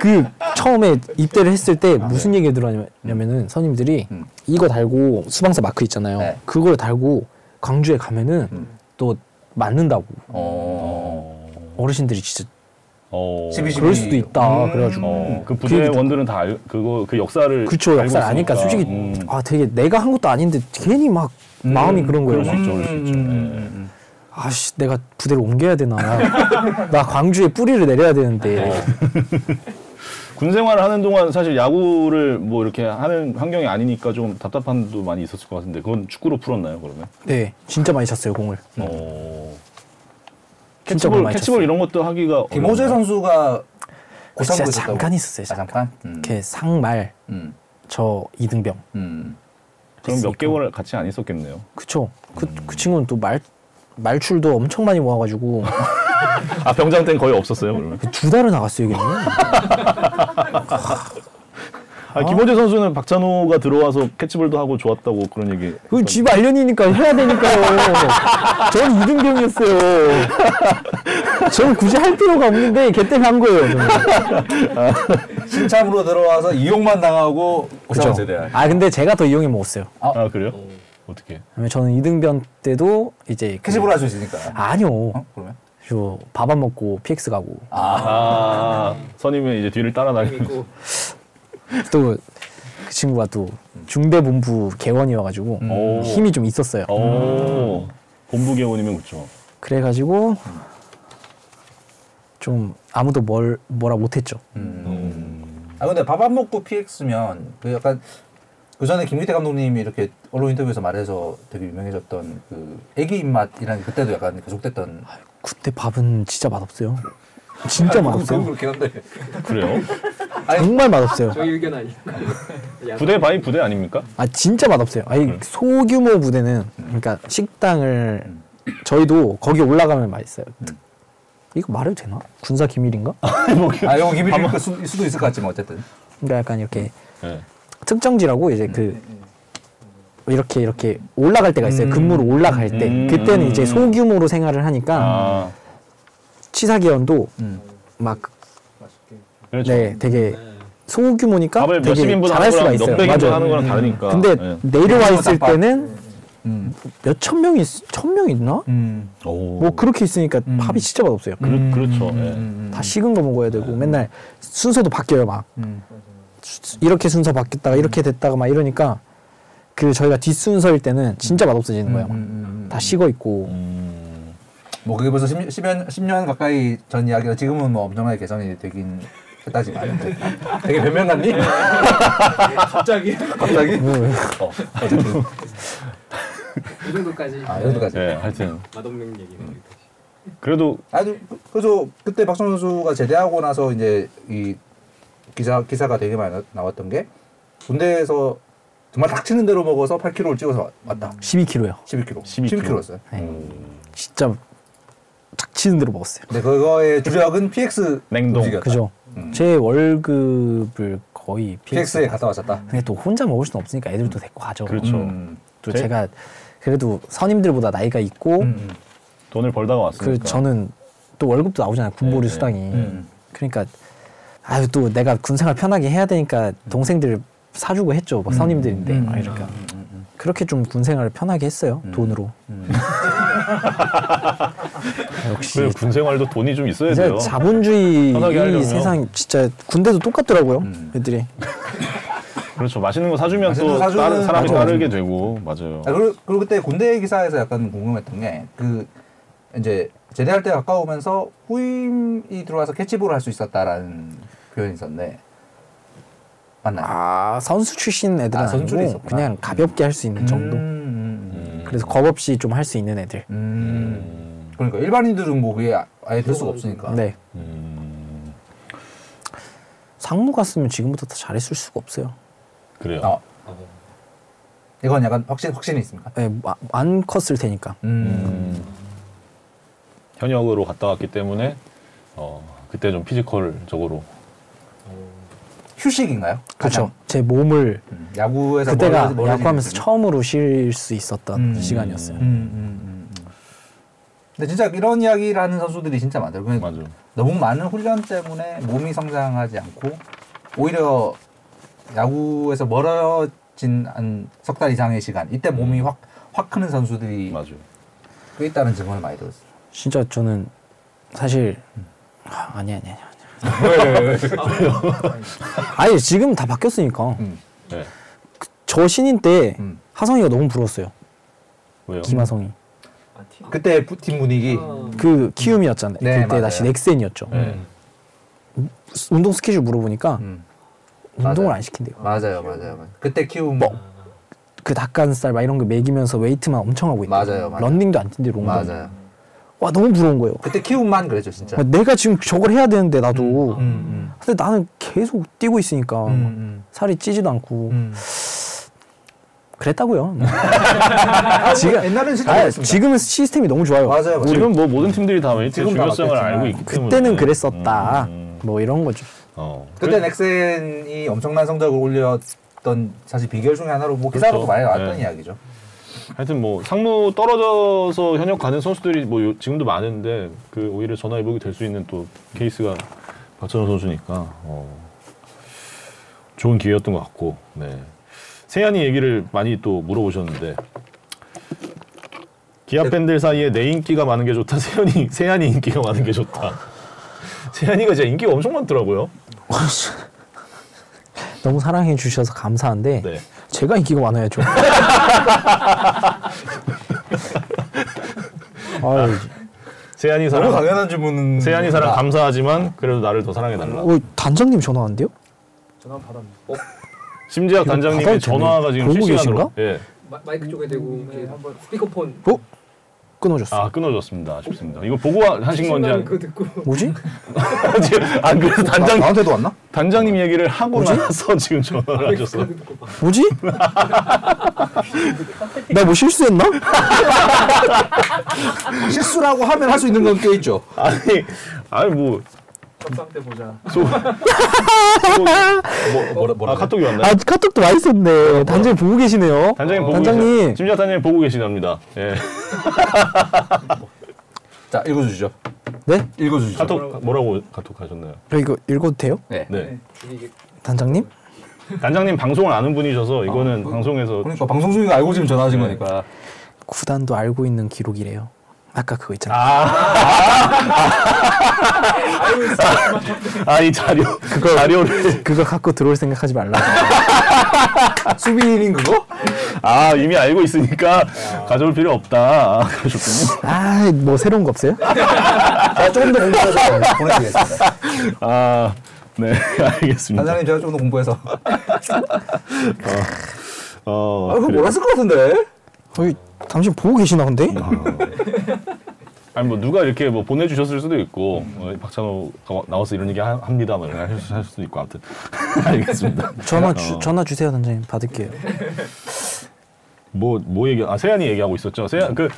Speaker 3: 그 처음에 입대를 했을 때 무슨
Speaker 1: 음.
Speaker 3: 얘기를 들었냐면은 선임들이 이거 달고 수방사 마크 있잖아요.
Speaker 4: 네.
Speaker 3: 그걸 달고 광주에 가면은
Speaker 4: 음.
Speaker 3: 또 맞는다고
Speaker 8: 어.
Speaker 3: 어르신들이 진짜
Speaker 1: 어.
Speaker 4: 시비-
Speaker 3: 그럴 수도 있다 그래가지고
Speaker 1: 어. 그 부대
Speaker 3: 그-
Speaker 1: 원들은 다 알, 그거 그 역사를
Speaker 3: 그쵸
Speaker 1: 알고
Speaker 3: 역사를 아니까
Speaker 1: 있으니까.
Speaker 3: 솔직히
Speaker 1: 음.
Speaker 3: 아 되게 내가 한 것도 아닌데 괜히 막 마음이 그런 거예요 음.
Speaker 1: 그럴 수 있죠, 그럴 수 있죠. 예.
Speaker 3: 아씨 내가 부대를 옮겨야 되나 나 광주에 뿌리를 내려야 되는데
Speaker 1: 어. 군 생활을 하는 동안 사실 야구를 뭐 이렇게 하는 환경이 아니니까 좀 답답함도 많이 있었을 것 같은데 그건 축구로 풀었나요 그러면?
Speaker 3: 네 진짜 많이 찼어요 공을
Speaker 1: 어.
Speaker 3: 진짜
Speaker 1: 캐치볼,
Speaker 3: 많이
Speaker 1: 캐치볼
Speaker 3: 찼어요.
Speaker 1: 이런 것도 하기가
Speaker 4: 김호재
Speaker 1: 어렵나요?
Speaker 4: 선수가
Speaker 3: 진짜
Speaker 4: 고삼부에 있었다고.
Speaker 3: 잠깐 있었어요
Speaker 4: 아,
Speaker 3: 잠깐.
Speaker 4: 잠깐. 음.
Speaker 3: 이렇게 상말
Speaker 4: 음.
Speaker 3: 저 이등병
Speaker 4: 음.
Speaker 1: 그럼 몇
Speaker 3: 있으니까.
Speaker 1: 개월 같이 안 있었겠네요.
Speaker 3: 그쵸 그, 그 친구는 또 말 말출도 엄청 많이 모아가지고 *laughs*
Speaker 8: 아 병장 때는 거의 없었어요 그러면.
Speaker 3: 두 달을 나갔어요 걔는
Speaker 1: 아, 김호재 선수는 박찬호가 들어와서 캐치볼도 하고 좋았다고 그런 얘기.
Speaker 3: 그건 집 알년이니까 해야 되니까요. 전 이등병이었어요. 저는 굳이 할 필요가 없는데 걔 때문에 한 거예요. 저는.
Speaker 4: 신참으로 들어와서 이용만 당하고 고삼 세대.
Speaker 3: 아 근데 제가 더 이용해 먹었어요.
Speaker 1: 아 그래요? 어떻게?
Speaker 3: 왜냐면 저는 이등병 때도 이제 그-
Speaker 4: 캐시볼 할수 있으니까.
Speaker 3: 아니요.
Speaker 4: 뭐. 어? 그러면?
Speaker 3: 밥 안 먹고 PX 가고
Speaker 1: 아 선임은 이제 뒤를 따라다니면서
Speaker 5: 있고
Speaker 3: 또 그 친구가 또 중대본부 개원이어가지고
Speaker 1: 오.
Speaker 3: 힘이 좀 있었어요.
Speaker 1: 오 본부 개원이면 그렇죠.
Speaker 3: 그래가지고 좀 아무도 뭘 뭐라 못했죠.
Speaker 4: 아 근데 밥 안 먹고 PX면 그 약간 그 전에 김기태 감독님이 이렇게 언론 인터뷰에서 말해서 되게 유명해졌던 그 애기 입맛이라는 그때도 약간 계속됐던
Speaker 3: 아,
Speaker 4: 아,
Speaker 3: 그때 밥은 진짜 맛없어요. 진짜
Speaker 1: 뭐,
Speaker 3: 맛없어요.
Speaker 4: 그렇긴 한데
Speaker 1: 그래요?
Speaker 3: 정말 맛없어요.
Speaker 5: 저희 의견 아니에요. 야구.
Speaker 1: 부대 바이 부대 아닙니까?
Speaker 3: 아 진짜 맛없어요. 아니
Speaker 1: 음.
Speaker 3: 소규모 부대는 그러니까 식당을 저희도 거기 올라가면 맛있어요.
Speaker 1: 음.
Speaker 3: 이거 말해도 되나? 군사 기밀인가?
Speaker 4: 아 이거 김일일 수- 수도 있을 것 같지만 어쨌든
Speaker 3: 그러니까 약간 이렇게
Speaker 1: 네.
Speaker 3: 특정지라고 이제 그
Speaker 1: 음.
Speaker 3: 이렇게 이렇게 올라갈 때가 있어요. 근무로 올라갈 때
Speaker 1: 음.
Speaker 3: 그때는 이제 소규모로 생활을 하니까
Speaker 1: 아
Speaker 3: 치사기원도
Speaker 4: 음.
Speaker 3: 막
Speaker 1: 그렇죠.
Speaker 3: 네, 되게 소규모니까
Speaker 1: 밥을 몇십
Speaker 3: 되게
Speaker 1: 인분 하는
Speaker 3: 잘할 수가
Speaker 1: 거랑
Speaker 3: 있어요.
Speaker 1: 몇백 인분 하는
Speaker 3: 맞아요. 음.
Speaker 1: 거랑 다르니까.
Speaker 3: 근데
Speaker 1: 네.
Speaker 3: 내려와 있을
Speaker 4: 짬밥.
Speaker 3: 때는
Speaker 4: 음.
Speaker 3: 몇 천 명이 있- 천명 있나?
Speaker 4: 음.
Speaker 1: 오.
Speaker 3: 뭐 그렇게 있으니까
Speaker 4: 음.
Speaker 3: 밥이 진짜 맛없어요.
Speaker 1: 그, 그렇죠. 예.
Speaker 4: 음.
Speaker 3: 다 식은 거 먹어야 되고 맨날 순서도 바뀌어요 막
Speaker 4: 음.
Speaker 3: 수- 이렇게 순서
Speaker 1: 음.
Speaker 3: 바뀌었다가 이렇게 됐다가 막 이러니까 그 저희가 뒷 순서일 때는 진짜 맛없어지는 거예요.
Speaker 4: 음,
Speaker 3: 막.
Speaker 4: 음, 음.
Speaker 3: 다 식어 있고
Speaker 1: 음.
Speaker 4: 뭐 그게 벌써 10, 10년, 10년 가까이 전 이야기라 지금은 뭐 엄청나게 개선이 되긴 했다지만 어쨌든. 되게 변명
Speaker 1: 네.
Speaker 4: 같니?
Speaker 5: 갑자기
Speaker 4: 갑자기?
Speaker 3: 음.
Speaker 1: 어.
Speaker 5: 이 정도까지
Speaker 4: 아 여기까지
Speaker 1: 네, 하여튼
Speaker 5: 맛없는 얘기는 여기까지.
Speaker 1: 그래도
Speaker 4: 아니 그래서 그때 박성 선수가 제대하고 나서 이제 이 기사 기사가 되게 많이 나- 나왔던 게 군대에서 정말 닥치는 대로 먹어서 8kg를 찍어서 왔다.
Speaker 3: 12kg요.
Speaker 4: 11kg.
Speaker 1: 12kg.
Speaker 4: 11kg였어요.
Speaker 3: 진짜 탁 치는 대로 먹었어요.
Speaker 4: 근데 그거의 주력은 PX
Speaker 1: 냉동.
Speaker 4: 음식이었다.
Speaker 3: 그죠? 제 월급을 거의
Speaker 4: PX에
Speaker 3: PX에
Speaker 4: 갔다 왔었다.
Speaker 3: 근데 또 혼자 먹을 수는 없으니까 애들도 데리고 가죠.
Speaker 1: 그렇죠.
Speaker 4: 음.
Speaker 3: 또
Speaker 1: 제-
Speaker 3: 제... 가 그래도 선임들보다 나이가 있고
Speaker 4: 음.
Speaker 1: 돈을 벌다가
Speaker 3: 그
Speaker 1: 왔으니까.
Speaker 3: 저는 또 월급도 나오잖아요 군보리
Speaker 1: 그러니까. 네, 네.
Speaker 3: 수당이
Speaker 4: 음.
Speaker 3: 그러니까 아유 또 내가 군생활 편하게 해야
Speaker 1: 음.
Speaker 3: 되니까 동생들 사주고 했죠 막 선임들인데 막 이러니까
Speaker 1: 음,
Speaker 3: 그렇게 좀 군생활을 편하게 했어요 돈으로 *laughs* 아,
Speaker 1: 그
Speaker 3: 역시
Speaker 1: 군 생활도 돈이 좀 있어야
Speaker 3: 진짜
Speaker 1: 돼요.
Speaker 3: 자본주의
Speaker 1: 편하게 하려면. 음.
Speaker 3: 이 세상 진짜 군대도 똑같더라고요 애들이
Speaker 1: 그렇죠. 맛있는 거 사주면
Speaker 4: 맛있는
Speaker 1: 또
Speaker 4: 거 사주면
Speaker 1: 다른 사람이
Speaker 4: 맞아,
Speaker 1: 따르게 되고 맞아요.
Speaker 4: 아, 그리고, 그리고 그때 군대 기사에서 약간 궁금했던 게 그 이제 제대할 때 가까우면서 후임이 들어와서 캐치볼을 할 수 있었다라는 표현이 있었는데 맞나요?
Speaker 3: 아 선수 출신 애들은
Speaker 4: 아,
Speaker 3: 아,
Speaker 4: 선수들이
Speaker 3: 니고
Speaker 4: 있었구나.
Speaker 3: 그냥 가볍게 할 수 있는 정도
Speaker 4: 음,
Speaker 1: 음.
Speaker 3: 그래서 겁 없이 좀 할 수 있는 애들
Speaker 4: 음, 음. 그러니까 일반인들은 뭐 그게 아- 아예 될 수가 없으니까.
Speaker 3: 네
Speaker 1: 음,
Speaker 3: 상무 갔으면 지금부터 다 잘했을 수가 없어요.
Speaker 1: 그래요.
Speaker 3: 아.
Speaker 4: 어,
Speaker 5: 어.
Speaker 4: 이건 약간 확신 확신이 있습니까?
Speaker 3: 예, 마- 안 컸을 테니까.
Speaker 4: 음.
Speaker 1: 음. 현역으로 갔다 왔기 때문에 어, 그때 좀 피지컬적으로
Speaker 5: 어.
Speaker 4: 휴식인가요?
Speaker 3: 그렇죠. 제 몸을
Speaker 4: 음. 야구에서
Speaker 3: 그때가
Speaker 4: 멀어지- 멀어지는
Speaker 3: 야구하면서
Speaker 4: 느낌?
Speaker 3: 처음으로 쉴 수 있었던
Speaker 4: 음.
Speaker 3: 시간이었어요.
Speaker 4: 음, 음, 음, 음. 근데 진짜 이런 이야기라는 선수들이 진짜 많아요.
Speaker 3: 음.
Speaker 4: 그냥
Speaker 1: 맞아.
Speaker 4: 너무 많은 훈련 때문에 몸이 성장하지 않고 오히려 야구에서 멀어진 한 석 달 이상의 시간 이때 몸이 확 확 크는 선수들이
Speaker 9: 맞아요.
Speaker 4: 꽤 있다는 증언을 많이 들었어요.
Speaker 3: 진짜 저는 사실 하, 아니 아니 아니 아니. 아니 지금 다 바뀌었으니까
Speaker 4: 음.
Speaker 1: 예.
Speaker 9: 네.
Speaker 3: 저 신인 때
Speaker 4: 음.
Speaker 3: 하성이가 너무 부러웠어요.
Speaker 1: 왜요?
Speaker 3: 김하성이
Speaker 5: 아, 팀.
Speaker 4: 그때 부- 팀 분위기
Speaker 5: 어.
Speaker 3: 그 키움이었잖아요.
Speaker 4: 네,
Speaker 3: 그때
Speaker 4: 맞아요.
Speaker 3: 다시 넥센이었죠.
Speaker 9: 네.
Speaker 3: 운동 스케줄 물어보니까
Speaker 4: 음.
Speaker 3: 운동을
Speaker 4: 맞아요.
Speaker 3: 안 시킨대요.
Speaker 4: 맞아요, 맞아요, 맞아요. 그때 키움
Speaker 3: 그 닭가슴살 막 이런 거 먹이면서 웨이트만 엄청 하고 있대요.
Speaker 4: 맞아요, 맞아요.
Speaker 3: 런닝도 안 뛴대요. 롱런.
Speaker 4: 맞아요.
Speaker 3: 와 너무 부러운 거예요.
Speaker 4: 그때 키움만 그랬죠, 진짜.
Speaker 3: 내가 지금 저걸 해야 되는데 나도
Speaker 4: 음,
Speaker 3: 근데 나는 계속 뛰고 있으니까
Speaker 4: 음, 음,
Speaker 3: 살이 찌지도 않고
Speaker 4: 음. *laughs*
Speaker 3: 그랬다고요. 뭐.
Speaker 4: 지금 뭐 옛날은 진짜
Speaker 3: 아,
Speaker 4: 그랬습니다.
Speaker 3: 지금은 시스템이 너무 좋아요.
Speaker 4: 맞아요, 맞아요.
Speaker 1: 지금 뭐 모든 팀들이 다 웨이트의
Speaker 4: 지금 다
Speaker 1: 중요성을
Speaker 4: 맞겠지만
Speaker 1: 알고 있기 때문에
Speaker 3: 그때는 그랬었다.
Speaker 1: 음, 음.
Speaker 3: 뭐 이런 거죠.
Speaker 1: 어.
Speaker 4: 그때 넥센이 엄청난 성적을 올렸던 사실 비결 중에 하나로 뭐 기사로도
Speaker 1: 그렇죠.
Speaker 4: 많이 나왔던
Speaker 1: 네.
Speaker 4: 이야기죠.
Speaker 1: 하여튼 뭐 상무 떨어져서 현역 가는 선수들이 뭐 요- 지금도 많은데 그 오히려 전화위복이 될 수 있는 또 케이스가 박찬호 선수니까 어, 좋은 기회였던 것 같고 네. 세현이 얘기를 많이 또 물어보셨는데 기아 팬들 사이에 내 인기가 많은 게 좋다 세현이 세현이 인기가 많은 게 좋다 *laughs* 세현이가 진짜 인기가 엄청 많더라고요
Speaker 3: 너무 사랑해 주셔서 감사한데
Speaker 1: 네.
Speaker 3: 제가 인기가 많아야죠.
Speaker 4: *laughs*
Speaker 3: 아유,
Speaker 1: 세현이
Speaker 4: 너무
Speaker 1: 사랑
Speaker 4: 당연한 질문은
Speaker 1: 세현이 사랑 감사하지만 그래도 나를 더 사랑해 달라
Speaker 3: 어, 단장님 전화 왔는데요?
Speaker 5: 전화 한번 받았는데
Speaker 1: 심지어 단장님의
Speaker 3: 받아도 되네.
Speaker 1: 전화가 지금
Speaker 3: 걸고
Speaker 1: 실시간으로
Speaker 3: 계신가?
Speaker 1: 예.
Speaker 5: 마, 마이크 쪽에 대고 이렇게 음, 네, 한번 스피커폰
Speaker 3: 어? 끊어졌어.
Speaker 1: 아 끊어졌습니다. 아쉽습니다. 이거 보고 하- 하신 건지
Speaker 5: 신나는
Speaker 1: 안, *laughs*
Speaker 5: 그거 듣고
Speaker 3: 뭐지?
Speaker 1: 지금 안 그래서
Speaker 4: 나,
Speaker 1: 단장
Speaker 4: 나한테도 왔나?
Speaker 1: 단장님 얘기를 하고 나서 *laughs* 지금 전화를 하셨어.
Speaker 5: 그거 듣고 막
Speaker 3: 뭐지? 나 뭐 실수했나?
Speaker 4: 실수라고 하면 할 수 있는 건 꽤 있죠.
Speaker 1: 아니 아니 뭐,
Speaker 5: 협상 때 보자
Speaker 4: 뭐, 뭐라, 뭐라
Speaker 1: 아 카톡이 왔나요?
Speaker 3: 아 카톡도 많이 썼네. 단장님 보고 계시네요.
Speaker 1: 단장님 보고
Speaker 3: 단장님.
Speaker 1: 계시 심지어 단장님 보고 계시답니다. 예.
Speaker 4: 자, 읽어주시죠.
Speaker 3: 네?
Speaker 4: 읽어주시죠.
Speaker 1: 카톡 뭐라고 카톡 하셨나요?
Speaker 3: 저 이거 읽어도 돼요?
Speaker 4: 네.
Speaker 1: 네.
Speaker 5: 이게
Speaker 3: 단장님?
Speaker 1: 단장님 방송을 아는 분이셔서 이거는 방송에서
Speaker 4: 그러니까 방송 중이가 알고 지금 전화하신 거니까.
Speaker 3: 구단도 알고 있는 기록이래요. 아까 그거 있잖아. 요
Speaker 1: 아 이 자료 그 자료를
Speaker 3: 그거 갖고 들어올 생각하지 말라.
Speaker 4: 수빈인 그거?
Speaker 1: 아 이미 알고 있으니까 가져올 필요 없다. 아, 그러셨군요.
Speaker 3: 아, 뭐 새로운 거 없어요?
Speaker 4: 제가 조금 더 공부해서 보내드리겠습니다.
Speaker 1: 아 네, *laughs* 알겠습니다.
Speaker 4: 단장님 제가 조금 더 공부해서.
Speaker 1: 어,
Speaker 4: 아, 그거
Speaker 1: 그래요.
Speaker 4: 몰랐을 것 같은데?
Speaker 3: 거의 당신 보고 계시나
Speaker 1: 네.
Speaker 3: 근데?
Speaker 1: 아니 뭐 누가 이렇게 뭐 보내주셨을 수도 있고 어, 박찬호가 와- 나와서 이런 얘기 하- 합니다 뭐 이런 할, 할 수도 있고 아무튼 *laughs* 알겠습니다.
Speaker 3: 전화 주, 전화 주세요 단장님 받을게요.
Speaker 1: 뭐 뭐 얘기 아 세안이 얘기하고 있었죠. 세안 그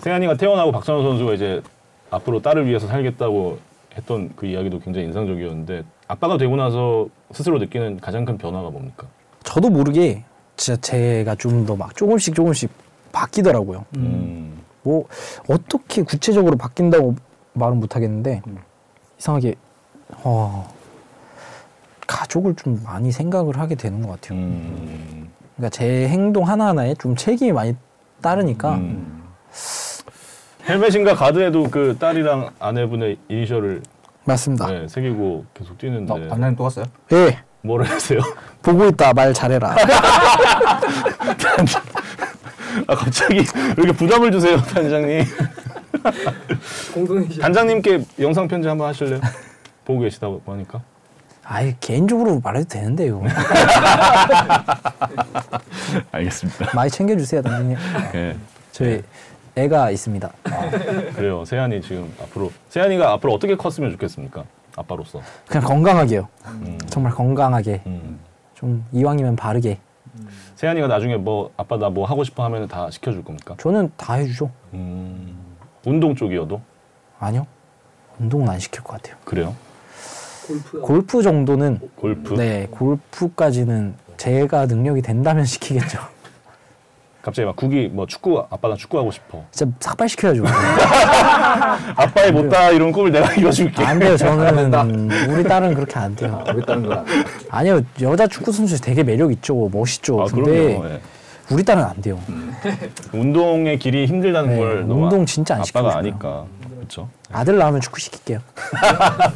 Speaker 1: 세안이가 태어나고 박찬호 선수가 이제 앞으로 딸을 위해서 살겠다고 했던 그 이야기도 굉장히 인상적이었는데 아빠가 되고 나서 스스로 느끼는 가장 큰 변화가 뭡니까?
Speaker 3: 저도 모르게 진짜 제가 좀 더 막 조금씩 조금씩 바뀌더라고요.
Speaker 1: 음.
Speaker 3: 뭐 어떻게 구체적으로 바뀐다고 말은 못하겠는데
Speaker 1: 음.
Speaker 3: 이상하게 어, 가족을 좀 많이 생각을 하게 되는 것 같아요.
Speaker 1: 음.
Speaker 3: 그러니까 제 행동 하나하나에 좀 책임이 많이 따르니까
Speaker 1: 음. 헬멧인가 가드에도 그 딸이랑 아내분의 이니셜을
Speaker 3: 맞습니다.
Speaker 1: 네, 새기고 계속 뛰는데
Speaker 4: 어, 단장님 또 왔어요?
Speaker 3: 예
Speaker 1: 뭐라 하세요? *laughs*
Speaker 3: 보고 있다 말 잘해라.
Speaker 1: 아 갑자기 왜 이렇게 부담을 주세요 단장님
Speaker 5: 공동의
Speaker 1: 단장님께 영상 편지 한번 하실래요? 보고 계시다고 하니까
Speaker 3: 아예 개인적으로 말해도 되는데요.
Speaker 1: 알겠습니다
Speaker 3: 많이 챙겨주세요 단장님.
Speaker 1: 예
Speaker 3: 저희
Speaker 1: 네.
Speaker 3: 애가 있습니다.
Speaker 1: 그래요 세안이 지금 앞으로 세안이가 앞으로 어떻게 컸으면 좋겠습니까? 아빠로서
Speaker 3: 그냥 건강하게요.
Speaker 1: 음.
Speaker 3: 정말 건강하게
Speaker 1: 음.
Speaker 3: 좀 이왕이면 바르게.
Speaker 1: 세안이가 나중에 뭐 아빠 나 뭐 하고 싶어 하면 다 시켜줄 겁니까?
Speaker 3: 저는 다 해주죠.
Speaker 1: 음. 운동 쪽이어도
Speaker 3: 아니요. 운동은 안 시킬 것 같아요.
Speaker 1: 그래요
Speaker 5: 골프
Speaker 3: 골프 정도는
Speaker 1: 골프
Speaker 3: 네 골프까지는 제가 능력이 된다면 *laughs* 시키겠죠.
Speaker 1: 갑자기 막 국이 뭐 축구 아빠 나 축구 하고 싶어
Speaker 3: 진짜 삭발 시켜야죠.
Speaker 1: 아빠의 못다 이런 꿈을 내가 *laughs* 이뤄줄게
Speaker 3: 안 돼요. 저는 우리 딸은 그렇게 안 돼요.
Speaker 4: 왜 다른 거야?
Speaker 3: 아니요 음. 여자 축구 선수 되게 매력 있죠, 멋있죠.
Speaker 1: 아
Speaker 3: 근데
Speaker 1: 그럼요 예.
Speaker 3: 우리 딸은 안 돼요.
Speaker 1: 운동의 길이 힘들다는
Speaker 3: 네,
Speaker 1: 걸 너무
Speaker 3: 운동 진짜 안 시키고
Speaker 1: 아빠가
Speaker 3: 싶어요.
Speaker 1: 아니까 그렇죠.
Speaker 3: 아들 낳으면 축구 시킬게요.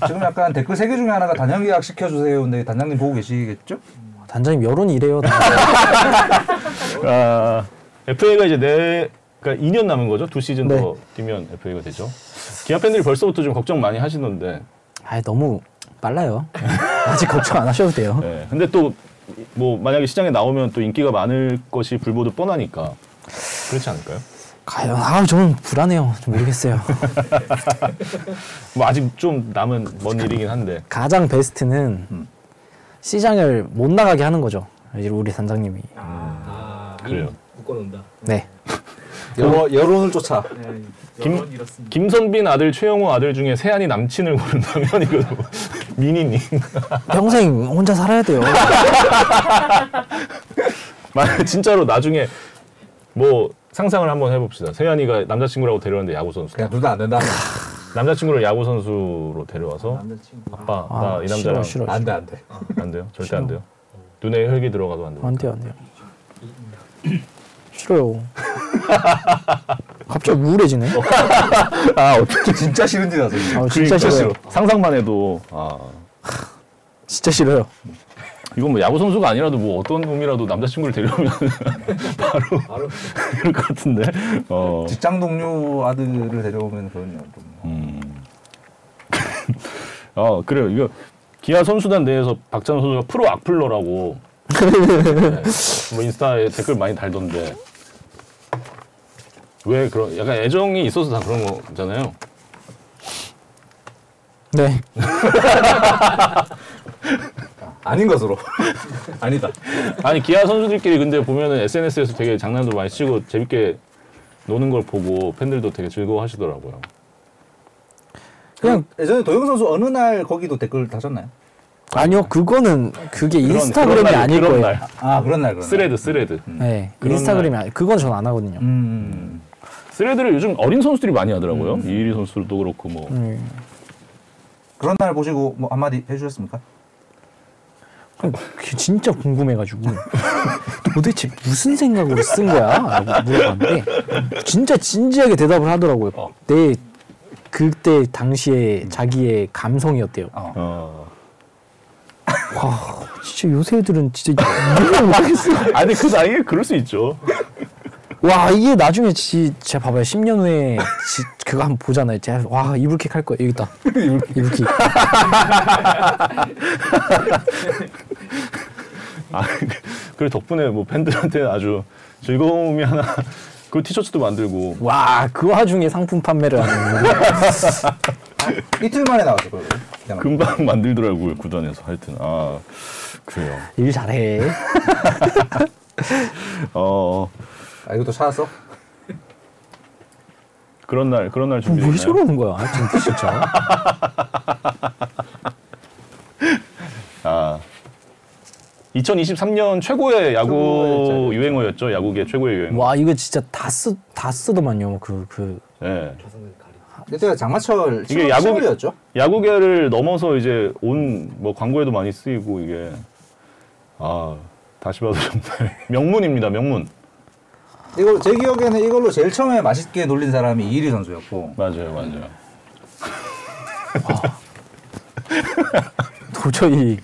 Speaker 4: 지금 약간 댓글 세 개 중에 하나가 단양 계약 시켜주세요. 근데 단장님 보고 계시겠죠?
Speaker 3: 단장님 여론이 이래요. 다.
Speaker 1: 아, FA가 이제 내 그러니까 2년 남은 거죠. 두 시즌
Speaker 3: 네.
Speaker 1: 더 뛰면 FA가 되죠. 기아 팬들이 벌써부터 좀 걱정 많이 하시던데.
Speaker 3: 아 너무 빨라요. 아직 걱정 안 하셔도 돼요.
Speaker 1: 네. 근데 또 뭐 만약에 시장에 나오면 또 인기가 많을 것이 불보듯 뻔하니까 그렇지 않을까요?
Speaker 3: 가요. 아 저는 불안해요. 좀 모르겠어요.
Speaker 1: 뭐 아직 좀 남은 먼 일이긴 한데.
Speaker 3: 가장 베스트는
Speaker 1: 음.
Speaker 3: 시장을 못 나가게 하는 거죠. 이제 우리 단장님이.
Speaker 5: 아,
Speaker 1: 그래요.
Speaker 5: 임 묶어놓는다.
Speaker 3: 네.
Speaker 4: 여론, 여론을 쫓아.
Speaker 5: 네,
Speaker 1: 김-
Speaker 5: 여론 이렇습니다.
Speaker 1: 김선빈 아들 최영호 아들 중에 세안이 남친을 *laughs* 고른다면 이거 뭐 *laughs* 미니님
Speaker 3: 평생 혼자 살아야 돼요.
Speaker 1: 만약 *laughs* 진짜로 나중에 뭐 상상을 한번 해봅시다. 세안이가 남자친구라고 데려왔는데 야구 선수.
Speaker 4: 그냥 둘 다 안 된다.
Speaker 1: 남자친구를 야구 선수로 데려와서
Speaker 5: 남자친구.
Speaker 1: 아빠 나
Speaker 3: 아,
Speaker 1: 이
Speaker 3: 싫어,
Speaker 1: 남자랑
Speaker 3: 싫어.
Speaker 4: 안 돼, 안 돼.
Speaker 1: 안 돼요. 절대 안 돼요. 눈에 흙이 들어가도 안 돼요.
Speaker 3: 안 돼요, 안 돼요. 싫어요. 갑자기 우울해지네.
Speaker 1: 어, 아 어떻게
Speaker 4: 진짜 싫은 짓 하세요.
Speaker 3: 아,
Speaker 1: 그러니까
Speaker 3: 진짜 싫어요.
Speaker 1: 상상만 해도 아
Speaker 3: 진짜 싫어요.
Speaker 1: 이건 뭐 야구 선수가 아니라도 뭐 어떤 놈이라도 남자친구를 데려오면 *laughs* 바로 *laughs* 그럴 것 같은데. 어.
Speaker 4: 직장 동료 아들을 데려오면 그런 일 없군요.
Speaker 1: 음. 아 그래요. 이거 기아 선수단 내에서 박찬호 선수가 프로 악플러라고 네, 뭐 인스타에 댓글 많이 달던데 왜 그런 약간 애정이 있어서 다 그런 거잖아요.
Speaker 3: 네.
Speaker 4: 아닌 것으로. *laughs* 아니다.
Speaker 1: 아니 기아 선수들끼리 근데 보면은 SNS에서 되게 장난도 많이 치고 재밌게 노는 걸 보고 팬들도 되게 즐거워하시더라고요.
Speaker 3: 그냥
Speaker 4: 아, 예전에 도영 선수 어느 날 거기도 댓글 다셨나요?
Speaker 3: 아니요, 그거는 그게 인스타그램이
Speaker 1: 그런 날,
Speaker 3: 아닐
Speaker 1: 그런
Speaker 3: 거예요.
Speaker 1: 날.
Speaker 4: 아, 그런 날, 그런 날.
Speaker 1: 스레드 스레드
Speaker 3: 네,
Speaker 1: 그런
Speaker 3: 인스타그램이 아니, 그건 전 안 하거든요.
Speaker 4: 음.
Speaker 1: 스레드를 요즘 어린 선수들이 많이 하더라고요. 이일이 선수도 그렇고 뭐
Speaker 3: 음.
Speaker 4: 그런 날 보시고 뭐 한마디 해주셨습니까?
Speaker 3: 그럼 그게 진짜 궁금해가지고 *laughs* 도대체 무슨 생각으로 쓴 거야? 라고 물어봤는데 진짜 진지하게 대답을 하더라고요. 내 그때 당시에 자기의 감성이었대요.
Speaker 1: 어.
Speaker 3: 진짜 요새 애들은 진짜 이해를 못하겠어. *laughs*
Speaker 1: 아니 그 나이에 그럴 수 있죠.
Speaker 3: 와 이게 나중에 지, 제가 봐봐요. 10년 후에 지, 그거 한번 보잖아요. 제가 와 이불킥 할 거야. 여기 있다. *laughs* 이불킥.
Speaker 1: 아, *laughs* 그 덕분에 뭐 팬들한테 아주 즐거움이 하나 그 티셔츠도 만들고
Speaker 3: 와 그 와중에 상품 판매를 하는 거.
Speaker 4: 이틀 만에 나왔죠, 그거. 그냥
Speaker 1: 금방 *laughs* 만들더라고요 구단에서 하여튼 아 그래요.
Speaker 3: 일 잘해. 뭐
Speaker 1: 어
Speaker 4: 아, 이것도 찾았어?
Speaker 1: 그런 날 그런 날 준비.
Speaker 3: 왜 저러는 거야? 진짜. 진짜.
Speaker 1: 아 2023년 최고의 야구
Speaker 4: 최고의
Speaker 1: 유행어였죠. 야구계 최고의 유행어.
Speaker 3: 와 이거 진짜 다쓰다 쓰더만요. 그 그.
Speaker 1: 예.
Speaker 5: 자성을 가리.
Speaker 4: 그때가 장마철
Speaker 1: 이게
Speaker 4: 7월,
Speaker 1: 야구-
Speaker 4: 7월이었죠?
Speaker 1: 야구계를 넘어서 이제 온 뭐 광고에도 많이 쓰이고 이게 아 다시 봐도 *laughs* 정말 명문입니다. 명문.
Speaker 4: 이거 제 기억에는 이걸로 제일 처음에 맛있게 놀린 사람이 이일이 선수였고
Speaker 1: 맞아요, 맞아요.
Speaker 3: 도저히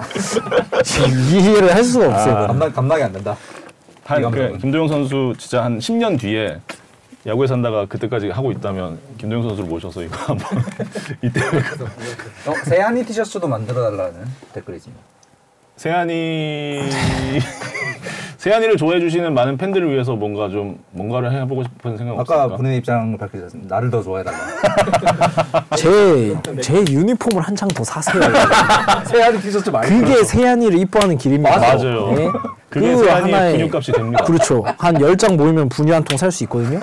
Speaker 3: *laughs* 이해를 할 수가
Speaker 1: 아,
Speaker 3: 없어요. 그거는.
Speaker 4: 감당, 감당이 안 된다.
Speaker 1: 한
Speaker 4: 이감독은.
Speaker 1: 그, 김도영 선수 진짜 한 10년 뒤에 야구에 산다가 그때까지 하고 있다면 김도영 선수를 모셔서 이거 한번 *laughs* 이때
Speaker 4: 어, 세안이 티셔츠도 만들어 달라는 댓글이 있습니다.
Speaker 1: 세안이 *laughs* 세안이를 좋아해 주시는 많은 팬들을 위해서 뭔가 좀 뭔가를 해보고 싶은 생각
Speaker 4: 아까
Speaker 1: 없을까?
Speaker 4: 본인의 입장을 밝히셨습니다. 나를 더 좋아해달라.
Speaker 3: 제, 제 유니폼을 한 장 더 사세요.
Speaker 4: *laughs* 세안이 티셔츠 많이
Speaker 3: 그게 세안이를 이뻐하는 길입니다.
Speaker 1: 맞아요.
Speaker 3: 네.
Speaker 1: 그게
Speaker 3: 그
Speaker 1: 세안이의
Speaker 3: 하나에-
Speaker 1: 근육값이 됩니다.
Speaker 3: 그렇죠. 한 10장 모이면 분유 한 통 살 수 있거든요.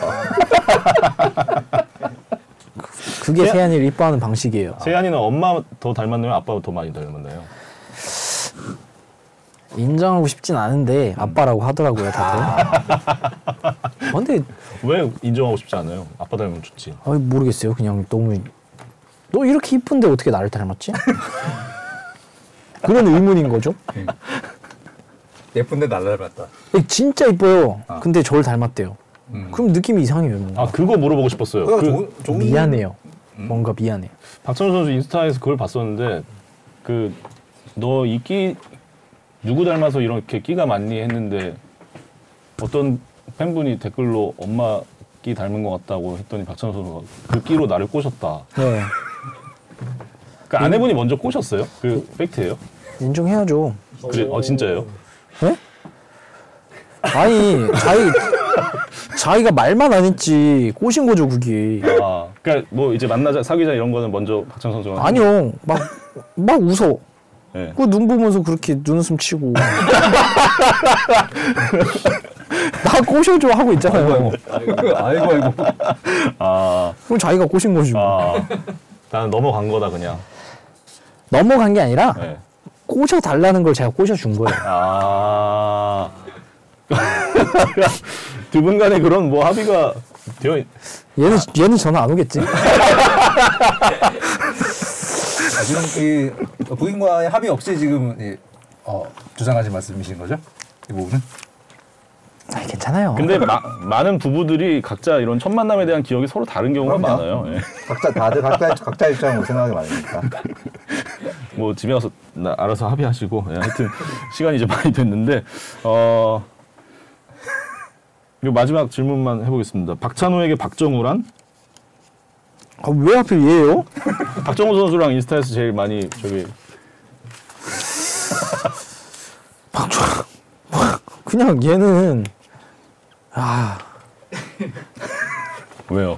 Speaker 3: 그- 그게
Speaker 4: 네.
Speaker 3: 세안이를 이뻐하는 방식이에요.
Speaker 1: 세안이는 엄마 더 닮았나요? 아빠 더 많이 닮았나요?
Speaker 3: 인정하고 싶진 않은데 아빠라고 하더라고요, 다들.
Speaker 4: 아.
Speaker 3: 어, 근데
Speaker 1: 왜 인정하고 싶지 않아요? 아빠 닮으면 좋지.
Speaker 3: 아, 모르겠어요. 그냥 너무 너 이렇게 이쁜데 어떻게 나를 닮았지? 그런 의문인 거죠.
Speaker 4: 예쁜데 날 닮았다.
Speaker 3: 진짜 이뻐요. 근데 저를 닮았대요. 그럼 느낌이 이상해요. 뭔가.
Speaker 1: 아 그거 물어보고 싶었어요.
Speaker 4: 그러니까
Speaker 1: 그
Speaker 4: 좋은, 좋은
Speaker 3: 미안해요. 뭔가 미안해.
Speaker 1: 박찬호 선수 인스타에서 그걸 봤었는데 그 너 이 끼 누구 닮아서 이렇게 끼가 많니 했는데 어떤 팬분이 댓글로 엄마 끼 닮은 것 같다고 했더니 박찬호 선수가 그 끼로 나를 꼬셨다.
Speaker 3: 네.
Speaker 1: 그 아내분이 먼저 꼬셨어요? 그 팩트예요?
Speaker 3: 인정해야죠.
Speaker 1: 그래, 어 진짜예요?
Speaker 3: 네? 아니 자기 자기가 말만 안 했지 꼬신 거죠 그게.
Speaker 1: 아, 그러니까 뭐 이제 만나자 사귀자 이런 거는 먼저 박찬호 선수가
Speaker 3: 아니요 막 막 웃어.
Speaker 1: 네.
Speaker 3: 그 눈 보면서 그렇게 눈웃음 치고 나 꼬셔줘 하고 있잖아요.
Speaker 4: 아이고 아이고.
Speaker 1: 아,
Speaker 3: 그럼 자기가 꼬신 뭐. 거죠.
Speaker 1: 아, 나는 넘어간 거다 그냥.
Speaker 3: 넘어간 게 아니라
Speaker 1: 네.
Speaker 3: 꼬셔 달라는 걸 제가 꼬셔 준 거예요.
Speaker 1: 아. *laughs* 두 분 간에 그런 뭐 합의가 되어 있...
Speaker 3: 얘는 얘는 전화 안
Speaker 1: 네.
Speaker 3: 오겠지.
Speaker 4: 아, 지금 이 부인과의 합의 없이 지금 이, 어, 주장하신 말씀이신 거죠? 이 부분은?
Speaker 3: 아 괜찮아요.
Speaker 1: 근데
Speaker 4: 어.
Speaker 1: 마- 많은 부부들이 각자 이런 첫 만남에 대한 기억이 서로 다른 경우가
Speaker 4: 그럼요.
Speaker 1: 많아요. 예.
Speaker 4: 각자 다들 각자 각자 입장으로 생각이 많으니까.
Speaker 1: 뭐 집에 와서 나- 알아서 합의하시고 예,
Speaker 4: *laughs*
Speaker 1: 하여튼 시간이 이제 많이 됐는데 어. 이 마지막 질문만 해보겠습니다. 박찬호에게 박정우란?
Speaker 3: 아, 왜 하필 얘예요?
Speaker 1: 박정우 선수랑 인스타에서 제일 많이 저기
Speaker 3: 박주 그냥 얘는 아
Speaker 1: 왜요? *laughs*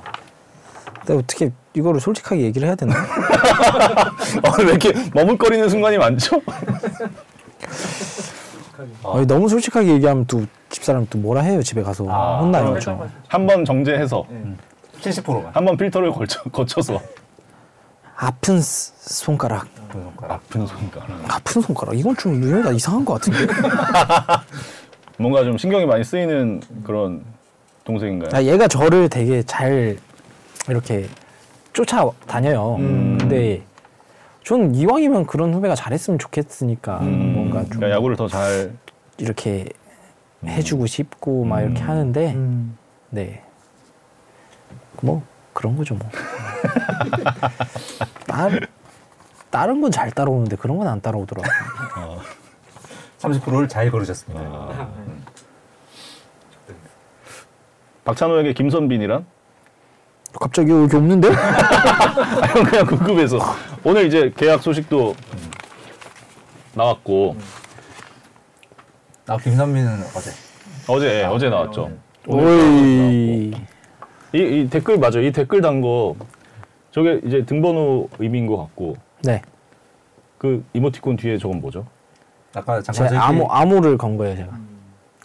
Speaker 3: 내가 어떻게 이거를 솔직하게 얘기를 해야 되나?
Speaker 1: 아, 왜 이렇게 머뭇거리는 순간이 많죠?
Speaker 3: 아니, 너무 솔직하게 얘기하면 또 집사람 또 뭐라 해요 집에 가서
Speaker 1: 아,
Speaker 3: 혼나요 좀.
Speaker 1: 한 번 정제해서
Speaker 4: 70%만.
Speaker 1: 한 번 필터를 걸쳐, 거쳐서
Speaker 3: 아픈 스- 손가락.
Speaker 1: 아픈 손가락
Speaker 3: 아픈 손가락. 이건 좀 유형이 이상한 것 같은데.
Speaker 1: 뭔가 좀 신경이 많이 쓰이는 그런 동생인가요?
Speaker 3: 아, 얘가 저를 되게 잘 이렇게 쫓아다녀요. 근데 전 이왕이면 그런 후배가 잘했으면 좋겠으니까 음.
Speaker 1: 음,
Speaker 3: 뭔가 좀
Speaker 1: 그러니까 야구를 더 잘
Speaker 3: 이렇게 해주고 싶고 막 이렇게 하는데 네. 뭐 그런 거죠 *laughs* 뭐. 나, 다른 건 잘 따라오는데 그런 건 안 따라오더라고.
Speaker 4: 30%를 잘 거르셨습니다.
Speaker 1: 네. 아. 박찬호에게 김선빈이란?
Speaker 3: *laughs*
Speaker 1: *laughs*
Speaker 3: 갑자기 여기 없는데?
Speaker 1: 아, 형 그냥 궁금해서 오늘 이제 계약 소식도 나왔고
Speaker 4: 아 김선민은 어제.
Speaker 1: 어제 예, 어제 나왔죠.
Speaker 3: 네.
Speaker 1: 이,
Speaker 3: 오이.
Speaker 1: 이 댓글 맞아. 요이 댓글 단 거 저게 이제 등번호 의미인 것 같고
Speaker 3: 네.
Speaker 1: 그 이모티콘 뒤에 저건 뭐죠?
Speaker 4: 아까 잠깐
Speaker 3: 제
Speaker 4: 저희끼리-
Speaker 3: 암호 암호를 건 거예요 제가.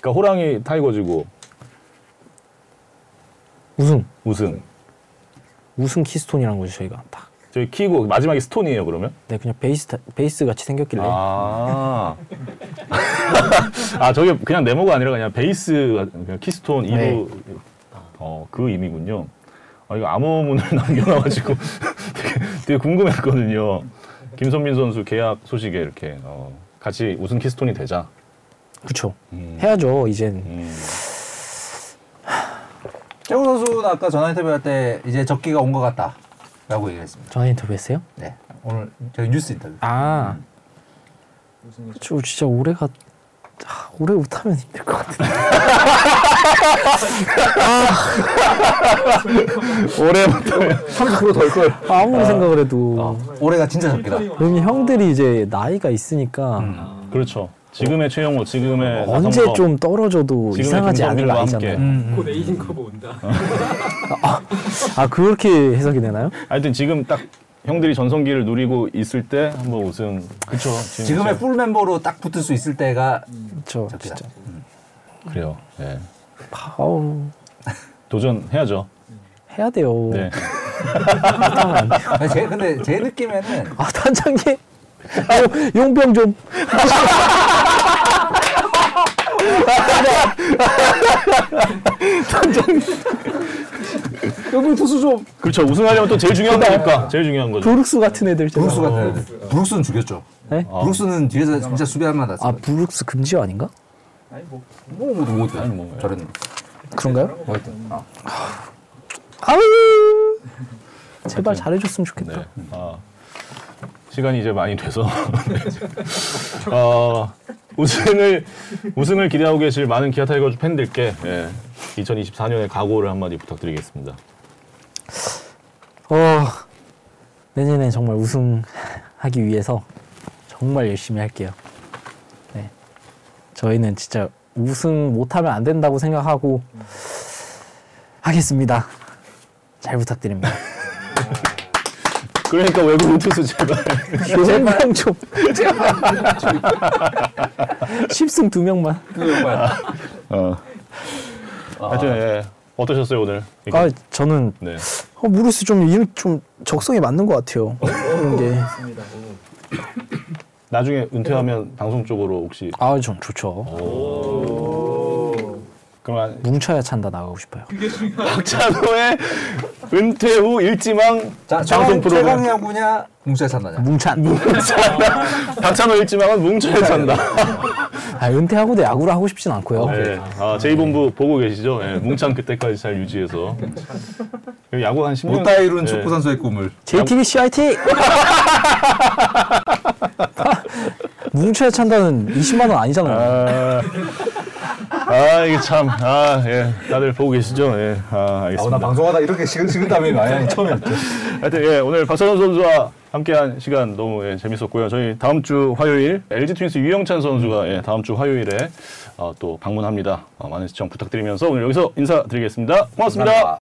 Speaker 1: 그러니까 호랑이 타이거즈고
Speaker 3: 우승
Speaker 1: 우승.
Speaker 3: 우승 키스톤이라는 거죠 저희가 딱.
Speaker 1: 저기 키고 마지막에 스톤이에요 그러면?
Speaker 3: 네 그냥 베이스 타- 베이스 같이 생겼길래.
Speaker 1: 아. 아, 저게 그냥 네모가 아니라 그냥 베이스, 그냥 키스톤 2로.
Speaker 3: 네.
Speaker 1: 어, 그 의미군요. 아, 이거 암호문을 *laughs* 남겨놔가지고 되게, 되게 궁금했거든요. 김선민 선수 계약 소식에 이렇게 어, 같이 우승 키스톤이 되자.
Speaker 3: 그렇죠.
Speaker 1: 음.
Speaker 3: 해야죠 이젠.
Speaker 1: 음.
Speaker 4: 그 최우 선수는 아까 전화 인터뷰할 때 이제 적기가 온 것 같다라고 얘기했습니다.
Speaker 3: 전화 인터뷰했어요?
Speaker 4: 네 오늘 저희 뉴스 인터뷰.
Speaker 3: 아. 저 진짜 올해가 아, 올해 못하면 힘들
Speaker 1: *laughs*
Speaker 3: 것 같은데.
Speaker 1: 올해
Speaker 4: 30%덜 걸.
Speaker 3: 아무리 생각을 해도.
Speaker 4: 올해가 진짜 적기다.
Speaker 3: 왜냐면 형들이 이제 나이가 있으니까
Speaker 1: 그렇죠. 지금의 최영호, 지금의
Speaker 3: 언제
Speaker 1: 나성범,
Speaker 3: 좀 떨어져도
Speaker 1: 뭐 지금의
Speaker 3: 이상하지 않을
Speaker 1: 김선민과 함께.
Speaker 3: 나이잖아요.
Speaker 5: 곧 에이징 커브 온다.
Speaker 3: 아 그렇게
Speaker 1: *laughs*
Speaker 3: 해석이 되나요?
Speaker 1: 하여튼 지금 딱 형들이 전성기를 누리고 있을 때 한번 우승. 그렇죠.
Speaker 4: 지금의 풀 멤버로 딱 붙을 수 있을 때가
Speaker 3: 그렇죠.
Speaker 4: 적기다.
Speaker 3: 진짜.
Speaker 1: 그래요. 예.
Speaker 3: 파우
Speaker 1: 도전해야죠.
Speaker 3: 해야 돼요.
Speaker 1: 네.
Speaker 4: 아니, 제, 근데 제 느낌에는
Speaker 1: 어.
Speaker 3: 아 단장님 아, 용병 좀
Speaker 4: 여기 투수 좀
Speaker 1: 그렇죠. 우승하려면 또 제일 중요한 거니까. 제일 중요한 거죠.
Speaker 3: 브룩스 같은 애들 제가.
Speaker 4: 브룩스 같은 애들. 브룩스는 죽였죠.
Speaker 3: 네?
Speaker 1: 아.
Speaker 4: 브룩스는 뒤에서 진짜 수비 할 만하다.
Speaker 3: 아 브룩스 아, 금지어 아닌가?
Speaker 5: 아니 뭐
Speaker 4: 뭐, 뭐, 뭐,
Speaker 6: 아니 뭐
Speaker 4: 저랬네.
Speaker 3: 네, 그런가요? 아.
Speaker 4: 뭐 하여튼. 어.
Speaker 3: 아유 제발 잘해줬으면 좋겠다.
Speaker 1: 네. 아, 시간이 이제 많이 돼서 어, 우승을 우승을 기대하고 계실 많은 기아 타이거즈 팬들께 2024년의 각오를 한마디 부탁드리겠습니다.
Speaker 3: 어, 내년에 정말 우승하기 위해서 정말 열심히 할게요. 네. 저희는 진짜 우승 못하면 안 된다고 생각하고 하겠습니다. 잘 부탁드립니다.
Speaker 1: 그러니까 외국 우투수 제발
Speaker 3: *laughs* 제발 좀 *laughs* 제발 10승 2명만
Speaker 1: *laughs* 어. 하여튼 예. 어떠셨어요 오늘? 이렇게?
Speaker 3: 아 저는
Speaker 1: 네.
Speaker 3: 어, 무르스 좀, 일, 좀 적성에 맞는 것 같아요 그런
Speaker 5: 있습니다.
Speaker 1: 나중에 은퇴하면 방송 쪽으로 혹시
Speaker 3: 게아좀 좋죠
Speaker 1: 그러면
Speaker 3: 뭉쳐야 찬다 나가고 싶어요
Speaker 1: 박찬호의 은퇴 후 일지망
Speaker 4: 자,
Speaker 1: 방송 프로그램
Speaker 4: 아, 최강이 야구냐, 뭉쳐야 산다냐.
Speaker 3: 뭉찬
Speaker 1: *laughs* 박찬호 일지망은 뭉쳐야 *laughs* 산다.
Speaker 3: 아, 은퇴하고도 야구를 하고 싶진 않고요
Speaker 1: 네. 아, 제이본부 보고 계시죠? 예, 뭉창 그때까지 잘 유지해서. 그리고 야구 한 10년.
Speaker 4: 못 다 이룬
Speaker 1: 예.
Speaker 4: 축구 선수의 꿈을.
Speaker 1: *laughs*
Speaker 3: JTBC 화이팅! 뭉쳐야 찬다는 20만 원 아니잖아요
Speaker 1: 아, 아, 이게 참. 아, 예. 다들 보고 계시죠? 예. 아,
Speaker 4: 어, 나
Speaker 1: 알겠습니다.
Speaker 4: 방송하다 이렇게 식은 식은 땀이 많이 처음이었죠.
Speaker 1: 하여튼, 예. 오늘 박선호 선수와 함께한 시간 너무 예, 재밌었고요. 저희 다음 주 화요일 LG 트윈스 유영찬 선수가 예, 다음 주 화요일에 어, 또 방문합니다. 어, 많은 시청 부탁드리면서 오늘 여기서 인사드리겠습니다 고맙습니다.